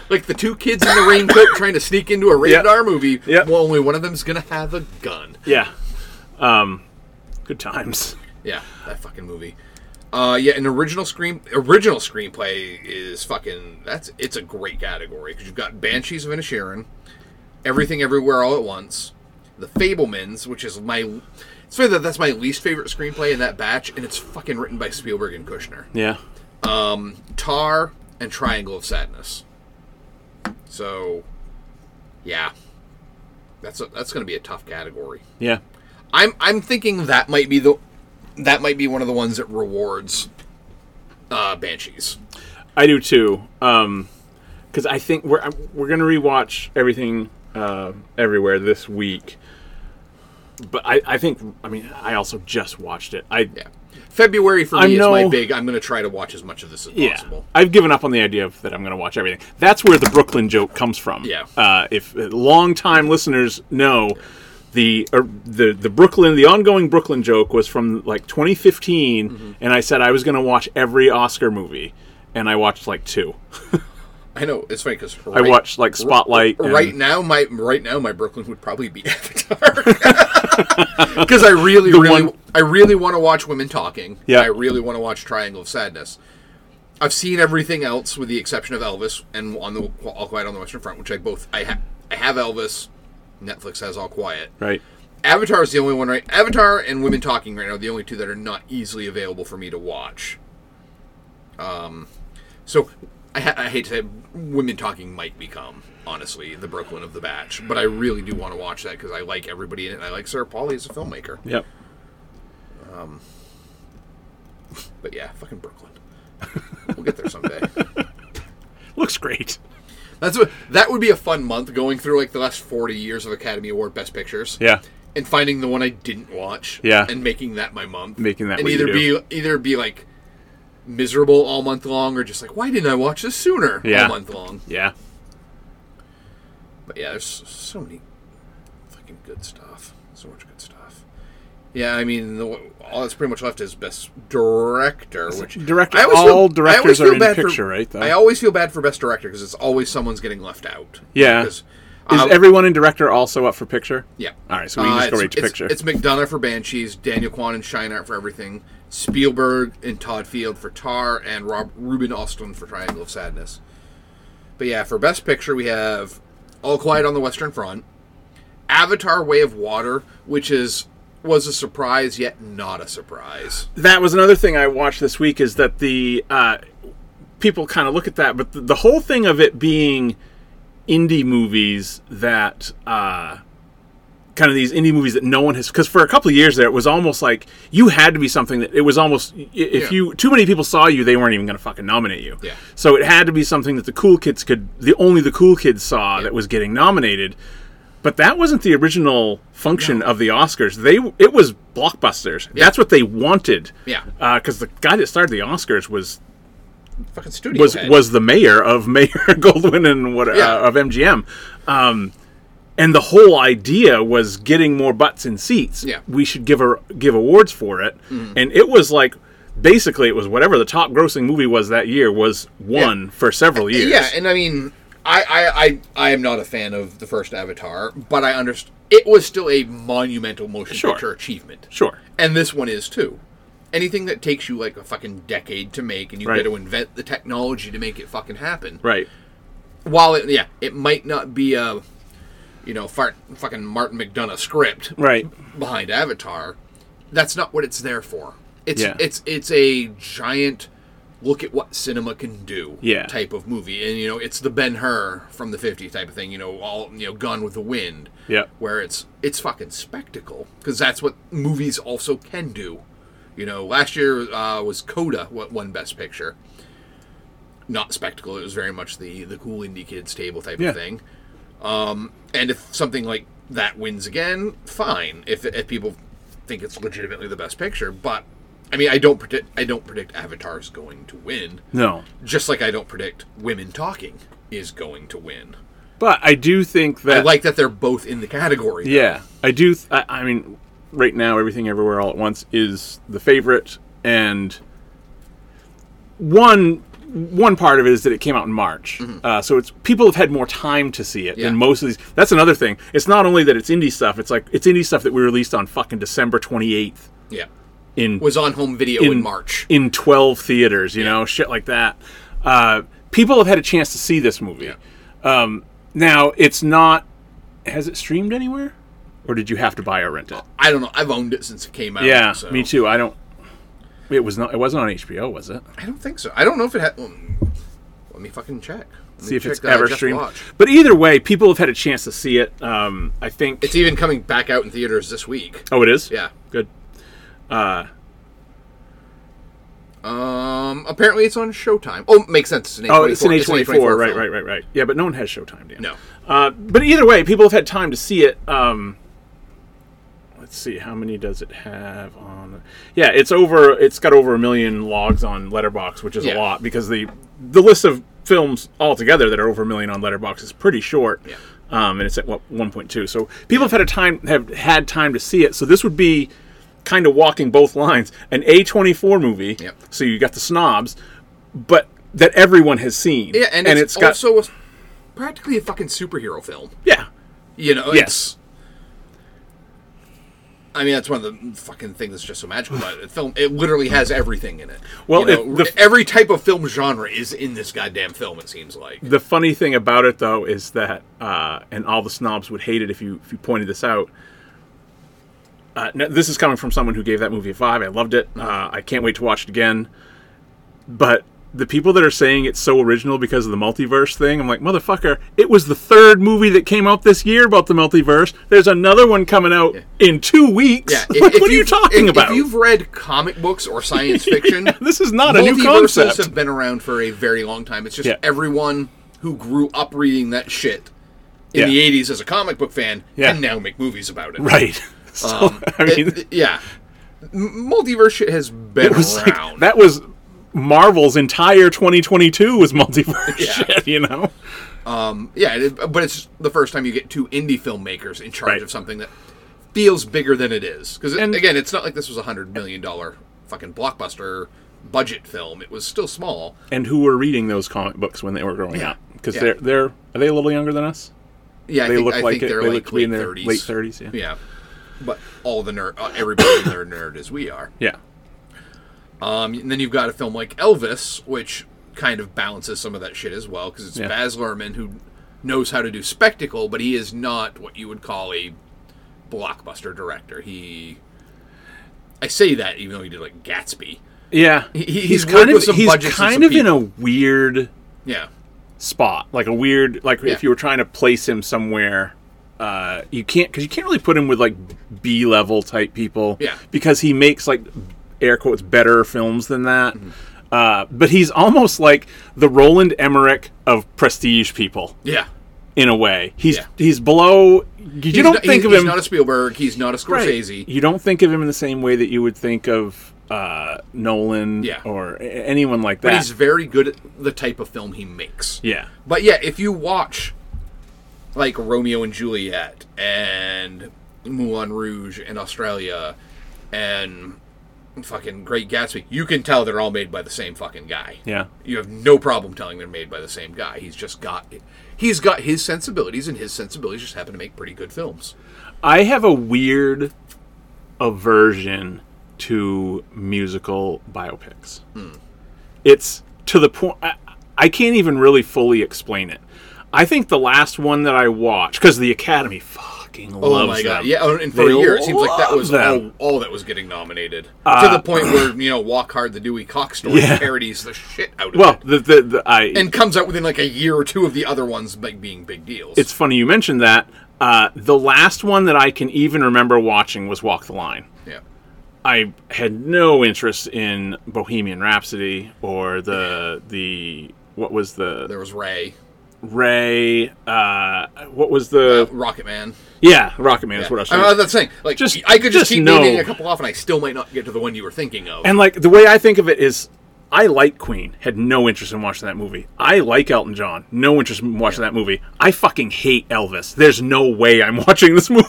H: Like the two kids in the raincoat trying to sneak into a
G: Yep.
H: rated R movie,
G: Yep.
H: well, only one of them's gonna have a gun.
G: yeah, um, good times.
H: Yeah, that fucking movie. Uh, yeah, an original screen original screenplay is fucking that's it's a great category because you've got Banshees of Inisherin, Everything Everywhere All at Once, The Fablemans, which is my it's funny that that's my least favorite screenplay in that batch, and it's fucking written by Spielberg and Kushner.
G: Yeah,
H: Tar and Triangle of Sadness. So, yeah, that's a, that's going to be a tough category.
G: yeah,
H: I'm I'm thinking that might be the that might be one of the ones that rewards uh, Banshees.
G: I do too. Um, because I think we're I'm- we're gonna rewatch everything uh, everywhere this week. But I, I think I mean I also just watched it. I
H: Yeah, February for me
G: I
H: is my
G: know-
H: big. I'm going to try to watch as much of this as
G: Yeah,
H: possible.
G: I've given up on the idea of that I'm going to watch everything. That's where the Brooklyn joke comes from.
H: Yeah.
G: Uh, if uh, long-time listeners know, the or the the Brooklyn the ongoing Brooklyn joke was from like 2015,
H: Mm-hmm.
G: and I said I was going to watch every Oscar movie, and I watched like two.
H: I know it's funny because
G: I watched like Spotlight. and-
H: Right now, my right now my Brooklyn would probably be Avatar because I really, really,
G: one-
H: I really want to watch women talking.
G: Yeah.
H: I really want to watch Triangle of Sadness. I've seen everything else with the exception of Elvis and on the All Quiet on the Western Front, which I both I have. I have Elvis. Netflix has All Quiet.
G: Right.
H: Avatar is the only one right. Avatar and Women Talking right now are the only two that are not easily available for me to watch. Um, so I, ha- I hate to say, it, Women Talking might become honestly the Brooklyn of the batch, but I really do want to watch that because I like everybody in it. and I like Sarah Pauli as a filmmaker.
G: Yep.
H: But yeah, fucking Brooklyn. we'll get there someday.
G: Looks great.
H: That's what that would be a fun month going through like the last forty years of Academy Award Best Pictures.
G: Yeah.
H: and finding the one I didn't watch,
G: Yeah.
H: and making that my month,
G: Making that
H: and
G: what you
H: either
G: do.
H: be either be like miserable all month long, or just like why didn't I watch this sooner
G: Yeah.
H: all month long?
G: Yeah.
H: But yeah, there's so many fucking good stuff, so much good stuff. Yeah, I mean, the, all that's pretty much left is best director, which
G: director-
H: I always
G: all
H: I
G: directors
H: always
G: are
H: feel
G: in
H: bad
G: picture,
H: for,
G: right, though?
H: I always feel bad for best director because it's always someone's getting left out.
G: Yeah.
H: Because,
G: Is
H: uh,
G: everyone in director also up for picture?
H: Yeah. Uh,
G: All right, so we can just go
H: it's-
G: right to
H: it's-
G: picture.
H: It's McDonough for Banshees, Daniel Kwan and Shineart for everything, Spielberg and Todd Field for Tar, and Rob Ruben Austin for Triangle of Sadness. But yeah, for Best Picture, we have All Quiet on the Western Front, Avatar: Way of Water, which is was a surprise yet not a surprise.
G: that was another thing I watched this week is that the uh, people kind of look at that, but the, the whole thing of it being indie movies that uh, kind of these indie movies that no one has because for a couple of years there it was almost like you had to be something that it was almost i- if
H: Yeah.
G: you too many people saw you they weren't even going to fucking nominate you.
H: Yeah.
G: So it had to be something that the cool kids could the only the cool kids saw that was getting nominated. But that wasn't the original function of the Oscars. They it was blockbusters. That's what they wanted.
H: Yeah.
G: Because the guy that started the Oscars was
H: Fucking studio
G: was
H: head.
G: was the mayor of Mayor Goldwyn and what
H: Yeah.
G: uh, of MGM. Um, and the whole idea was getting more butts in seats.
H: Yeah. Mm-hmm.
G: We should give a, give awards for it. And it was like basically it was whatever the top grossing movie was that year was one for several years.
H: Yeah, and I mean, I, I, I, I am not a fan of the first Avatar, but I understand it was still a monumental motion
G: Sure.
H: picture achievement.
G: Sure.
H: And this one is too. Anything that takes you like a fucking decade to make, and you
G: Right.
H: got to invent the technology to make it fucking happen.
G: Right.
H: While it, yeah, it might not be a, you know, fart, fucking Martin McDonough script
G: Right.
H: behind Avatar. That's not what it's there for. It's
G: Yeah.
H: it's it's a giant look at what cinema can do
G: Yeah.
H: type of movie, and you know it's the Ben Hur from the '50s type of thing. You know, all you know, Gone with the Wind.
G: Yeah.
H: where it's it's fucking spectacle because that's what movies also can do. You know, last year uh, was Coda what won Best Picture. Not spectacle. It was very much the the cool indie kids table type
G: Yeah.
H: of thing. Um, And if something like that wins again, fine. If, if people think it's legitimately the best picture, but I mean, I don't predict. I don't predict Avatar's going to win.
G: No.
H: Just like I don't predict Women Talking is going to win.
G: But I do think
H: I
G: that
H: like that they're both in the category. though.
G: Yeah, I do. Th- I, I mean, right now, Everything Everywhere All at Once is the favorite, and one one part of it is that it came out in March, uh, so it's people have had more time to see it
H: Yeah.
G: than most of these. That's another thing. It's not only that it's indie stuff; it's like it's indie stuff that we released on fucking December twenty eighth
H: Yeah.
G: in
H: Was on home video in, March.
G: in 12 theaters you know shit like that uh, people have had a chance to see this movie um, now it's not has it streamed anywhere or did you have to buy or rent it
H: I don't know. I've owned it since it came out.
G: yeah
H: so.
G: me too i don't it was not it wasn't on hbo was it
H: I don't think so. I don't know if it had. Um, let me fucking check. Let me
G: see if it's
H: check, uh,
G: ever
H: Just
G: streamed
H: Watch.
G: but either way people have had a chance to see it um, i think
H: It's even coming back out in theaters this week.
G: oh it is
H: Yeah.
G: good
H: Um. Apparently, it's on Showtime. Oh, makes sense. It's an
G: oh it's an
H: an
G: a24 right
H: film.
G: right right right yeah but no one has showtime Dan.
H: No.
G: Uh, but either way, people have had time to see it. Um, let's see, how many does it have on? Yeah, it's over. It's got over a million logs on Letterbox, which is
H: Yeah.
G: a lot because the the list of films altogether that are over a million on Letterbox is pretty short.
H: Yeah.
G: Um, and it's at what 1.2. So people have had a time have had time to see it. So this would be kind of walking both lines, an A24 movie.
H: Yep.
G: So you got the snobs, but that everyone has seen.
H: Yeah, and, it's,
G: got
H: also a, practically a fucking superhero film.
G: yeah.
H: You know.
G: Yes.
H: it's- I mean, that's one of the fucking things that's just so magical about it. The film, it literally has everything in it.
G: Well,
H: You know,
G: it- the-
H: every type of film genre is in this goddamn film. It seems like.
G: The funny thing about it, though, is that, uh, and all the snobs would hate it if you if you pointed this out. Uh, no, this is coming from someone who gave that movie a five. I loved it. Uh, I can't wait to watch it again. But the people that are saying it's so original because of the multiverse thing, I'm like, motherfucker! It was the third movie that came out this year about the multiverse. There's another one coming out in two weeks.
H: Yeah,
G: Like, what are you
H: you've-
G: talking
H: if-
G: about?
H: If you've read comic books or science fiction,
G: this is not a new
H: multiverses
G: concept.
H: have been around for a very long time. It's just
G: Yeah.
H: everyone who grew up reading that shit in
G: Yeah.
H: the '80s as a comic book fan
G: Yeah.
H: can now make movies about it.
G: right? So,
H: Um,
G: I mean,
H: it- it- yeah, M- multiverse shit has been
G: It was
H: around.
G: like that was Marvel's entire 2022 was multiverse
H: Yeah.
G: shit, you know.
H: yeah, it, but it's the first time you get two indie filmmakers in charge
G: Right.
H: of something that feels bigger than it is. Because
G: And-
H: again, it's not like this was a hundred million dollar fucking blockbuster budget film. It was still small.
G: And who were reading those comic books when they were growing
H: Yeah.
G: up? Because
H: Yeah.
G: they're they're are they a little younger than us?
H: Yeah, I
G: They
H: think,
G: look
H: I
G: like
H: think
G: it.
H: they're
G: They
H: like
G: look to be in
H: late
G: their
H: 30s.
G: late 30s, yeah.
H: But all the nerd, uh, everybody in their nerd as we are.
G: Yeah,
H: Um, and then you've got a film like Elvis, which kind of balances some of that shit as well, because it's
G: Yeah.
H: Baz Luhrmann who knows how to do spectacle, but he is not what you would call a blockbuster director. He, I say that even though he did like Gatsby.
G: yeah.
H: He- he's
G: he's
H: worked
G: kind
H: with
G: of
H: some
G: he's
H: budgets and some
G: kind of in a
H: people.
G: weird
H: Yeah,
G: spot, like a weird like
H: Yeah.
G: if you were trying to place him somewhere. Uh, you can't because you can't really put him with like B level type people.
H: Yeah.
G: because he makes like air quotes better films than that.
H: Mm-hmm.
G: Uh, but he's almost like the Roland Emmerich of prestige people
H: yeah.
G: in a way. He's
H: Yeah.
G: he's below. You
H: He's
G: don't
H: not-
G: think
H: he's,
G: of
H: he's
G: him
H: not a Spielberg. He's not a
G: Right.
H: Scorsese.
G: You don't think of him in the same way that you would think of uh, Nolan
H: Yeah.
G: or a- anyone like
H: But
G: that.
H: he's very good at the type of film he makes.
G: yeah,
H: But yeah, if you watch like Romeo and Juliet and Moulin Rouge in Australia and fucking Great Gatsby, you can tell they're all made by the same fucking guy.
G: yeah.
H: You have no problem telling they're made by the same guy. He's just got he's got his sensibilities and his sensibilities just happen to make pretty good films.
G: I have a weird aversion to musical biopics.
H: Hmm.
G: It's to the point I, I can't even really fully explain it. I think the last one that I watched because the Academy fucking
H: Oh
G: loves
H: my god!
G: them.
H: Yeah, and for
G: They
H: a year it seems like that was all,
G: them. Uh,
H: all that was getting nominated to the point where you know Walk Hard, the Dewey Cox story
G: Yeah.
H: parodies the shit out of
G: Well,
H: it.
G: the the, the I
H: and comes out within like a year or two of the other ones like being big deals.
G: it's funny you mentioned that. Uh, the last one that I can even remember watching was Walk the Line.
H: yeah,
G: I had no interest in Bohemian Rhapsody or the the what was the
H: there was Ray,
G: Ray uh what was
H: uh,
G: the
H: Rocket Man.
G: yeah Rocket Man is what I was
H: I'm
G: thinking.
H: not saying like
G: Just-
H: I could just,
G: just
H: keep
G: know.
H: naming a couple off, and I still might not get to the one you were thinking of.
G: and like the way I think of it is I like Queen, had no interest in watching that movie. I like Elton John, no interest in watching that movie. I fucking hate Elvis. There's no way I'm watching this movie.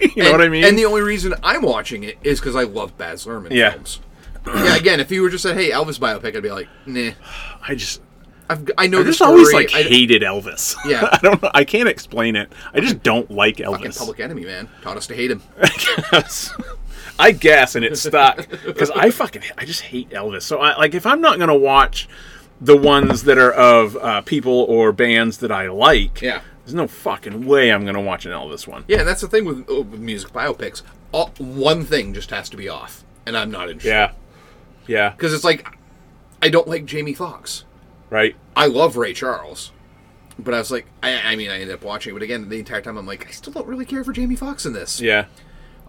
G: you know
H: and,
G: what I mean?
H: And the only reason I'm watching it is because I love Baz Luhrmann
G: Yeah.
H: films. yeah, again, if you were just said, "Hey, Elvis biopic," I'd be like, "Nah."
G: I just
H: I've, I know
G: I
H: the
G: just
H: story.
G: always like
H: I,
G: hated Elvis.
H: Yeah.
G: I don't know. I can't explain it. I just don't like
H: fucking
G: Elvis.
H: Public Enemy, man, taught us to hate him.
G: guess. I guess, and it stuck because I fucking I just hate Elvis. So I like if I'm not gonna watch the ones that are of uh, people or bands that I like.
H: Yeah.
G: there's no fucking way I'm gonna watch an Elvis one.
H: Yeah, and that's the thing with, uh, with music biopics. All, one thing just has to be off, and I'm not interested.
G: yeah, yeah,
H: Because it's like, I don't like Jamie Foxx.
G: right.
H: I love Ray Charles, but I was like, I, I mean, I ended up watching it. But again, the entire time, I'm like, I still don't really care for Jamie Foxx in this.
G: Yeah,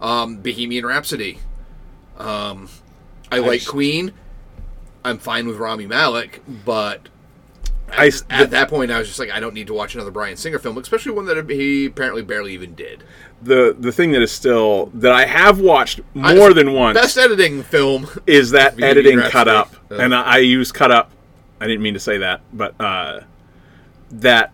H: Um, Bohemian Rhapsody. Um, I, like
G: just-
H: Queen. I'm fine with Rami Malek, but
G: I s-
H: at that point, I was just like, I don't need to watch another Brian Singer film, especially one that he apparently barely even did.
G: the the thing that is still that I have watched more
H: I-
G: than once
H: Best editing film.
G: is that
H: Video
G: editing
H: graph
G: cut up,
H: stuff. Uh.
G: and I, I use cut up. I didn't mean to say that, but uh, that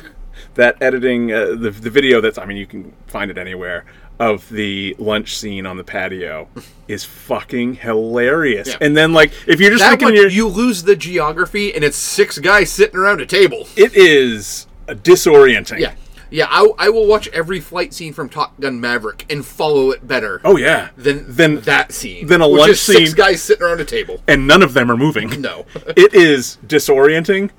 G: that editing uh, the the video that's I mean you can find it anywhere of the lunch scene on the patio is fucking hilarious.
H: Yeah.
G: And then like if you're just
H: That
G: thinking
H: one,
G: you're,
H: you lose the geography, and it's six guys sitting around a table.
G: it is disorienting.
H: Yeah, yeah. I, I will watch every flight scene from Top Gun Maverick and follow it better.
G: Oh yeah.
H: than
G: then
H: that scene.
G: than a
H: which
G: lunch
H: is Six
G: scene.
H: guys sitting around a table.
G: and none of them are moving.
H: No.
G: it is disorienting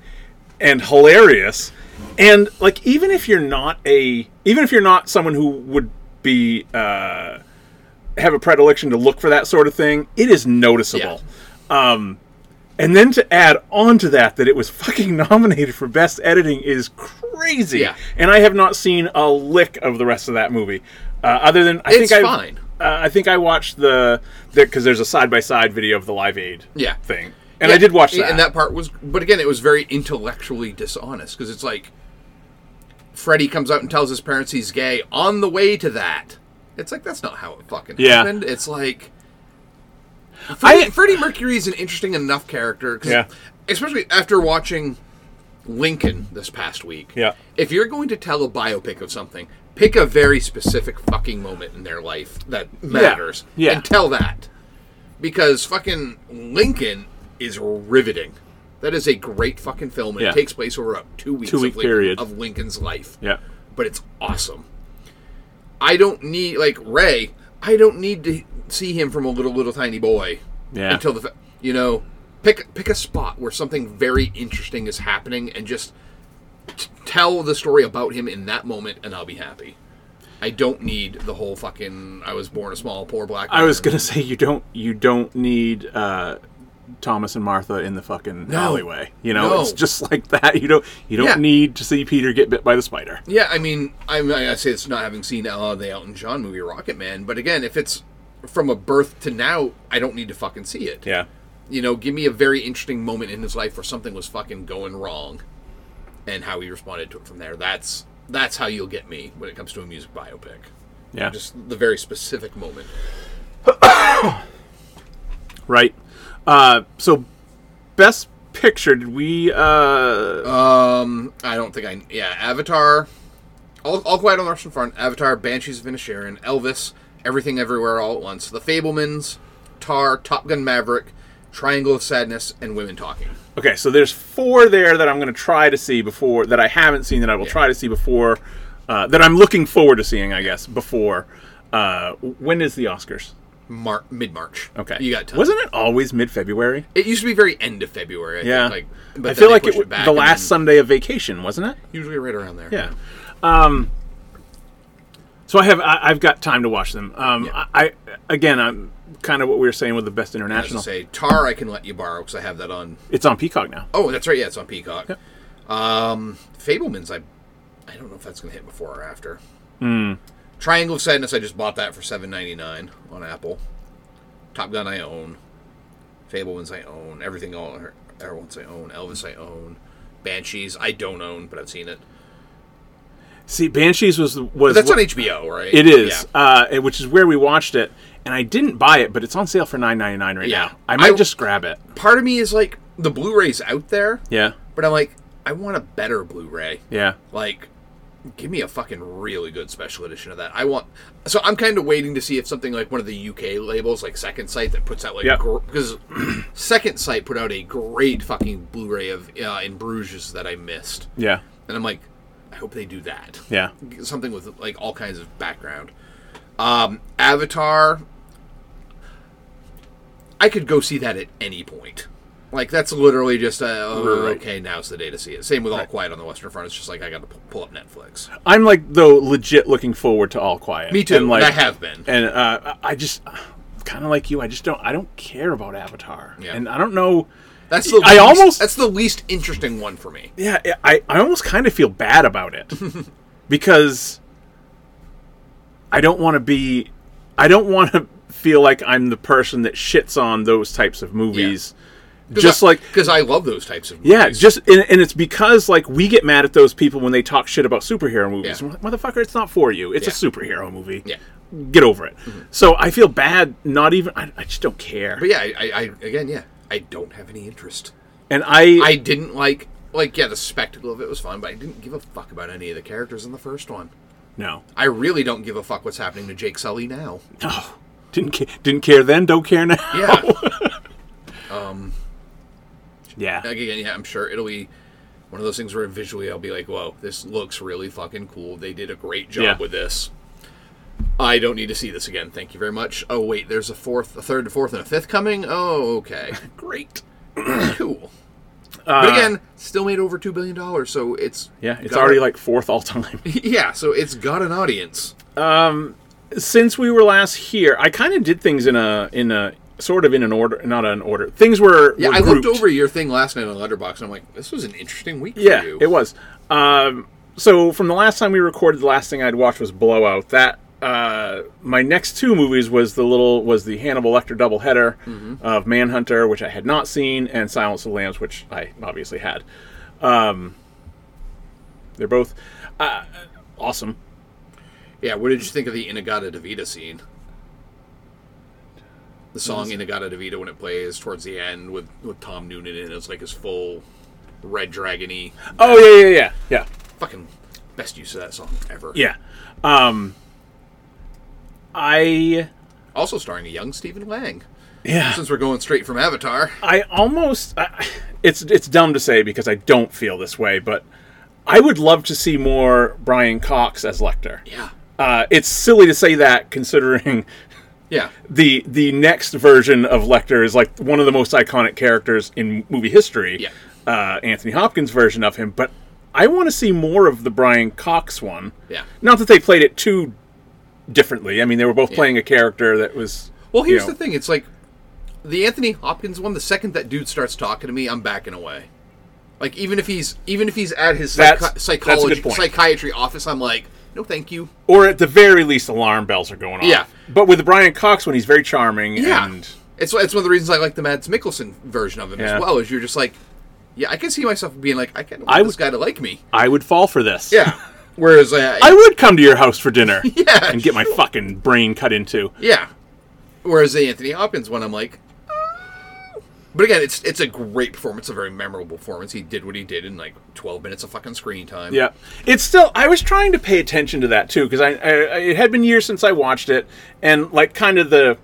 G: and hilarious. And like even if you're not a even if you're not someone who would be uh have a predilection to look for that sort of thing, it is noticeable. Um and then to add on to that that it was fucking nominated for best editing is crazy.
H: Yeah.
G: And I have not seen a lick of the rest of that movie. Uh, other than I
H: It's
G: think I
H: fine.
G: uh, I think I watched the because there's a side by side video of the Live Aid
H: Yeah.
G: thing, and I
H: Yeah,
G: did watch that.
H: And that part was, but again, it was very intellectually dishonest because it's like Freddie comes out and tells his parents he's gay on the way to that. It's like that's not how it fucking
G: Yeah.
H: happened. It's like Freddie,
G: I-
H: Freddie Mercury is an interesting enough character, 'cause-
G: Yeah.
H: especially after watching Lincoln this past week.
G: Yeah.
H: if you're going to tell a biopic of something, pick a very specific fucking moment in their life that matters,
G: Yeah.
H: and tell that because fucking Lincoln is riveting. That is a great fucking film, and
G: Yeah.
H: it takes place over a two weeks
G: Two-week
H: of, Lincoln,
G: period.
H: of Lincoln's life.
G: yeah,
H: but it's awesome. I don't need like Ray. I don't need to see him from a little little tiny boy
G: Yeah.
H: until the fa- you know pick pick a spot where something very interesting is happening and just t- tell the story about him in that moment, and I'll be happy. I don't need the whole fucking. I was born a small, poor black.
G: I was
H: man."
G: gonna say you don't you don't need uh, Thomas and Martha in the fucking
H: No.
G: alleyway. You know,
H: No.
G: it's just like that. You don't you don't
H: Yeah.
G: need to see Peter get bit by the spider.
H: Yeah, I mean, I, mean, I say it's not having seen uh, the Elton John movie Rocket Man, but again, if it's from a birth to now, I don't need to fucking see it.
G: Yeah,
H: You know, give me a very interesting moment in his life where something was fucking going wrong, and how he responded to it from there. That's that's how you'll get me when it comes to a music biopic.
G: yeah,
H: Just the very specific moment.
G: right. Uh, so best picture did we? Uh,
H: Um, I don't think I. Yeah, Avatar, all, all Quiet on the Russian Front, Avatar, Banshees of Inisherin, Elvis, Everything Everywhere All at Once, The Fablemans, Tar, Top Gun Maverick, Triangle of Sadness, and Women Talking.
G: Okay, so there's four there that I'm going to try to see before that I haven't seen that I will
H: Yeah.
G: try to see before uh, that I'm looking forward to seeing, I guess, before. Uh, when is the Oscars?
H: Mar- Mid March.
G: Okay,
H: you got time.
G: Wasn't it always mid-February?
H: It used to be very end of February. I
G: Yeah,
H: think, like,
G: I
H: but
G: feel
H: then they
G: like it,
H: pushed
G: w-
H: back
G: the
H: and
G: last
H: then-
G: Sunday of vacation, wasn't it?
H: usually right around there.
G: Yeah. Um, so I have I, I've got time to watch them. Um,
H: Yeah.
G: I, I again I'm kind of what we were saying with the best
H: I was
G: international.
H: gonna say Tar, I can let you borrow because I have that on.
G: It's on Peacock now.
H: Oh, that's right. Yeah, it's on Peacock. Um, Fablemans, I, I don't know if that's gonna hit before or after.
G: Hmm.
H: Triangle of Sadness, I just bought that for seven ninety nine on Apple. Top Gun, I own. Fablemans, I own. Everything all Everyone's I own. Elvis, I own. Banshees, I don't own, but I've seen it.
G: See, Banshees was was
H: But that's on HBO, right?
G: It is,
H: Yeah.
G: uh, and- which is where we watched it, and I didn't buy it, but it's on sale for nine ninety nine right
H: Yeah.
G: now. I might
H: I-
G: just grab it.
H: Part of me is like the Blu-ray's out there,
G: Yeah,
H: but I'm like, I want a better Blu-ray.
G: yeah,
H: Like, give me a fucking really good special edition of that. I want. So I'm kind of waiting to see if something like one of the UK labels, like Second Sight, that puts out like
G: Yep.
H: because Second Sight put out a great fucking Blu-ray of uh, In Bruges that I missed,
G: yeah,
H: and I'm like, I hope they do that.
G: yeah.
H: something with like all kinds of background. Um, Avatar, I could go see that at any point. Like that's literally just a oh,
G: Right.
H: okay. Now's the day to see it. Same with All Quiet on the Western Front. It's just like I got to pull up Netflix.
G: I'm like though legit looking forward to All Quiet.
H: Me too.
G: And like
H: I have been.
G: and uh, I just kind of like you. I just don't. I don't care about Avatar,
H: Yeah.
G: and I don't know.
H: That's the
G: I
H: least-
G: almost-
H: that's the least interesting one for me.
G: Yeah, I I almost kind of feel bad about it because I don't want to be. I don't want to feel like I'm the person that shits on those types of movies. Just like
H: because I love those types of movies.
G: Yeah, just and, and it's because like we get mad at those people when they talk shit about superhero movies.
H: Yeah.
G: We're like, Motherfucker, it's not for you. It's
H: Yeah.
G: a superhero movie.
H: Yeah. Mm-hmm.
G: get over it. So I feel bad. Not even. I, I just don't care.
H: but yeah, I, I, I again, yeah, I don't have any interest.
G: and I,
H: I didn't like like yeah, the spectacle of it was fun, but I didn't give a fuck about any of the characters in the first one.
G: no,
H: I really don't give a fuck what's happening to Jake Sully now.
G: no, didn't ca- didn't care then. Don't care now.
H: Yeah.
G: yeah.
H: Like, Again, yeah, I'm sure it'll be one of those things where visually I'll be like, whoa, this looks really fucking cool. They did a great job
G: Yeah.
H: with this. I don't need to see this again. Thank you very much. Oh, wait, there's a fourth, a third, a fourth, and a fifth coming? Oh, okay.
G: Great.
H: cool. but again, still made over $2 billion, so it's.
G: Uh, Yeah, it's
H: got
G: already
H: a-
G: like fourth all time.
H: Yeah, so it's got an audience.
G: Since we were last here, I kind of did things in a in a sort of in an order, not an order. Things were
H: Yeah,
G: were
H: I looked
G: grouped.
H: over your thing last night on Letterboxd, and I'm like, this was an interesting week
G: Yeah,
H: for you.
G: it was. Um, so from the last time we recorded, the last thing I'd watched was Blowout. That uh, my next two movies was the little was the Hannibal Lecter doubleheader
H: Mm-hmm.
G: of Manhunter, which I had not seen, and Silence of the Lambs, which I obviously had. Um, they're both uh, awesome.
H: Yeah, what did you think of the Inagata Devita scene? The song Inagata Devita when it plays towards the end with, with Tom Noonan in it, it's like his full red dragony.
G: Oh yeah, yeah, yeah, yeah.
H: Fucking best use of that song ever.
G: Yeah. Um, I
H: Also starring a young Stephen Lang.
G: yeah.
H: Since we're going straight from Avatar.
G: I almost I, it's it's dumb to say because I don't feel this way, but I would love to see more Brian Cox as Lecter.
H: Yeah.
G: Uh, it's silly to say that considering
H: Yeah.
G: the the next version of Lecter is like one of the most iconic characters in movie history.
H: Yeah.
G: Uh, Anthony Hopkins' version of him, but I want to see more of the Brian Cox one.
H: Yeah.
G: Not that they played it too differently. I mean, they were both playing a character that was
H: Well,
G: you
H: here's
G: know-
H: the thing. It's like the Anthony Hopkins one. The second that dude starts talking to me, I'm backing away. Like even if he's even if he's at his
G: That's-
H: psychi-
G: that's a good
H: psychology
G: point.
H: psychiatry office, I'm like, no, thank you.
G: or at the very least, alarm bells are going off.
H: Yeah.
G: But with Brian Cox, when he's very charming,
H: Yeah,
G: and
H: it's it's one of the reasons I like the Mads Mikkelsen version of him
G: Yeah.
H: as well. Is you're just like, yeah, I can see myself being like, I can want
G: I
H: this
G: would-
H: guy to like me.
G: I would fall for this.
H: Yeah. Whereas, uh,
G: I would come to your house for dinner.
H: Yeah,
G: and get my fucking brain cut into.
H: yeah. Whereas the Anthony Hopkins one, I'm like. "Oh." But again, it's it's a great performance, a very memorable performance. He did what he did in like twelve minutes of fucking screen time.
G: Yeah, it's still. I was trying to pay attention to that too because I, I I- it had been years since I watched it, and like kind of the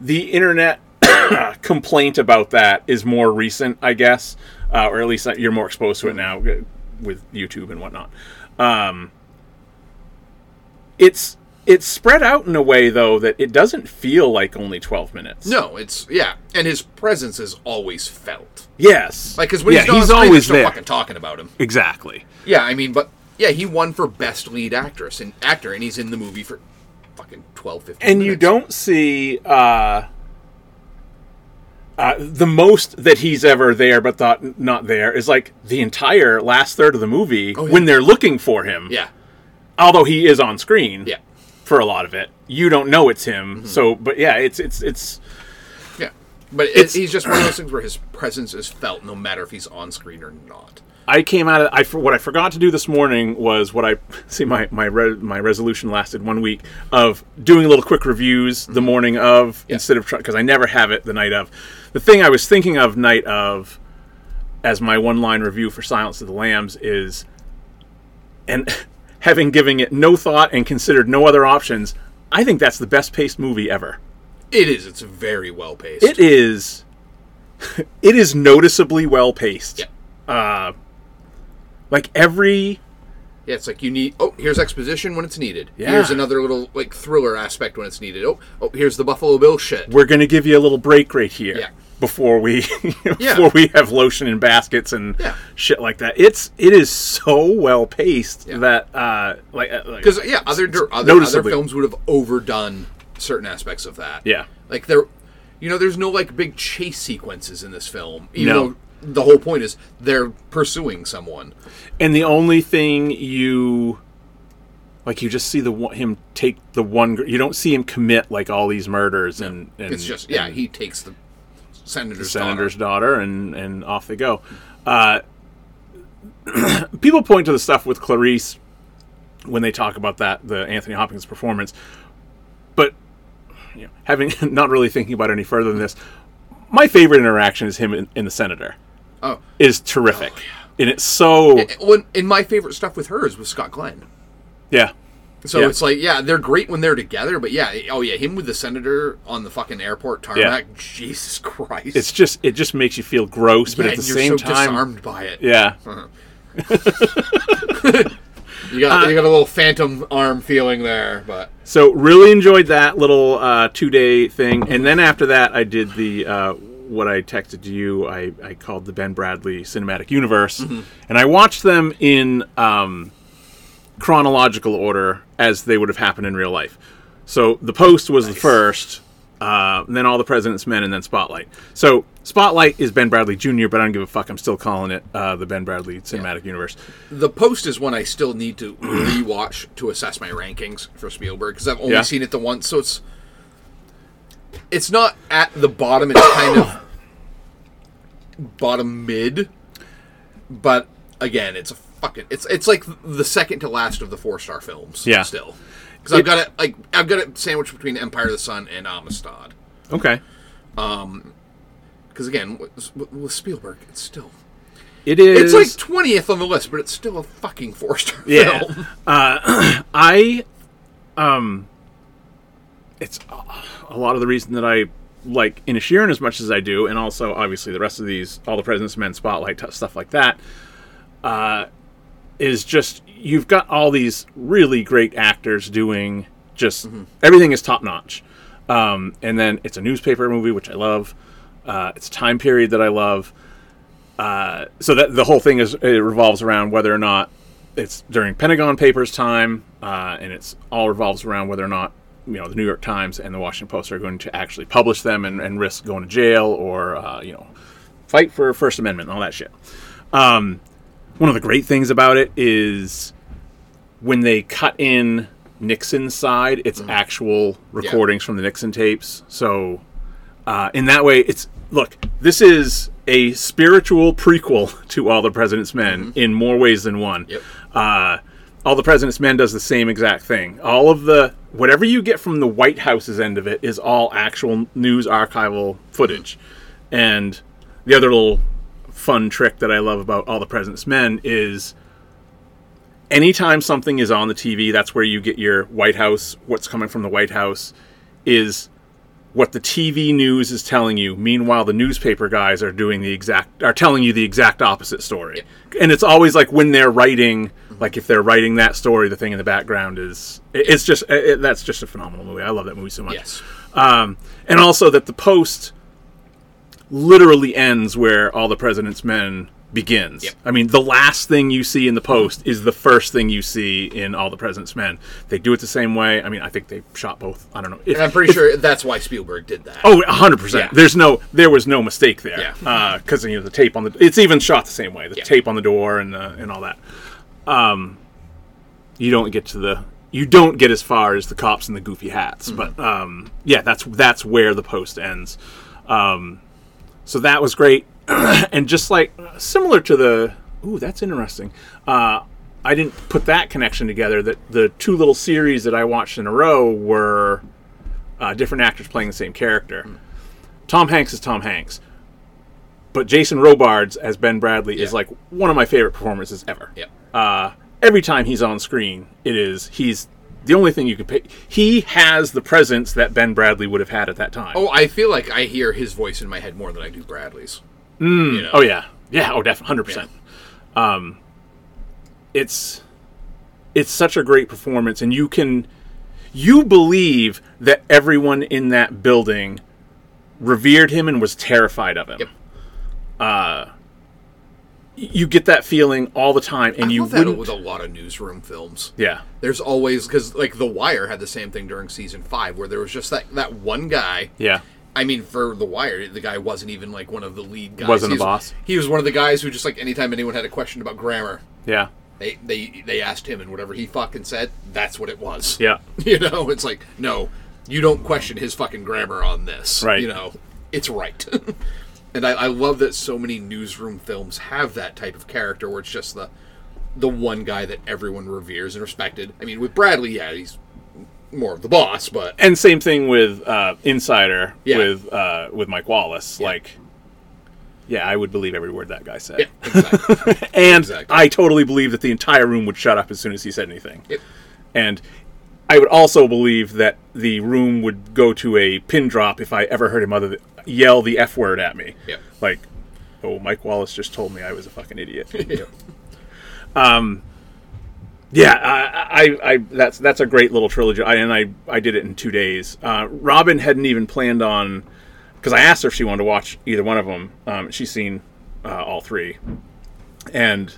G: the internet complaint about that is more recent, I guess, uh, or at least you're more exposed to it now uh, with YouTube and whatnot. Um, it's it's spread out in a way though that it doesn't feel like only twelve minutes.
H: No, it's yeah, and his presence is always felt.
G: Yes.
H: Like because when
G: yeah,
H: he's, not on
G: he's
H: screen, they're
G: always
H: still
G: there.
H: fucking talking about him.
G: Exactly.
H: Yeah, I mean, but yeah, he won for best lead actress and actor, and he's in the movie for fucking 12, 15
G: and you
H: minutes.
G: don't see uh, uh, the most that he's ever there, but thought not there is like the entire last third of the movie
H: Oh, yeah.
G: when they're looking for him.
H: Yeah,
G: although he is on screen.
H: yeah, Mm-hmm.
G: for a lot of it, you don't know it's him. So, but yeah, it's it's it's
H: yeah. But it,
G: It's-
H: he's just one of those things where his presence is felt, no matter if he's on screen or not.
G: I came out of I for what I forgot to do this morning was what I see my my re, my resolution lasted one week of doing little quick reviews the morning of instead of because I never have it the night of. The thing I was thinking of night of as my one line review for Silence of the Lambs is and having given it no thought and considered no other options, I think that's the best paced movie ever.
H: It is. It's very well paced.
G: It is it is noticeably well paced.
H: Yeah.
G: Like every
H: Yeah, it's like you need. Oh, here's exposition when it's needed.
G: Yeah.
H: Here's another little like thriller aspect when it's needed. Oh, oh, here's the Buffalo Bill shit.
G: we're going to give you a little break right here
H: Yeah.
G: before we before
H: Yeah.
G: we have lotion and baskets and
H: Yeah.
G: shit like that. It's it is so well paced
H: Yeah.
G: that uh like uh, like-
H: Because yeah, other dir- other, other
G: noticeably.
H: films would have overdone certain aspects of that.
G: Yeah.
H: like there, you know, there's no like big chase sequences in this film. Even
G: No.
H: though the whole point is they're pursuing someone.
G: and the only thing you like you just see the one, him take the one gr- you don't see him commit like all these murders and, and
H: It's just yeah,
G: and
H: he takes the senator's,
G: senator's
H: daughter.
G: daughter and and off they go. Uh people point to the stuff with Clarice when they talk about that the Anthony Hopkins performance, but you know, having not really thinking about it any further than this, my favorite interaction is him in, in the senator
H: Oh,
G: is terrific, and it's so
H: and, when, and my favorite stuff with her is with Scott Glenn.
G: yeah.
H: So
G: Yeah.
H: it's like, yeah, they're great when they're together, but yeah, oh yeah, him with the senator on the fucking airport tarmac, Jesus Christ!
G: It's just it just makes you feel gross, but
H: yeah,
G: at the
H: and you're
G: same
H: so
G: time,
H: disarmed by it.
G: yeah,
H: You
G: Uh,
H: got you got a little phantom arm feeling there, but
G: So really enjoyed that little uh, two day thing, and then after that, I did the uh, what I texted you. I, I called the Ben Bradley Cinematic Universe,
H: Mm-hmm.
G: and I watched them in um, chronological order as they would have happened in real life. So the post was the first, uh, and then all the President's Men, and then Spotlight. So Spotlight is Ben Bradley Jr., but I don't give a fuck. I'm still calling it uh, the Ben Bradley Cinematic Universe.
H: the post is one I still need to rewatch to assess my rankings for Spielberg because I've only
G: Yeah.
H: seen it the once, so it's it's not at the bottom. It's kind of bottom mid, but again, it's a fucking it's it's like the second to last of the four star films.
G: Yeah.
H: still because I've got it like I've got it sandwiched between Empire of the Sun and Amistad.
G: Okay,
H: Because again, with, with Spielberg, it's still
G: it is.
H: it's like twentieth on the list, but it's still a fucking four star
G: Yeah.
H: film.
G: I um it's uh, a lot of the reason that I like Inishirin as much as I do and also obviously the rest of these all the president's men spotlight t- stuff like that uh is just you've got all these really great actors doing just everything is top notch. Um and then it's a newspaper movie which I love. Uh it's a time period that I love Uh, so that the whole thing is it revolves around whether or not it's during Pentagon Papers time, uh, and it's all revolves around whether or not you know the New York Times and the Washington Post are going to actually publish them and, and risk going to jail or uh, you know fight for First Amendment and all that shit. Um, one of the great things about it is when they cut in Nixon's side, it's actual recordings from the Nixon tapes. So uh, in that way, it's look. This is a spiritual prequel to All the President's Men in more ways than one.
H: Yep.
G: Uh, All the President's Men does the same exact thing. All of the whatever you get from the White House's end of it is all actual news archival footage. And the other little fun trick that I love about All the President's Men is anytime something is on the TV, that's where you get your White House. What's coming from the White House is what the TV news is telling you. Meanwhile, the newspaper guys are doing the exact are telling you the exact opposite story. And it's always like when they're writing, like if they're writing that story, the thing in the background is it- it's just it, it- that's just a phenomenal movie. I love that movie so much.
H: Yes.
G: Um, and also that the post literally ends where all the president's men begins.
H: Yep.
G: I mean, the last thing you see in the post is the first thing you see in all the president's men. They do it the same way. I mean, I think they shot both. I don't know. If-
H: And I'm pretty sure that's why Spielberg did that.
G: Oh, 100%.
H: Yeah.
G: There's no there was no mistake there.
H: Yeah.
G: Yeah. Cuz you know the tape on the it's even shot the same way. The
H: Yeah.
G: tape on the door and uh, and all that. Um you don't get to the you don't get as far as the cops and the goofy hats,
H: Mm-hmm.
G: but um yeah, that's that's where the post ends. Um so that was great. and just like similar to the Ooh, that's interesting. Uh, I didn't put that connection together. That the two little series that I watched in a row were uh, different actors playing the same character.
H: Hmm.
G: Tom Hanks is Tom Hanks, but Jason Robards as Ben Bradley is
H: Yeah.
G: like one of my favorite performances ever.
H: Yeah.
G: Uh, every time he's on screen, it is he's the only thing you could pick. He has the presence that Ben Bradley would have had at that time.
H: Oh, I feel like I hear his voice in my head more than I do Bradley's. You know?
G: Oh yeah, yeah. Oh, definitely, hundred percent. Um, it's it's such a great performance, and you can you believe that everyone in that building revered him and was terrified of him.
H: Yep.
G: Uh, you get that feeling all the time, and
H: I
G: you
H: love that
G: wouldn't.
H: with a lot of newsroom films.
G: yeah,
H: There's always because like The Wire had the same thing during season five, where there was just that that one guy.
G: yeah,
H: I mean, for The Wire, the guy wasn't even like one of the lead guys.
G: Wasn't a
H: he was,
G: boss.
H: He was one of the guys who just like anytime anyone had a question about grammar,
G: yeah,
H: they they they asked him, and whatever he fucking said, that's what it was.
G: yeah.
H: You know, it's like no, you don't question his fucking grammar on this.
G: Right.
H: You know, it's right. and I, I love that so many newsroom films have that type of character where it's just the the one guy that everyone reveres and respected. I mean, with Bradley, yeah, he's more of the boss, but
G: And same thing with uh, Insider
H: Yeah.
G: with uh, with Mike Wallace. Like, yeah, I would believe every word that guy said.
H: yeah, exactly.
G: And
H: Exactly.
G: I totally believe that the entire room would shut up as soon as he said anything.
H: Yep.
G: And I would also believe that the room would go to a pin drop if I ever heard him other th- yell the F word at me.
H: Yep.
G: Like, oh, Mike Wallace just told me I was a fucking idiot.
H: Yeah.
G: yeah, I, I, I, that's that's a great little trilogy. I, and I, I did it in two days. Uh, Robin hadn't even planned on, because I asked her if she wanted to watch either one of them. Um, she's seen uh, all three. And.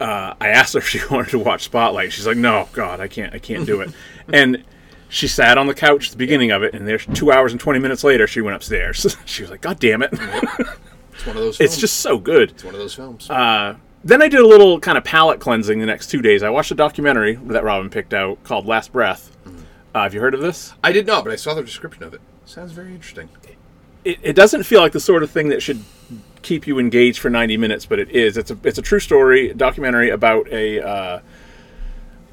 G: uh, I asked her if she wanted to watch Spotlight. She's like, "No, God, I can't. I can't do it." and she sat on the couch at the beginning of it, and there's two hours and twenty minutes later, she went upstairs. she was like, "God damn it!
H: It's one of those. Films.
G: it's just uh, so good."
H: It's one of those films.
G: Then I did a little kind of palate cleansing the next two days. I watched a documentary that Robin picked out called "Last Breath." Uh, have you heard of this?
H: I did not, but I saw the description of it. Sounds very interesting.
G: it, it doesn't feel like the sort of thing that should keep you engaged for 90 minutes but it is it's a it's a true story documentary about a uh,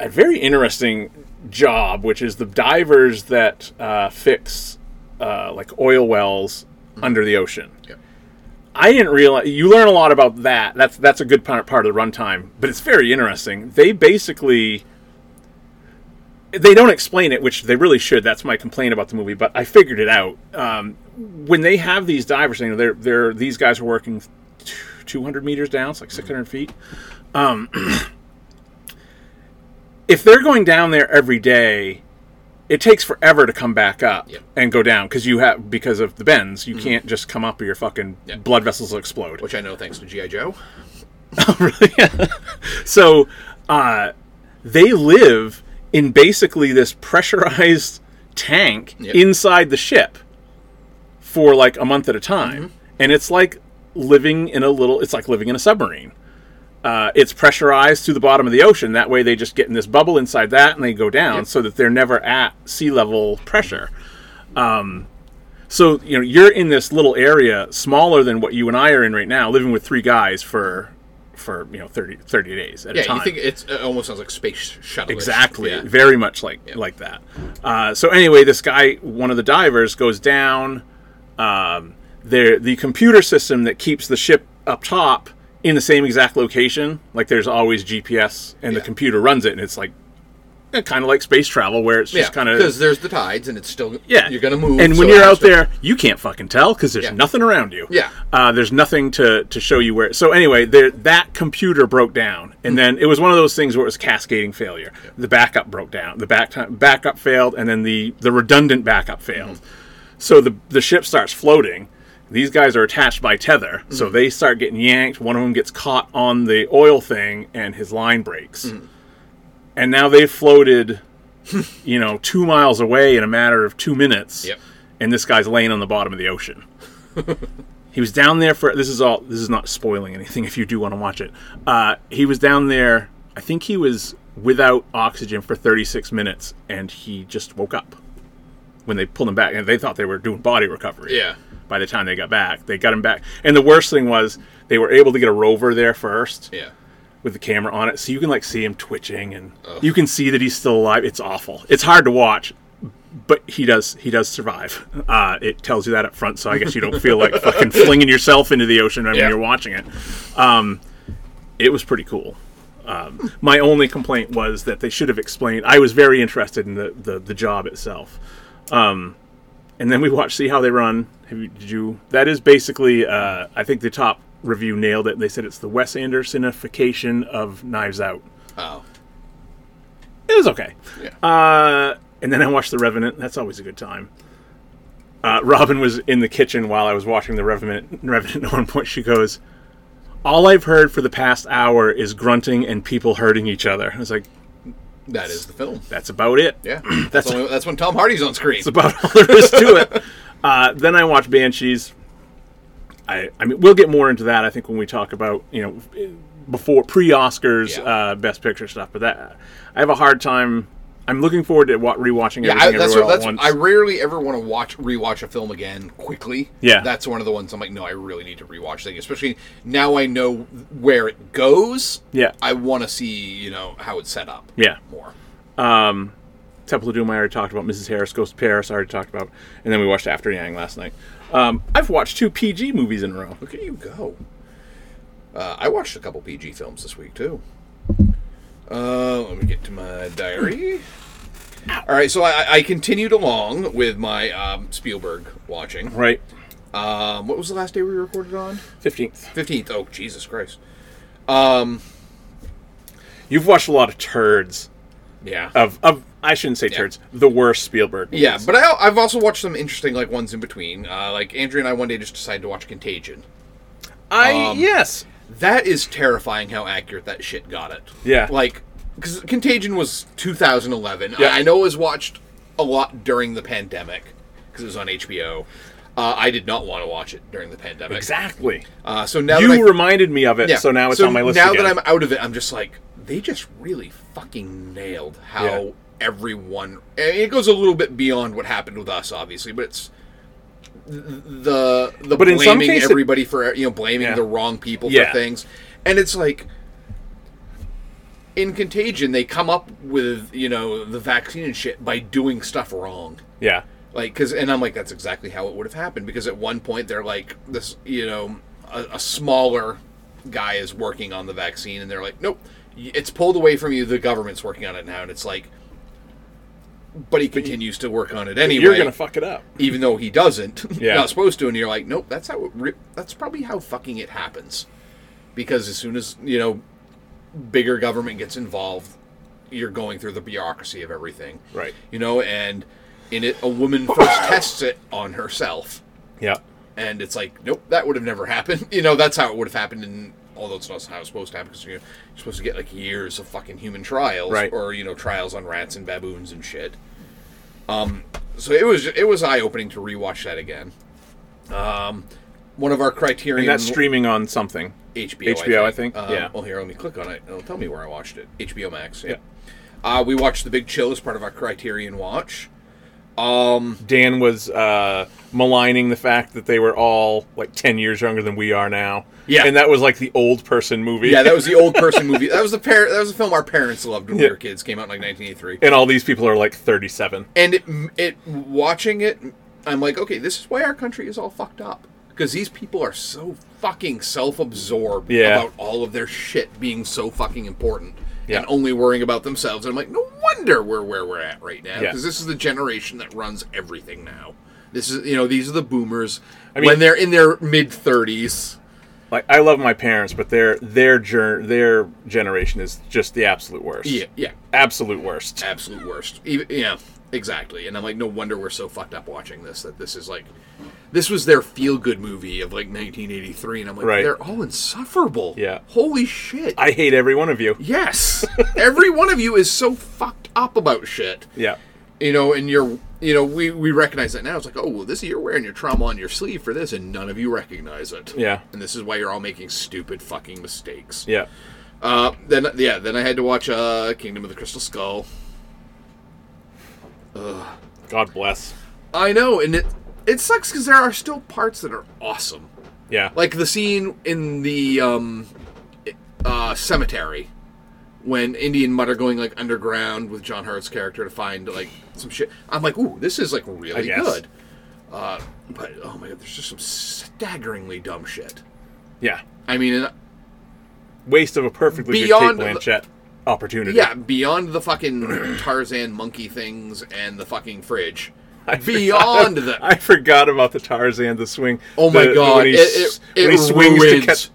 G: a very interesting job which is the divers that uh, fix uh, like oil wells under the ocean
H: Hmm. Yep.
G: I didn't realize you learn a lot about that. That's that's a good part part of the runtime, but it's very interesting. They basically they don't explain it, which they really should. That's my complaint about the movie, but I figured it out. Um, when they have these divers, you know, they're they're these guys are working t- 200 meters down,
H: Hmm.
G: it's like 600 feet. Um, if they're going down there every day, it takes forever to come back up
H: Yep.
G: and go down because you have because of the bends, you can't just come up or your fucking
H: Mm-hmm. Yeah.
G: blood vessels will explode.
H: Which I know thanks to G.I. Joe.
G: So uh, they live in basically this pressurized tank
H: Yeah.
G: inside the ship for like a month at a time,
H: Mm-hmm.
G: and it's like living in a little. It's like living in a submarine. Uh, it's pressurized to the bottom of the ocean. That way, they just get in this bubble inside that, and they go down so that they're never at sea level pressure. Um, So you know you're in this little area smaller than what you and I are in right now, living with three guys for for you know 30, 30 days at a
H: Yeah,
G: time.
H: you think it's, it almost sounds like space shuttle.
G: exactly,
H: Yeah.
G: very much like like that. Uh, so anyway, this guy, one of the divers, goes down. Um, there, the computer system that keeps the ship up top in the same exact location, like there's always GPS, and the
H: Yeah.
G: computer runs it, and it's like kind of like space travel, where it's
H: Yeah,
G: just kind of
H: because there's the tides and it's still
G: yeah,
H: you're gonna move.
G: And when
H: so
G: you're
H: it has
G: out
H: to-
G: there, you can't fucking tell because there's
H: Yeah.
G: nothing around you.
H: Yeah.
G: uh, there's nothing to to show you where. So anyway, there, that computer broke down,
H: Hmm.
G: and then it was one of those things where it was cascading failure. The backup broke down. The back backup failed, and then the the redundant backup
H: Hmm.
G: failed. So the the ship starts floating. These guys are attached by tether, so
H: Hmm.
G: they start getting yanked. One of them gets caught on the oil thing, and his line breaks.
H: Hmm.
G: And now they've floated, you know, two miles away in a matter of two minutes.
H: Yep.
G: And this guy's laying on the bottom of the ocean. he was down there for this is all this is not spoiling anything if you do want to watch it. Uh, he was down there. I think he was without oxygen for 36 minutes, and he just woke up when they pulled him back, and they thought they were doing body recovery.
H: Yeah.
G: By the time they got back, they got him back, and the worst thing was They were able to get a rover there first
H: Yeah.
G: with the camera on it, so you can like see him twitching and you can see that he's still alive. It's awful. It's hard to watch, but he does he does survive. Uh, it tells you that up front, so I guess you don't feel like fucking flinging yourself into the ocean when
H: Yeah.
G: you're watching it. Um, it was pretty cool. Um, my only complaint was that they should have explained. I was very interested in the the, the job itself. Um, and then we watched see how they run. Have you, did you? That is basically. Uh, I think the top review nailed it. They said it's the Wes Andersonification of Knives Out.
H: Oh.
G: It was okay.
H: Yeah.
G: Uh, and then I watched The Revenant. That's always a good time. Uh, Robin was in the kitchen while I was watching The Revenant. Revenant. At one point, she goes, "All I've heard for the past hour is grunting and people hurting each other." I was like,
H: that is the film.
G: "That's about it."
H: Yeah.
G: That's-
H: That's only, that's when Tom Hardy's on screen.
G: That's about all there is to it. Uh, then I watch Banshees. I, I mean, we'll get more into that. I think when we talk about you know before pre Oscars
H: Yeah.
G: uh, Best Picture stuff. But that I have a hard time. I'm looking forward to wa- rewatching everything
H: Yeah, I, that's
G: everywhere
H: what,
G: all at
H: that's.
G: once.
H: I rarely ever want to watch rewatch a film again quickly.
G: Yeah.
H: that's one of the ones I'm like, no, I really need to rewatch thing. Especially now I know where it goes.
G: Yeah.
H: I want to see you know how it's set up.
G: Yeah.
H: more.
G: Temple of Doom, I already talked about. Mrs. Harris, Goes to Paris, I already talked about. And then we watched After Yang last night. Um, I've watched two PG movies in a row.
H: Look at you go. Uh, I watched a couple PG films this week too. Uh, let me get to my diary. All right, so I, I continued along with my um, Spielberg watching.
G: Right.
H: Um, what was the last day we recorded on?
G: 15th.
H: Fifteenth. Oh, Jesus Christ.
G: You've watched a lot of turds.
H: Yeah.
G: Of, of I shouldn't say turds. The worst Spielberg movies.
H: Yeah, but I, I've also watched some interesting like ones in between. Uh, like Andrew and I one day just decided to watch Contagion.
G: I,
H: um,
G: yes.
H: That is terrifying how accurate that shit got it.
G: Yeah.
H: like because Contagion was 2011.
G: Yeah.
H: I, I know it was watched a lot during the pandemic because it was on HBO. Uh, I did not want to watch it during the pandemic.
G: Exactly.
H: Uh, so now
G: you
H: that I-
G: reminded me of it,
H: Yeah.
G: so now it's on my list.
H: Now
G: again.
H: that I'm out of it, I'm just like they just really fucking nailed how
G: Yeah.
H: everyone. I mean, it goes a little bit beyond what happened with us, obviously, but it's the the
G: But in some
H: blaming
G: case it-
H: everybody for you know blaming
G: Yeah.
H: the wrong people
G: Yeah.
H: for things, and it's like. In Contagion, they come up with you know the vaccine and shit by doing stuff wrong
G: yeah.
H: like because and i'm like that's exactly how it would have happened because at one point they're like this you know a, a smaller guy is working on the vaccine and they're like nope y- it's pulled away from you the government's working on it now and it's like but he continues to work on it anyway
G: You're gonna fuck it up.
H: even though he doesn't
G: Yeah.
H: not supposed to and you're like nope that's how it re- that's probably how fucking it happens because as soon as you know bigger government gets involved you're going through the bureaucracy of everything
G: Right.
H: you know and in it a woman first tests it on herself
G: Yeah.
H: and it's like nope that would have never happened you know that's how it would have happened and although it's not how it's supposed to happen because you're, you're supposed to get like years of fucking human trials
G: Right.
H: or you know trials on rats and baboons and shit um so it was it was eye-opening to rewatch that again um one of our
G: And
H: criterion
G: that's streaming on something.
H: HBO.
G: HBO, I think,
H: Um,
G: yeah.
H: Well, here, let me click on it. and It'll tell me where I watched it. HBO Max.
G: Yeah.
H: Yeah. Uh, we watched The Big Chill as part of our Criterion watch.
G: Dan was uh, maligning the fact that they were all like ten years younger than we are now.
H: Yeah.
G: And that was like the old person movie.
H: Yeah, that was the old person movie. That was the par- That was a film our parents loved when
G: Yeah.
H: we were kids. Came out in like 1983.
G: and all these people are like thirty-seven.
H: And it, it watching it, I'm like, okay, this is why our country is all fucked up because these people are so fucking self-absorbed
G: Yeah.
H: about all of their shit being so fucking important
G: Yeah.
H: and only worrying about themselves. And I'm like, no wonder we're where we're at right now
G: Yeah.
H: because this is the generation that runs everything now. This is, you know, these are the boomers
G: mean-
H: when they're in their mid 30s.
G: Like I love my parents, but their their jour- their generation is just the absolute worst.
H: Yeah, yeah.
G: Absolute worst.
H: absolute worst. Even, yeah, exactly. And I'm like, no wonder we're so fucked up watching this. That this is like, this was their feel good movie of like 1983, and I'm like,
G: Right.
H: they're all insufferable.
G: Yeah.
H: Holy shit.
G: I hate every one of you.
H: yes. Every one of you is so fucked up about shit.
G: Yeah.
H: You know, and you're. You know, we, we recognize that now. It's like, oh well, this you're wearing your trauma on your sleeve for this, and none of you recognize it.
G: Yeah.
H: and this is why you're all making stupid fucking mistakes.
G: Yeah.
H: Uh, then yeah, then I had to watch uh, Kingdom of the Crystal Skull.
G: God bless.
H: I know, and it it sucks because there are still parts that are awesome.
G: Yeah.
H: Like the scene in the um, uh, cemetery when Indy and Mutt are going like underground with John Hart's character to find like some shit. I'm like, ooh, this is like really
G: guess.
H: good. Uh, but oh my god, there's just some staggeringly dumb shit.
G: yeah.
H: I mean, and-
G: Waste of a perfectly
H: Beyond
G: good Kate Blanchett opportunity.
H: yeah, beyond the fucking Tarzan monkey things and the fucking fridge.
G: I
H: beyond
G: forgot,
H: the
G: I forgot about the Tarzan, the swing.
H: Oh my
G: the-
H: god!
G: When he,
H: it,
G: s-
H: it, it
G: when he swings to
H: ruins
G: catch.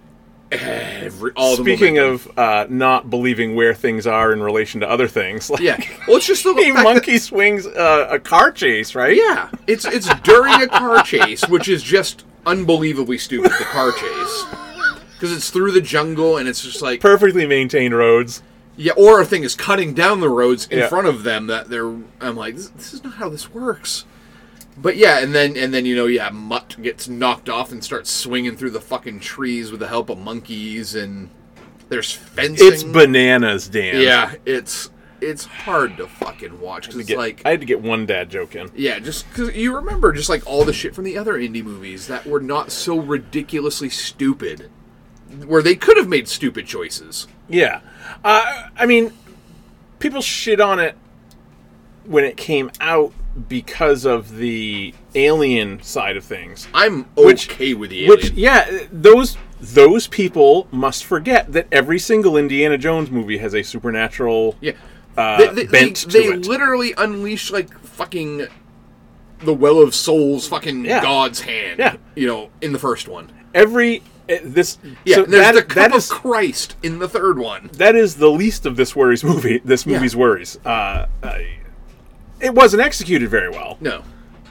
H: every, all the
G: Speaking
H: momentum.
G: of uh, not believing where things are in relation to other things, like
H: yeah, well, it's just the
G: he
H: fact that-
G: monkey swings uh, a car chase, right?
H: Yeah, it's it's during a car chase, which is just unbelievably stupid. The car chase because it's through the jungle and it's just like
G: perfectly maintained roads.
H: yeah, or a thing is cutting down the roads in
G: Yeah.
H: front of them that they're. I'm like, this, this is not how this works. But yeah, and then and then you know yeah, Mutt gets knocked off and starts swinging through the fucking trees with the help of monkeys and there's fencing.
G: It's bananas, Dan.
H: yeah, it's it's hard to fucking watch because
G: To
H: it's
G: get-
H: like
G: I had to get one dad joke in.
H: Yeah, just because you remember just like all the shit from the other indie movies that were not so ridiculously stupid, where they could have made stupid choices.
G: Yeah, uh, I mean, people shit on it when it came out because of the alien side of things.
H: I'm
G: Which-
H: okay with the
G: Which, e
H: alien.
G: yeah, those those people must forget that every single Indiana Jones movie has a supernatural.
H: yeah,
G: uh,
H: they, they,
G: bent
H: they,
G: to
H: they
G: it.
H: literally unleash like fucking the Well of Souls, fucking
G: Yeah.
H: God's hand.
G: Yeah.
H: you know, in the first one.
G: Every eh, this
H: Yeah,
G: so
H: and there's
G: that,
H: the cup
G: that
H: of
G: is
H: Christ in the third one.
G: that is the least of this worries movie. This
H: Yeah.
G: movie's worries. Uh, I- it wasn't executed very well,
H: No,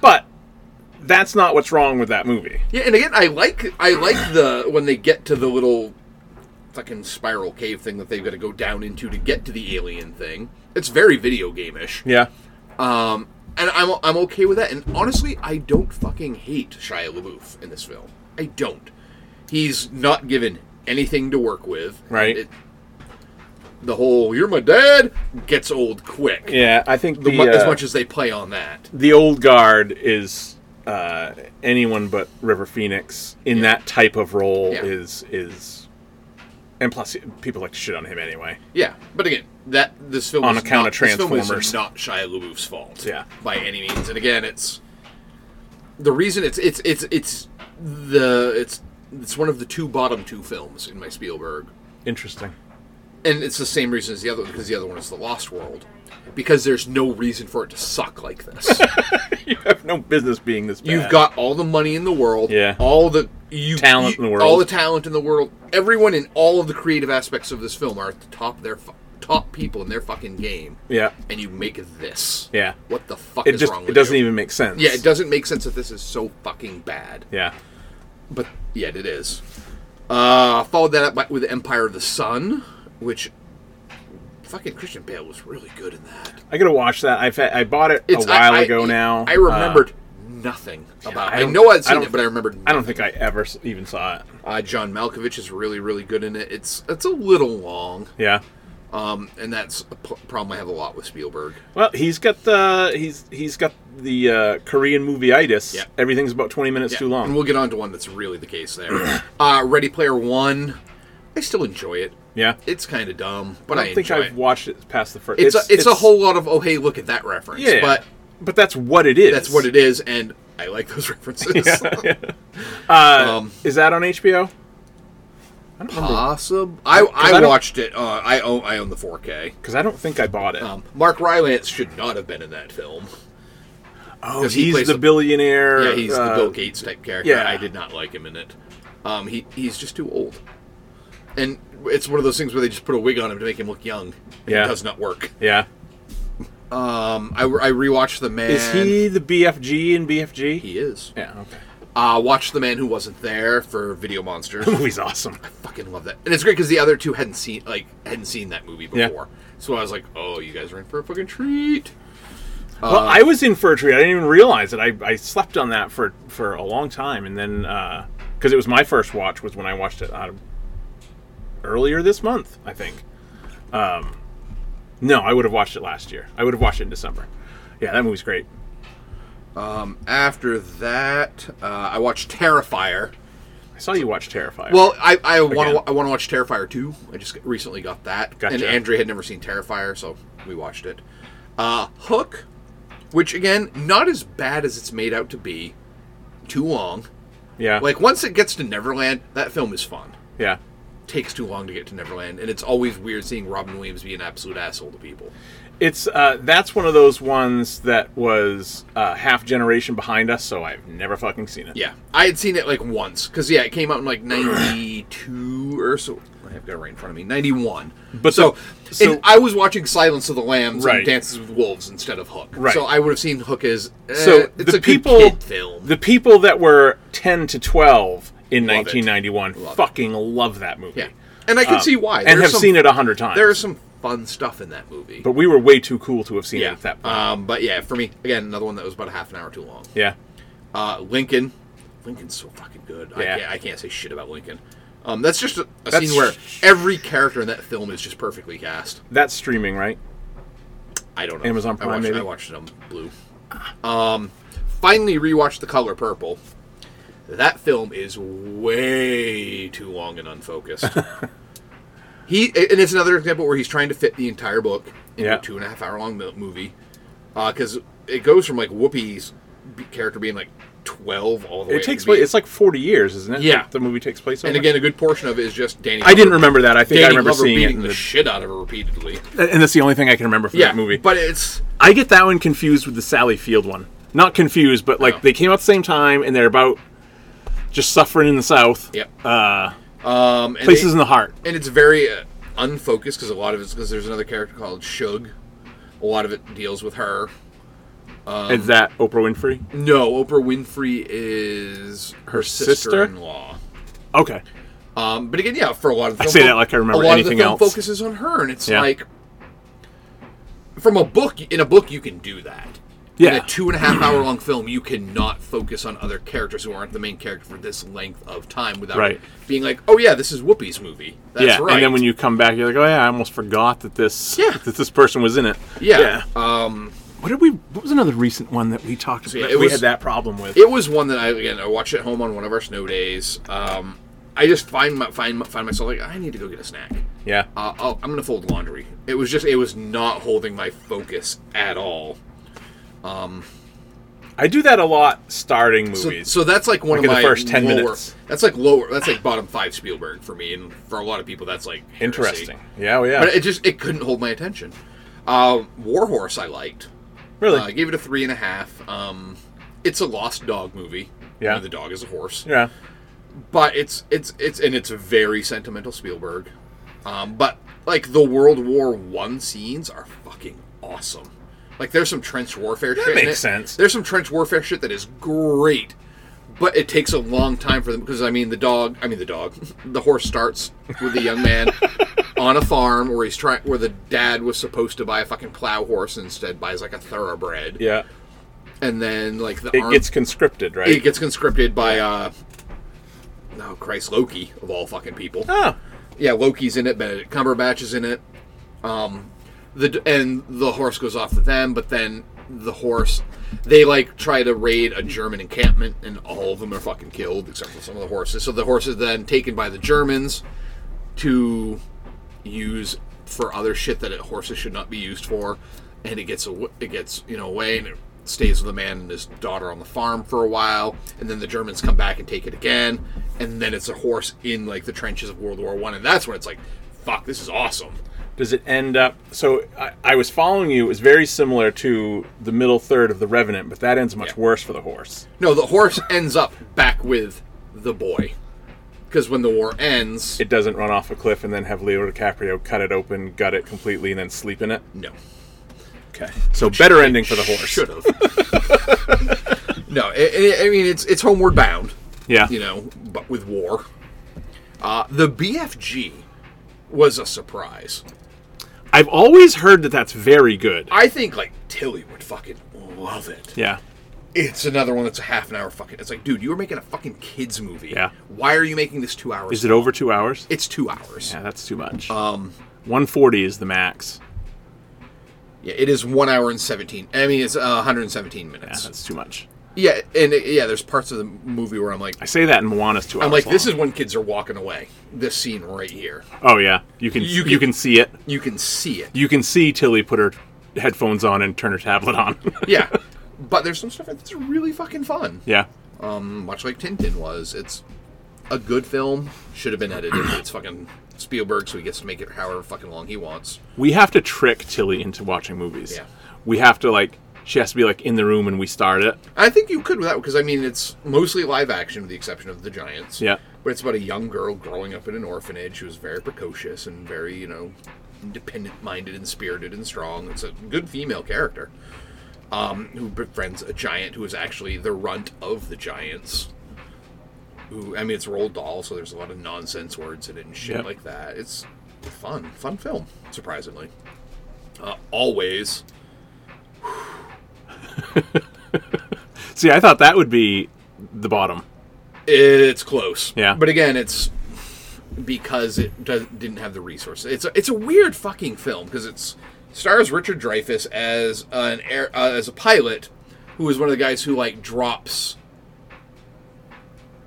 G: but that's not what's wrong with that movie.
H: Yeah, and again, I like I like the when they get to the little fucking spiral cave thing that they've got to go down into to get to the alien thing. It's very video game-ish.
G: Yeah,
H: Um, and I'm I'm okay with that. And honestly, I don't fucking hate Shia LaBeouf in this film. I don't. He's not given anything to work with.
G: Right.
H: the whole "you're my dad" gets old quick.
G: yeah. I think
H: The
G: the,
H: mu- as
G: uh,
H: much as they play on that.
G: the old guard is uh, anyone but River Phoenix in that type of role
H: Yeah.
G: is is, and plus people like to shit on him anyway.
H: Yeah, but again, that this film
G: On
H: is
G: account
H: not,
G: of
H: This film
G: Transformers.
H: is not Shia LaBeouf's fault.
G: Yeah.
H: by any means. And again, it's the reason it's it's it's it's the it's it's one of the two bottom two films in my Spielberg,
G: Interesting.
H: and it's the same reason as the other one because the other one is The Lost World, because there's no reason for it to suck like this.
G: you have no business being this. Bad.
H: You've got all the money in the world.
G: Yeah.
H: All the you,
G: Talent
H: you-
G: in the world.
H: All the talent in the world. Everyone in all of the creative aspects of this film are at the top of their fu- top people in their fucking game.
G: Yeah.
H: And you make this.
G: Yeah.
H: What the fuck
G: it
H: is
G: just
H: wrong with
G: it doesn't
H: you?
G: even make sense.
H: Yeah, it doesn't make sense that this is so fucking bad.
G: Yeah.
H: But yet it is. Uh followed that up by, with Empire of the Sun, which fucking Christian Bale was really good in that.
G: I gotta watch that. I've had, I bought it
H: It's
G: a while
H: I, I-
G: ago now.
H: I
G: Uh,
H: remembered nothing about
G: I
H: it. I
G: don't-
H: know I'd
G: I
H: seen
G: don't
H: it, but I remembered
G: I don't think I ever s- even saw it.
H: Uh, John Malkovich is really, really good in it. It's it's a little long,
G: Yeah.
H: um, and that's a p- problem I have a lot with Spielberg.
G: Well, he's got the he's he's got the uh, Korean movieitis.
H: Yeah.
G: Everything's about twenty minutes too long.
H: And we'll get on to one that's really the case there. uh, Ready Player One, I still enjoy it.
G: yeah.
H: It's kind of dumb, but I,
G: I don't think
H: enjoy
G: I've
H: it.
G: watched it past the first.
H: It's, a, it's, a whole lot of oh hey look at that reference,
G: yeah,
H: but
G: but that's what it is.
H: that's what it is, and I like those references. um,
G: Uh, is. Is that on HBO?
H: possible. I,
G: I
H: I
G: don't-
H: watched it. Uh, I own I own the 4K.
G: Because I don't think I bought it.
H: Um, Mark Rylance should not have been in that film.
G: oh,
H: 'cause he
G: he's
H: plays
G: the
H: the-
G: billionaire.
H: Yeah, he's the
G: uh,
H: Bill Gates type character.
G: yeah.
H: I did not like him in it. Um, he he's just too old, and it's one of those things where they just put a wig on him to make him look young. and
G: Yeah.
H: it does not work.
G: Yeah,
H: Um, I, I rewatched the man.
G: is he the BFG in BFG?
H: He is.
G: yeah, okay.
H: Uh, watched the man who wasn't there for Video Monsters.
G: The movie's awesome.
H: Fucking love that, and it's great because the other two hadn't seen like hadn't seen that movie
G: Yeah.
H: before. So I was like, oh, you guys are in for a fucking treat.
G: well,
H: Uh,
G: I was in for a treat. I didn't even realize it. I, I slept on that for for a long time, and then because it was my first watch was when I watched it uh, earlier this month, I think. Um, no, I would have watched it last year. I would have watched it in December. Yeah, that movie's great.
H: After that, uh, I watched Terrifier,
G: I saw you watch Terrifier.
H: Well, I, I want
G: Again.
H: to I want to watch Terrifier 2. I just recently got that, and
G: Gotcha.
H: Andrea had never seen Terrifier, so we watched it. Uh, Hook, which again, not as bad as it's made out to be. Too long.
G: yeah,
H: Like once it gets to Neverland, that film is fun.
G: yeah.
H: Takes too long to get to Neverland, and it's always weird seeing Robin Williams be an absolute asshole to people.
G: It's uh, that's one of those ones that was uh, half generation behind us, so I've never fucking seen it.
H: Yeah, I had seen it like once because yeah, it came out in like '92 or so. I've got it right in front of me, '91.
G: But
H: But so,
G: the- so-
H: and I was watching Silence of the Lambs
G: Right.
H: and Dances with Wolves instead of Hook.
G: Right.
H: So I would have seen Hook as eh,
G: So
H: it's
G: the
H: a
G: people,
H: good kid film.
G: the people that were ten to twelve in
H: Love it.
G: 1991,
H: Love it.
G: fucking love that movie.
H: yeah, and I can
G: Um,
H: see why.
G: and
H: There's
G: have
H: some-
G: seen it a hundred times.
H: There is some fun stuff in that movie.
G: but we were way too cool to have seen it
H: yeah,
G: at that point.
H: um, but yeah, for me again, another one that was about a half an hour too long.
G: yeah,
H: Uh, Lincoln. Lincoln's so fucking good.
G: Yeah.
H: I, can't, I can't say shit about Lincoln. Um, that's just a, a
G: That's-
H: scene where every character in that film is just perfectly cast.
G: that's streaming, right?
H: I don't know.
G: Amazon Prime,
H: I watched,
G: maybe?
H: I watched it on Blue. Um, finally rewatched The Color Purple. That film is way too long and unfocused. he and it's another example where he's trying to fit the entire book into
G: Yeah.
H: a two and a half hour long mo- movie because it goes from like Whoopi's b- character being like twelve all the way.
G: It
H: up
G: takes
H: to be-
G: place. It's like 40 years, isn't it?
H: Yeah.
G: Like, the movie takes place.
H: and
G: over?
H: again, a good portion of it is just Danny.
G: I didn't
H: Glover-
G: remember that. I think I
H: Danny
G: remember
H: Glover
G: seeing it,
H: beating
G: in
H: the,
G: the-
H: shit out of her repeatedly.
G: and that's the only thing I can remember from
H: Yeah,
G: that movie.
H: but it's
G: I get that one confused with the Sally Field one. Not confused, but like
H: Oh.
G: they came out the same time, and they're about just suffering in the South.
H: yep.
G: Uh,
H: Um, and
G: places
H: they-
G: in the heart.
H: and it's very uh, unfocused because a lot of it's because there's another character called Shug. A lot of it deals with her.
G: Is that Oprah Winfrey?
H: No, Oprah Winfrey is her,
G: Her sister?
H: sister-in-law.
G: Okay.
H: Um, but again, yeah, for a lot of the
G: I
H: film,
G: say that like I remember
H: a lot
G: anything
H: of the film
G: else.
H: focuses on her, and it's
G: Yeah.
H: like from a book in a book you can do that. In
G: Yeah.
H: a two and a half hour long film, you cannot focus on other characters who aren't the main character for this length of time without
G: Right.
H: being like, "Oh yeah, this is Whoopi's movie." That's
G: yeah.
H: right.
G: And then when you come back, you're like, oh yeah, I almost forgot that this
H: Yeah.
G: that this person was in it.
H: yeah, Um,
G: What did we? What was another recent one that we talked
H: yeah,
G: about?
H: it
G: that we
H: was-
G: had that problem with.
H: it was one that I again I watched at home on one of our snow days. Um, I just find my, find find myself like I need to go get a snack.
G: yeah.
H: Uh, I'll, I'm gonna fold laundry. It was just it was not holding my focus at all.
G: I do that a lot starting
H: So,
G: movies.
H: so that's like one
G: Like
H: of
G: in the
H: my
G: first 10
H: lower,
G: minutes.
H: That's like lower. That's like bottom five Spielberg for me, and for a lot of people that's like heresy.
G: Interesting. Yeah. well, yeah.
H: But it just it couldn't hold my attention. Uh, Warhorse I liked.
G: really.
H: Uh, I gave it a three and a half. Um, it's a lost dog movie.
G: Yeah.
H: You know, the dog is a horse.
G: yeah.
H: but it's it's it's and it's very sentimental Spielberg. Um, but like the World War One scenes are fucking awesome. Like there's some trench warfare that shit. in
G: makes
H: it.
G: sense.
H: There's some trench warfare shit that is great, but it takes a long time for them because I mean the dog, I mean the dog, the horse starts with the young man on a farm where he's trying where the dad was supposed to buy a fucking plow horse and instead buys like a thoroughbred.
G: Yeah.
H: And then like the
G: It
H: arm-
G: gets conscripted, right?
H: it gets conscripted by uh oh Christ Loki of all fucking people.
G: oh.
H: Yeah, Loki's in it. Benedict Cumberbatch is in it. Um, the d- and the horse goes off with them, but then the horse they like try to raid a German encampment, and all of them are fucking killed except for some of the horses. So the horse is then taken by the Germans to use for other shit that it, horses should not be used for, and it gets aw- it gets you know away and it stays with the man and his daughter on the farm for a while, and then the Germans come back and take it again, and then it's a horse in like the trenches of World War One, and that's when it's like, fuck, this is awesome.
G: Does it end up? So I, I was following you. It was very similar to the middle third of The Revenant, but that ends much
H: Yeah.
G: worse for the horse.
H: No, the horse ends up back with the boy, because when the war ends,
G: It doesn't run off a cliff and then have Leo DiCaprio cut it open, gut it completely, and then sleep in it.
H: no.
G: Okay. So better ending for the horse.
H: Should have. no, i i I mean it's it's homeward bound.
G: Yeah.
H: you know, but with war. Uh, the BFG was a surprise.
G: I've always heard that that's very good.
H: I think like Tilly would fucking love it.
G: yeah.
H: It's another one that's a half an hour fucking. It's like, dude, you were making a fucking kids movie.
G: Yeah.
H: Why are you making this two hours?
G: Is it over two hours?
H: It's two hours.
G: yeah, that's too much. Um, 140 is the max.
H: Yeah, it is one hour and seventeen. I mean, it's uh, 117
G: Yeah,
H: minutes.
G: that's too much.
H: Yeah, and it- yeah, there's parts of the movie where I'm like,
G: I say that in Moana's two hours.
H: I'm like, this
G: long.
H: is when kids are walking away. This scene right here,
G: Oh yeah, you can
H: You
G: you
H: can-
G: can, see it.
H: you can see it.
G: You can see Tilly put her headphones on and turn her tablet on.
H: Yeah, but there's some stuff that's really fucking fun.
G: yeah,
H: Um, much like Tintin was, it's a good film. Should have been edited. It's fucking Spielberg, so he gets to make it however fucking long he wants.
G: we have to trick Tilly into watching movies.
H: Yeah.
G: we have to like she has to be like in the room and we start it.
H: I think you could with that because I mean it's mostly live action with the exception of the Giants.
G: Yeah.
H: But it's about a young girl growing up in an orphanage who's very precocious and very, you know, independent minded and spirited and strong. It's a good female character. Um, who befriends a giant who is actually the runt of the giants. Who I mean it's rolled doll, so there's a lot of nonsense words in it and shit
G: Yep.
H: like that. It's fun, fun film, surprisingly. Uh, always.
G: See, I thought that would be the bottom.
H: It's close.
G: Yeah.
H: But again, it's because it does, didn't have the resources. It's a, it's a weird fucking film because it's stars Richard Dreyfuss as an air, uh, as a pilot who is one of the guys who like drops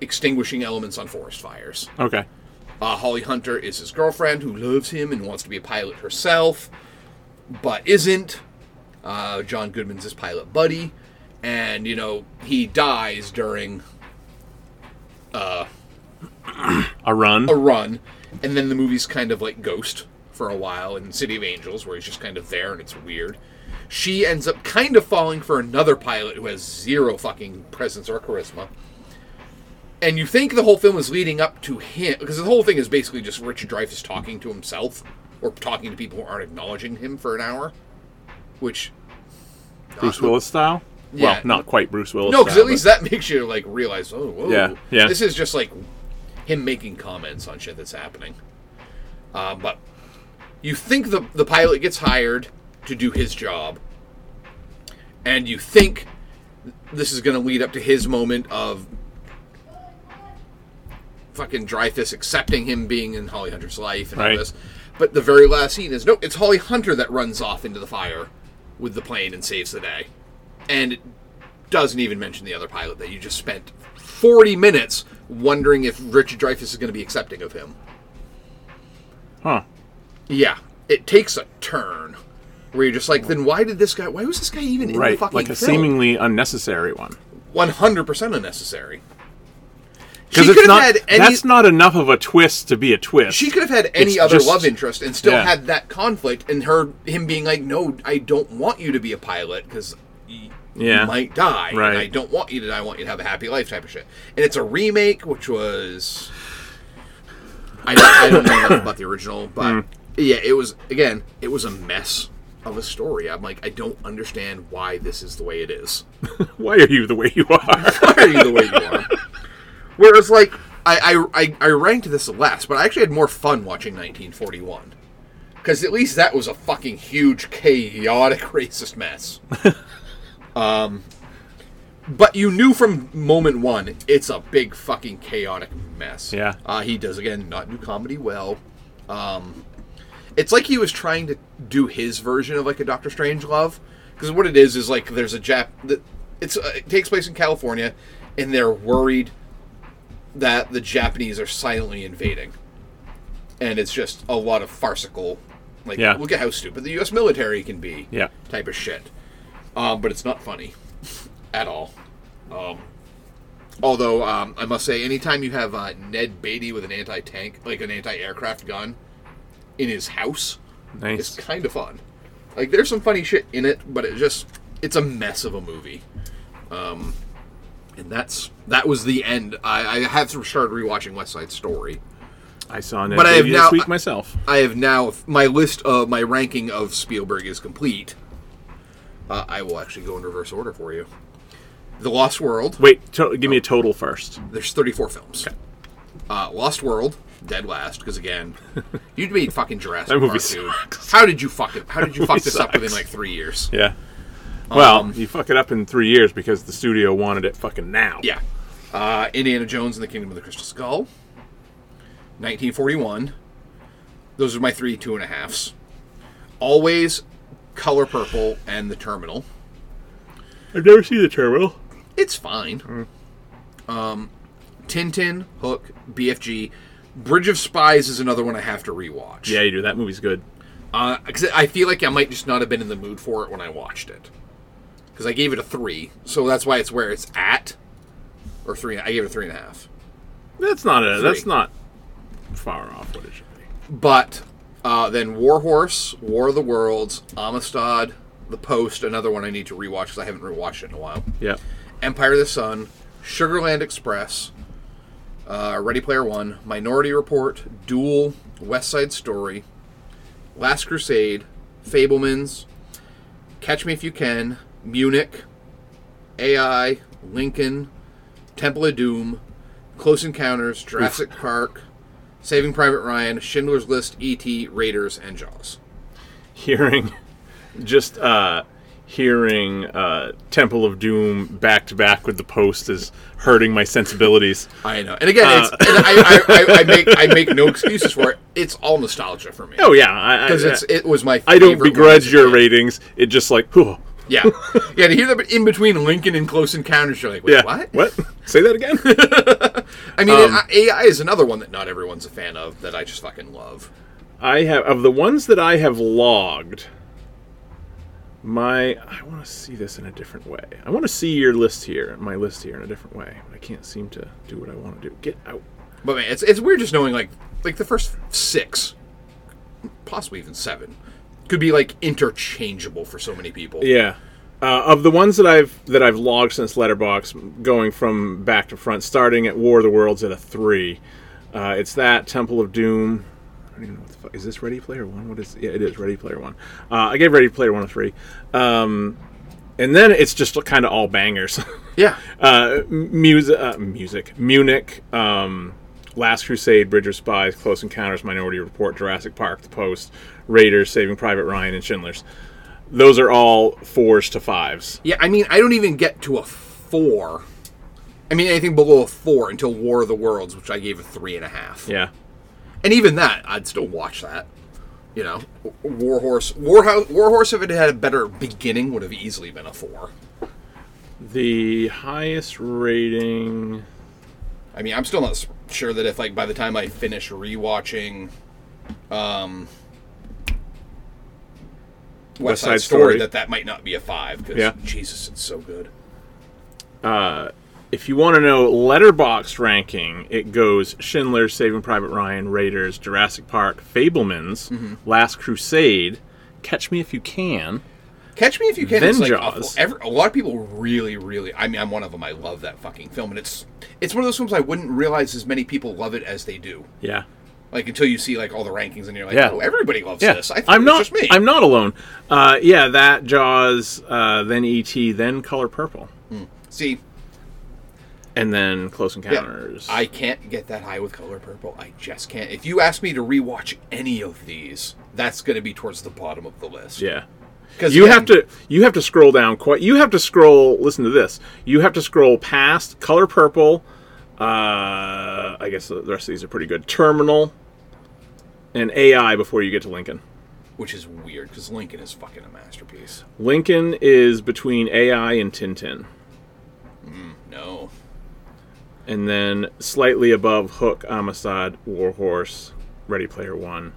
H: extinguishing elements on forest fires.
G: Okay.
H: Uh, Holly Hunter is his girlfriend who loves him and wants to be a pilot herself, but isn't. Uh, John Goodman's his pilot buddy, and you know he dies during
G: A run.
H: a run, and then the movie's kind of like Ghost for a while, and City of Angels, where he's just kind of there and it's weird. She ends up kind of falling for another pilot who has zero fucking presence or charisma. And you think the whole film is leading up to him, because the whole thing is basically just Richard Dreyfuss talking to himself, or talking to people who aren't acknowledging him for an hour, which
G: Bruce Willis style.
H: Yeah.
G: Well, not quite Bruce Willis.
H: no, because
G: style,
H: at least that makes you like realize, oh, whoa,
G: Yeah, yeah.
H: this is just like him making comments on shit that's happening. Uh, but you think the the pilot gets hired to do his job, and you think this is going to lead up to his moment of fucking Dreyfus accepting him being in Holly Hunter's life and all
G: Right.
H: this. But the very last scene is no, it's Holly Hunter that runs off into the fire with the plane and saves the day. And it doesn't even mention the other pilot that you just spent 40 minutes wondering if Richard Dreyfus is going to be accepting of him.
G: Huh.
H: Yeah, it takes a turn where you're just like, then why did this guy? Why was this guy even in the
G: Right.
H: fucking
G: Like a
H: film?
G: seemingly unnecessary one.
H: one hundred percent unnecessary. She
G: Because
H: could
G: it's
H: have
G: not.
H: had any.
G: That's not enough of a twist to be a twist.
H: she could have had any
G: it's
H: other
G: just-
H: love interest and still
G: yeah.
H: had that conflict, and her him being like, "No, I don't want you to be a pilot because
G: Yeah.
H: you might die,
G: Right.
H: and I don't want you to. die. I want you to have a happy life type of shit." And it's a remake, which was I don't, I don't know enough about the original, but
G: Hmm.
H: yeah, it was again, it was a mess of a story. I'm like, I don't understand why this is the way it is.
G: Why are you the way you are?
H: Why are you the way you are? Whereas, like, I, I, I, I ranked this last, but I actually had more fun watching 1941. Because at least that was a fucking huge, chaotic, racist mess. um, but you knew from moment one, it's a big fucking chaotic mess.
G: Yeah.
H: Uh, he does, again, not do comedy well. Um, it's like he was trying to do his version of like a Doctor Strange love, because what it is is like there's a Jap. that- It's uh, it takes place in California, and they're worried that the Japanese are silently invading, and it's just a lot of farcical, like
G: Yeah.
H: look at how stupid the U.S. military can be,
G: Yeah.
H: type of shit. Um, but it's not funny at all. Um, although um, I must say, anytime you have uh, Ned Beatty with an anti-tank, like an anti-aircraft gun, in his house,
G: nice.
H: it's kind of fun. Like there's some funny shit in it, but it just it's a mess of a movie. Um, and that's that was the end. I, I have started rewatching West Side Story.
G: I saw Ned
H: But I have
G: Beatty
H: now-
G: this week myself.
H: I have now my list of my ranking of Spielberg is complete. Uh, I will actually go in reverse order for you. The Lost World.
G: Wait, to- give me a total first.
H: There's 34 films. Uh, Lost World, dead last because again, you made fucking Jurassic
G: That movie
H: Park, dude.
G: sucks.
H: How did you fuck it? How did you fuck
G: movie
H: this up within
G: sucks.
H: like three years?
G: Yeah. Well,
H: Um,
G: you fuck it up in three years because the studio wanted it fucking now.
H: Yeah. Uh, Indiana Jones and the Kingdom of the Crystal Skull. 1941. Those are my three two and a halfs. Always Color Purple and The Terminal.
G: I've never seen the terminal.
H: It's fine. Um, Tintin, Hook, BFG, Bridge of Spies is another one I have to rewatch.
G: Yeah, you do. That movie's good.
H: Uh 'cause I feel like I might just not have been in the mood for it when I watched it. Because I gave it a three, so that's why it's where it's at. Or three. I gave it a three and a half.
G: That's not a. That's
H: Three.
G: not far off what it should be.
H: But uh, then Warhorse, War of the Worlds, Amistad, The Post, another one I need to rewatch because I haven't rewatched it in a while.
G: Yeah.
H: Empire of the Sun, Sugarland Express, uh, Ready Player One, Minority Report, Duel, West Side Story, Last Crusade, Fablemans, Catch Me If You Can, Munich, AI, Lincoln, Temple of Doom, Close Encounters, Jurassic Park, Saving Private Ryan, Schindler's List, E.T., Raiders, and Jaws.
G: Hearing, just uh, hearing uh, Temple of Doom back to back with the post is hurting my sensibilities.
H: I know, and again, it's, and I, I, I, I make I make no excuses for it. It's all nostalgia for me.
G: Oh yeah, I, I,
H: because it's it was my.
G: I don't
H: favorite one as
G: begrudge
H: a
G: your
H: kid.
G: ratings. It just like, whew.
H: Yeah, yeah. To hear that but in between Lincoln and Close Encounters, you're like, Wait,
G: yeah.
H: what?
G: What? Um, Say that again.
H: I mean, and I- AI is another one that not everyone's a fan of that I just fucking love.
G: I have of the ones that I have logged. My, I want to see this in a different way. I want to see your list here, my list here, in a different way. I can't seem to do what I want to do. Get out.
H: But man, it's it's weird just knowing like like the first six, possibly even seven, could be like interchangeable for so many people.
G: Yeah. Uh, of the ones that I've that I've logged since Letterbox, going from back to front, starting at War of the Worlds at a three. Uh, it's that Temple of Doom. I don't even know what the fuck is this. Ready Player One. What is? Yeah, it is Ready Player One. Uh, I gave Ready Player One a three, um, and then it's just kind of all bangers.
H: yeah.
G: uh, music, uh, music, Munich, um, Last Crusade, Bridge of Spies, Close Encounters, Minority Report, Jurassic Park, The Post, Raiders, Saving Private Ryan, and Schindler's. Those are all fours to fives.
H: Yeah, I mean, I don't even get to a four. I mean, anything below a four until War of the Worlds, which I gave a three and a half.
G: Yeah,
H: And even that, I'd still watch that. You know, Warhorse, Warhorse, Warhorse. If it had a better beginning, would have easily been a four.
G: the highest rating.
H: I mean, I'm still not s- sure that if like by the time I finish rewatching, um, West, Side,
G: Side
H: Story,
G: Story.
H: that that might not be a five because
G: Yeah.
H: Jesus, it's so good.
G: If you want to know letterbox ranking, it goes Schindler's, Saving Private Ryan, Raiders, Jurassic Park, Fablemans, Last Crusade, Catch Me If You Can.
H: Catch Me If You Can.
G: Then
H: is like a,
G: Jaws.
H: every, a lot of people really, really. I mean, I'm one of them. I love that fucking film, and it's it's one of those films I wouldn't realize as many people love it as they do.
G: Yeah,
H: Like until you see like all the rankings, and you're like,
G: Yeah.
H: oh, everybody loves
G: Yeah,
H: this. I thought
G: I'm
H: it was
G: not.
H: just me.
G: I'm not alone. Uh, yeah, that Jaws, uh, then ET, then Color Purple,
H: see.
G: and then Close
H: Yeah,
G: Encounters.
H: I can't get that high with Color Purple. I just can't. If you ask me to rewatch any of these, that's going to be towards the bottom of the list.
G: yeah.
H: because
G: You have to. You have to scroll down quite. You have to scroll. Listen to this. You have to scroll past Color Purple. Uh, I guess the rest of these are pretty good. Terminal and AI before you get to Lincoln.
H: which is weird because Lincoln is fucking a masterpiece.
G: Lincoln is between AI and Tintin,
H: No,
G: and then slightly above Hook, Amistad, Warhorse, Ready Player One.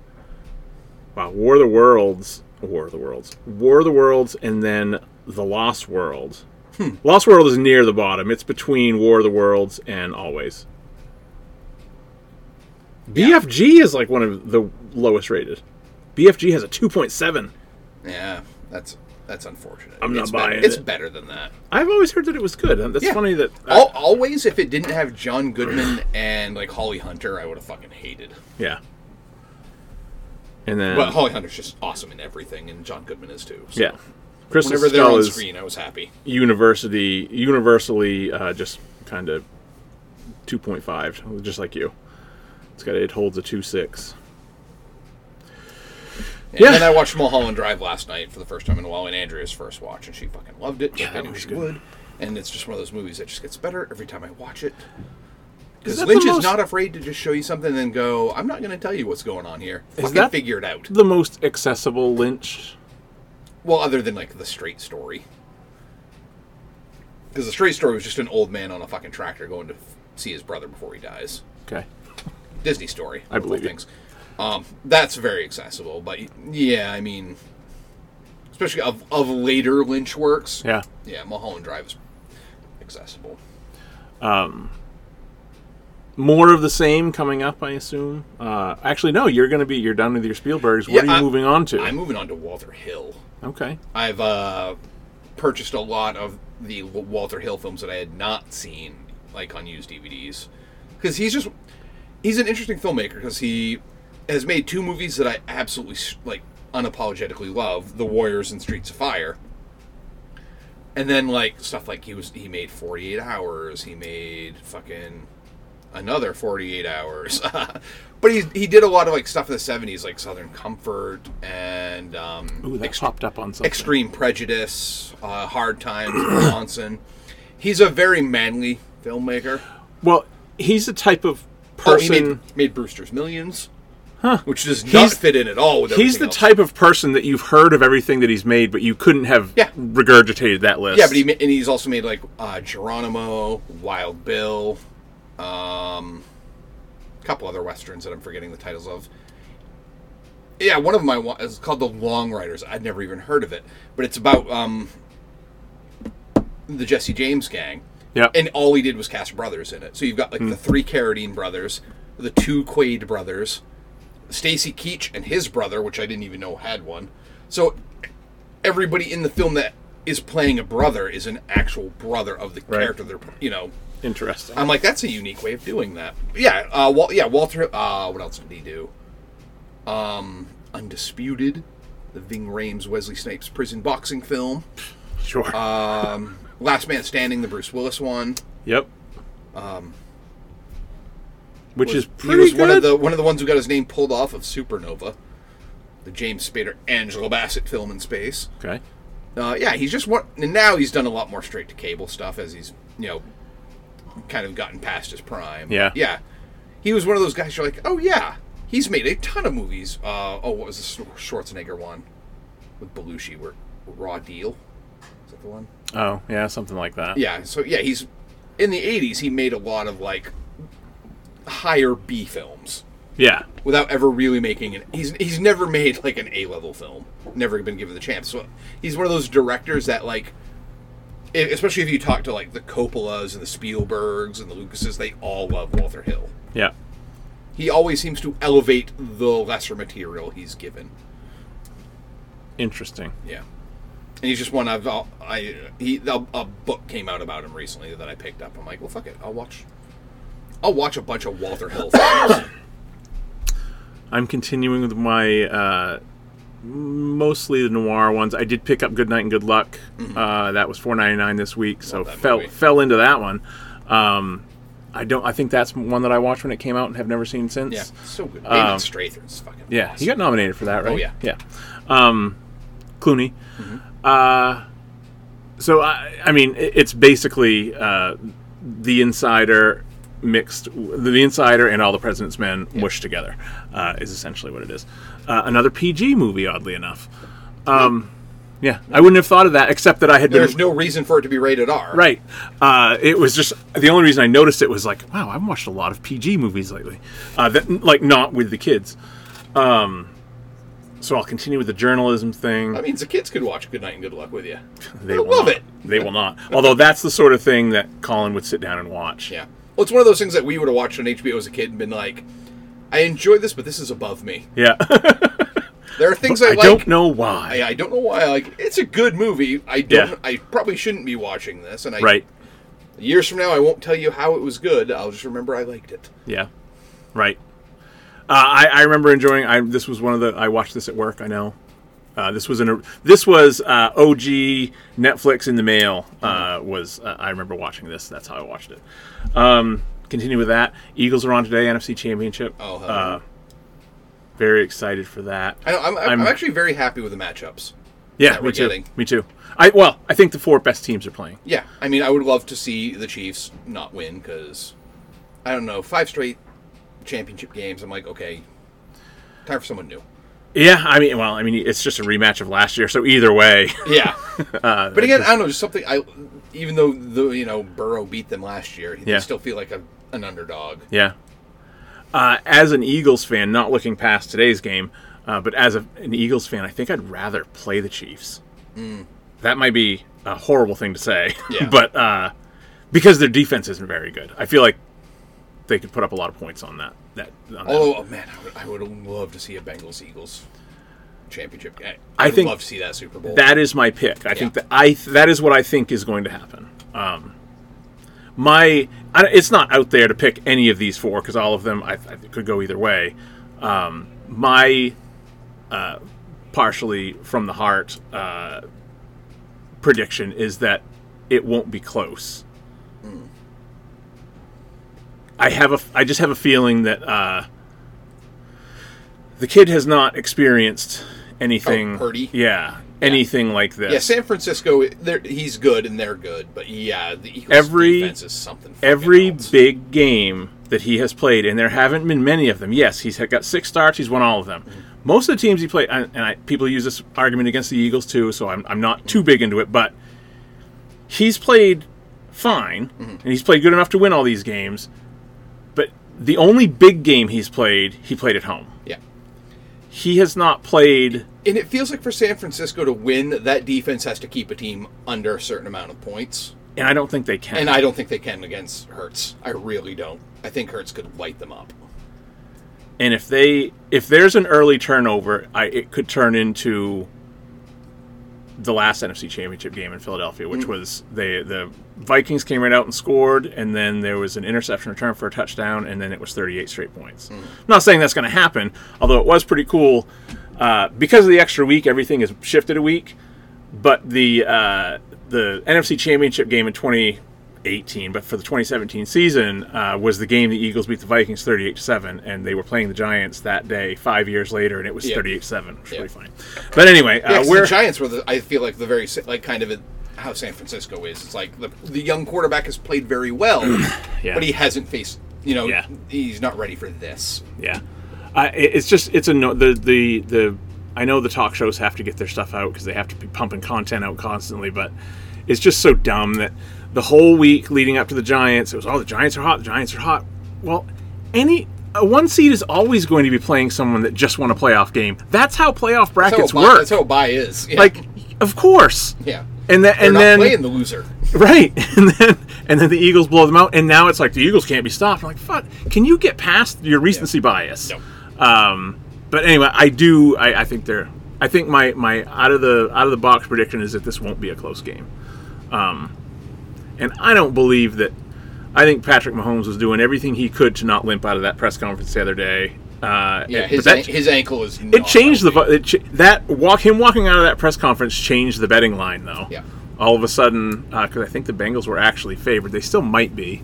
G: Wow, War of the Worlds, War of the Worlds, War of the Worlds, and then The Lost World.
H: Hmm.
G: Lost World is near the bottom. It's between War of the Worlds and Always. BFG is like one of the lowest rated. BFG has a 2.7.
H: yeah, that's that's unfortunate.
G: I'm not
H: it's
G: buying
H: It's
G: it.
H: better than that.
G: I've always heard that it was good. That's
H: Yeah.
G: funny that. uh,
H: Al always, if it didn't have John Goodman and like Holly Hunter, I would have fucking hated.
G: yeah. And then.
H: But Holly Hunter's just awesome in everything, and John Goodman is too. So
G: yeah. Crystal
H: whenever they're
G: Skull
H: on
G: is-
H: screen, I was happy.
G: university universally uh, just kind of 2.5 just like you it's got it holds a 2.6
H: And
G: Yeah.
H: then I watched Mulholland Drive last night for the first time in a while, and Andrea's first watch, and she fucking loved it. Yeah, I
G: that
H: knew
G: movie's
H: she
G: good.
H: would. And it's just one of those movies that just gets better every time I watch
G: Is
H: it. Because
G: that the
H: Lynch
G: most-
H: is not afraid to just show you something and then go, "I'm not going to tell you what's going on here. fucking
G: that-
H: figure it out."
G: the most accessible lynch
H: Well, other than like the straight story. Because the straight story was just an old man on a fucking tractor going to f- see his brother before he dies.
G: Okay.
H: Disney story.
G: I believe you.
H: things. Um, that's very accessible, but y- yeah, I mean, especially of, of later Lynch works.
G: Yeah.
H: yeah, Mulholland Drive is accessible.
G: More of the same coming up, I assume. Uh, actually, no. You're going to be. You're done with your Spielbergs. What
H: Yeah,
G: are you
H: I'm-
G: moving on to?
H: I'm moving on to Walter Hill.
G: okay.
H: I've uh, purchased a lot of the Wa- Walter Hill films that I had not seen, like on used DVDs, because he's just he's an interesting filmmaker because he has made two movies that I absolutely s- like unapologetically love: The Warriors and Streets of Fire. And then like stuff like he was he made Forty Eight Hours. He made fucking another 48 hours but he, he did a lot of like stuff in the 70s like southern comfort and um
G: Ooh, that
H: Ext-
G: popped up on something.
H: Extreme Prejudice, uh, Hard Times, Bronson. He's a very manly filmmaker.
G: Well, he's the type of
H: Oh, he
G: person.
H: made, made Brewster's Millions, which does not
G: He's-
H: fit in at all with
G: He's
H: everything
G: the
H: else.
G: type of person that you've heard of everything that he's made, but you couldn't have
H: Yeah.
G: regurgitated that list.
H: Yeah, but he ma- and he's also made like uh, Geronimo, Wild Bill, um, a couple other westerns that I'm forgetting the titles of. Yeah, one of them I wa- is called The Long Riders. I'd never even heard of it, but it's about um, the Jesse James gang.
G: Yep.
H: and all he did was cast brothers in it. So you've got like the three Carradine brothers, the two Quaid brothers, Stacy Keach and his brother, which I didn't even know had one. So everybody in the film that is playing a brother is an actual brother of the
G: Right.
H: character. They're you know.
G: Interesting.
H: I'm like that's a unique way of doing that. But yeah, uh, Wal- yeah, Walter. Uh, what else did he do? Um, Undisputed, the Ving Rhames Wesley Snipes prison boxing film,
G: sure.
H: um, Last Man Standing, the Bruce Willis one.
G: yep. Um, Which
H: was-
G: is pretty
H: he was
G: good.
H: one of the one of the ones who got his name pulled off of Supernova, the James Spader Angela Bassett film in space.
G: okay.
H: Uh, yeah, he's just one, and now he's done a lot more straight to cable stuff as he's you know kind of gotten past his prime.
G: Yeah.
H: yeah. He was one of those guys you're like, oh yeah, he's made a ton of movies. Uh, oh, what was the Schwar- Schwarzenegger one with Belushi? Where Raw Deal is that the one?
G: Oh, yeah, something like that.
H: Yeah, so yeah, he's in the '80s. He made a lot of like higher B films
G: Yeah.
H: without ever really making an he's he's never made like an A level film. Never been given the chance. So he's one of those directors that like e- especially if you talk to like the Coppolas and the Spielbergs and the Lucases, they all love Walter Hill.
G: Yeah.
H: He always seems to elevate the lesser material he's given.
G: Interesting.
H: Yeah. And he's just one I've I'll- I he a, a book came out about him recently that I picked up. I'm like, well, fuck it, I'll watch. I'll watch a bunch of Walter Hill films.
G: I'm continuing with my uh, mostly the noir ones. I did pick up Good Night and Good Luck. Uh, that was 4.99 this week, so
H: Mm-hmm. Love that
G: fell
H: movie.
G: fell into that one. Um, I don't. I think that's one that I watched when it came out and have never seen since.
H: yeah, so good. David
G: Um,
H: Strathairn is fucking.
G: Yeah, he got nominated for that, right?
H: Oh, yeah. Mm-hmm.
G: yeah. Um, Clooney. Uh, so I, I mean, i- it's basically uh, the Insider mixed, w- the Insider and all the President's Men mushed together, uh, is essentially what it is. Uh, another PG movie, oddly enough. Um, yeah, I wouldn't have thought of that except that I had been
H: There's no reason for it to be rated R.
G: Right. Uh, it was just the only reason I noticed it was like, wow, I've watched a lot of PG movies lately, uh, that like not with the kids. Um, so I'll continue with the journalism thing.
H: That means the kids could watch Good Night and Good Luck with you.
G: they
H: I
G: will
H: love
G: not.
H: it.
G: They will not. Although that's the sort of thing that Colin would sit down and watch.
H: Yeah. Well, it's one of those things that we would have watched on HBO as a kid and been like, I enjoy this, but this is above me.
G: Yeah.
H: There are things I,
G: I
H: like.
G: don't know why.
H: I, I don't know why. I like it's a good movie. I don't.
G: Yeah.
H: I probably shouldn't be watching this. And I
G: right.
H: years from now, I won't tell you how it was good. I'll just remember I liked it.
G: Yeah, right. Uh, I, I remember enjoying. I this was one of the. I watched this at work. I know. Uh, this was an. This was uh, OG Netflix in the mail. Uh, was uh, I remember watching this. That's how I watched it. Um, continue with that. Eagles are on today. NFC Championship.
H: Oh, hell yeah.
G: uh, very excited for that.
H: I know. I'm, I'm, I'm
G: I'm-
H: actually very happy with the matchups.
G: yeah,
H: that
G: me
H: we're
G: too.
H: getting.
G: Me too. I well, I think the four best teams are playing.
H: Yeah. I mean, I would love to see the Chiefs not win because I don't know five straight championship games. I'm like, okay, time for someone new.
G: Yeah, I mean, well, I mean, it's just a rematch of last year. So either way,
H: Yeah. but again, I don't know, just something I even though the you know Burrow beat them last year, they
G: Yeah.
H: still feel like a, an underdog.
G: Yeah. Uh, as an Eagles fan, not looking past today's game, uh, but as a, an Eagles fan, I think I'd rather play the Chiefs. That might be a horrible thing to say,
H: Yeah.
G: but uh, because their defense isn't very good, I feel like they could put up a lot of points on that. That on that.
H: Although, oh man, I would, I would love to see a Bengals Eagles championship. I,
G: I
H: I would
G: think
H: love to see that Super Bowl.
G: That is my pick. I think that I that is what I think is going to happen. Um, my I, it's not out there to pick any of these four because all of them I, I could go either way. Um, my uh, partially from the heart uh, prediction is that it won't be close. I have a I just have a feeling that uh, the kid has not experienced anything.
H: Purdy?
G: Yeah, anything like this.
H: yeah, San Francisco. they're- He's good and they're good, but yeah, the Eagles
G: Every-
H: defense is something. fucking
G: every
H: else.
G: big game that he has played, and there haven't been many of them. Yes, he's had- got six starts. He's won all of them. Most of the teams he played, and, and I, people use this argument against the Eagles too, so I'm, I'm not too big into it. But he's played fine,
H: Mm-hmm.
G: and he's played good enough to win all these games. But the only big game he's played, he played at home.
H: yeah.
G: He has not played.
H: And it feels like for San Francisco to win, that defense has to keep a team under a certain amount of points.
G: And I don't think they can.
H: And I don't think they can against Hertz. I really don't. I think Hertz could light them up.
G: and if they if there's an early turnover, I, it could turn into the last NFC Championship game in Philadelphia,
H: Mm.
G: which was they the Vikings came right out and scored, and then there was an interception return for a touchdown, and then it was 38 straight points.
H: Mm.
G: I'm not saying that's going to happen, although it was pretty cool uh, because of the extra week. Everything is shifted a week, but the uh, the NFC Championship game in 2018, but for the 2017 season, uh, was the game the Eagles beat the Vikings 38 7, and they were playing the Giants that day five years later, and it was
H: Yeah.
G: 38 7, which was
H: Yeah.
G: pretty fine. But anyway,
H: Yeah,
G: uh,
H: 'cause
G: we're.
H: the Giants were, the, I feel like the very sa- like kind of how San Francisco is. It's like the the young quarterback has played very well,
G: Yeah.
H: but he hasn't faced. You know,
G: Yeah.
H: he's not ready for this.
G: Yeah, I, it- it's just it's a no, the the the I know the talk shows have to get their stuff out because they have to be pumping content out constantly, but it's just so dumb that the whole week leading up to the Giants, it was oh the Giants are hot, the Giants are hot. Well, any a one seed is always going to be playing someone that just won a playoff game. That's how playoff
H: That's how
G: brackets
H: a buy,
G: work.
H: That's how a buy is. Yeah.
G: like, of course.
H: yeah,
G: And then
H: They're
G: and
H: not
G: then
H: playing the loser.
G: Right, and then and then the Eagles blow them out, and now it's like the Eagles can't be stopped. I'm like, fuck, can you get past your recency bias?
H: No.
G: Um, but anyway, I do. I, I think they're. I think my my out of the out of the box prediction is that this won't be a close game. Um, and I don't believe that. I think Patrick Mahomes was doing everything he could to not limp out of that press conference the other day. Uh,
H: Yeah,
G: but
H: his,
G: that-
H: an- his ankle is.
G: it changed the the it ch- that walk him walking out of that press conference changed the betting line though.
H: Yeah.
G: All of a sudden, because I think the Bengals were actually favored. They still might be,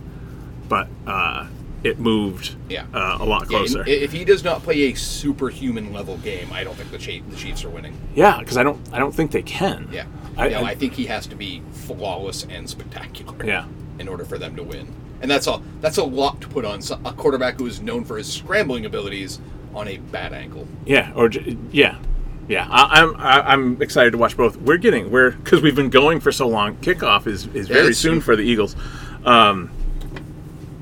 G: but uh, it moved
H: Yeah.
G: uh, a lot
H: Yeah,
G: closer.
H: i- if he does not play a superhuman level game, I don't think the Chiefs, the Chiefs are winning.
G: yeah, because I don't I don't think they can.
H: Yeah,
G: I,
H: no,
G: I-
H: I think he has to be flawless and spectacular.
G: Yeah.
H: in order for them to win, and that's all. That's a lot to put on so- a quarterback who is known for his scrambling abilities on a bad ankle.
G: yeah, or j- yeah, yeah. I, I'm I, I'm excited to watch both. We're getting we're because we've been going for so long. Kickoff is is
H: Yeah,
G: very
H: it's
G: soon
H: soon.
G: for the Eagles. Um,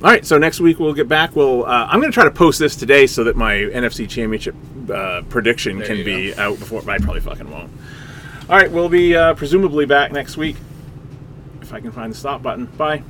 G: all right, so next week we'll get back. We'll uh, I'm going to try to post this today so that my NFC Championship uh, prediction
H: There
G: can
H: you
G: be out before. I probably fucking won't. All right, we'll be uh, presumably back next week if I can find the stop button. Bye.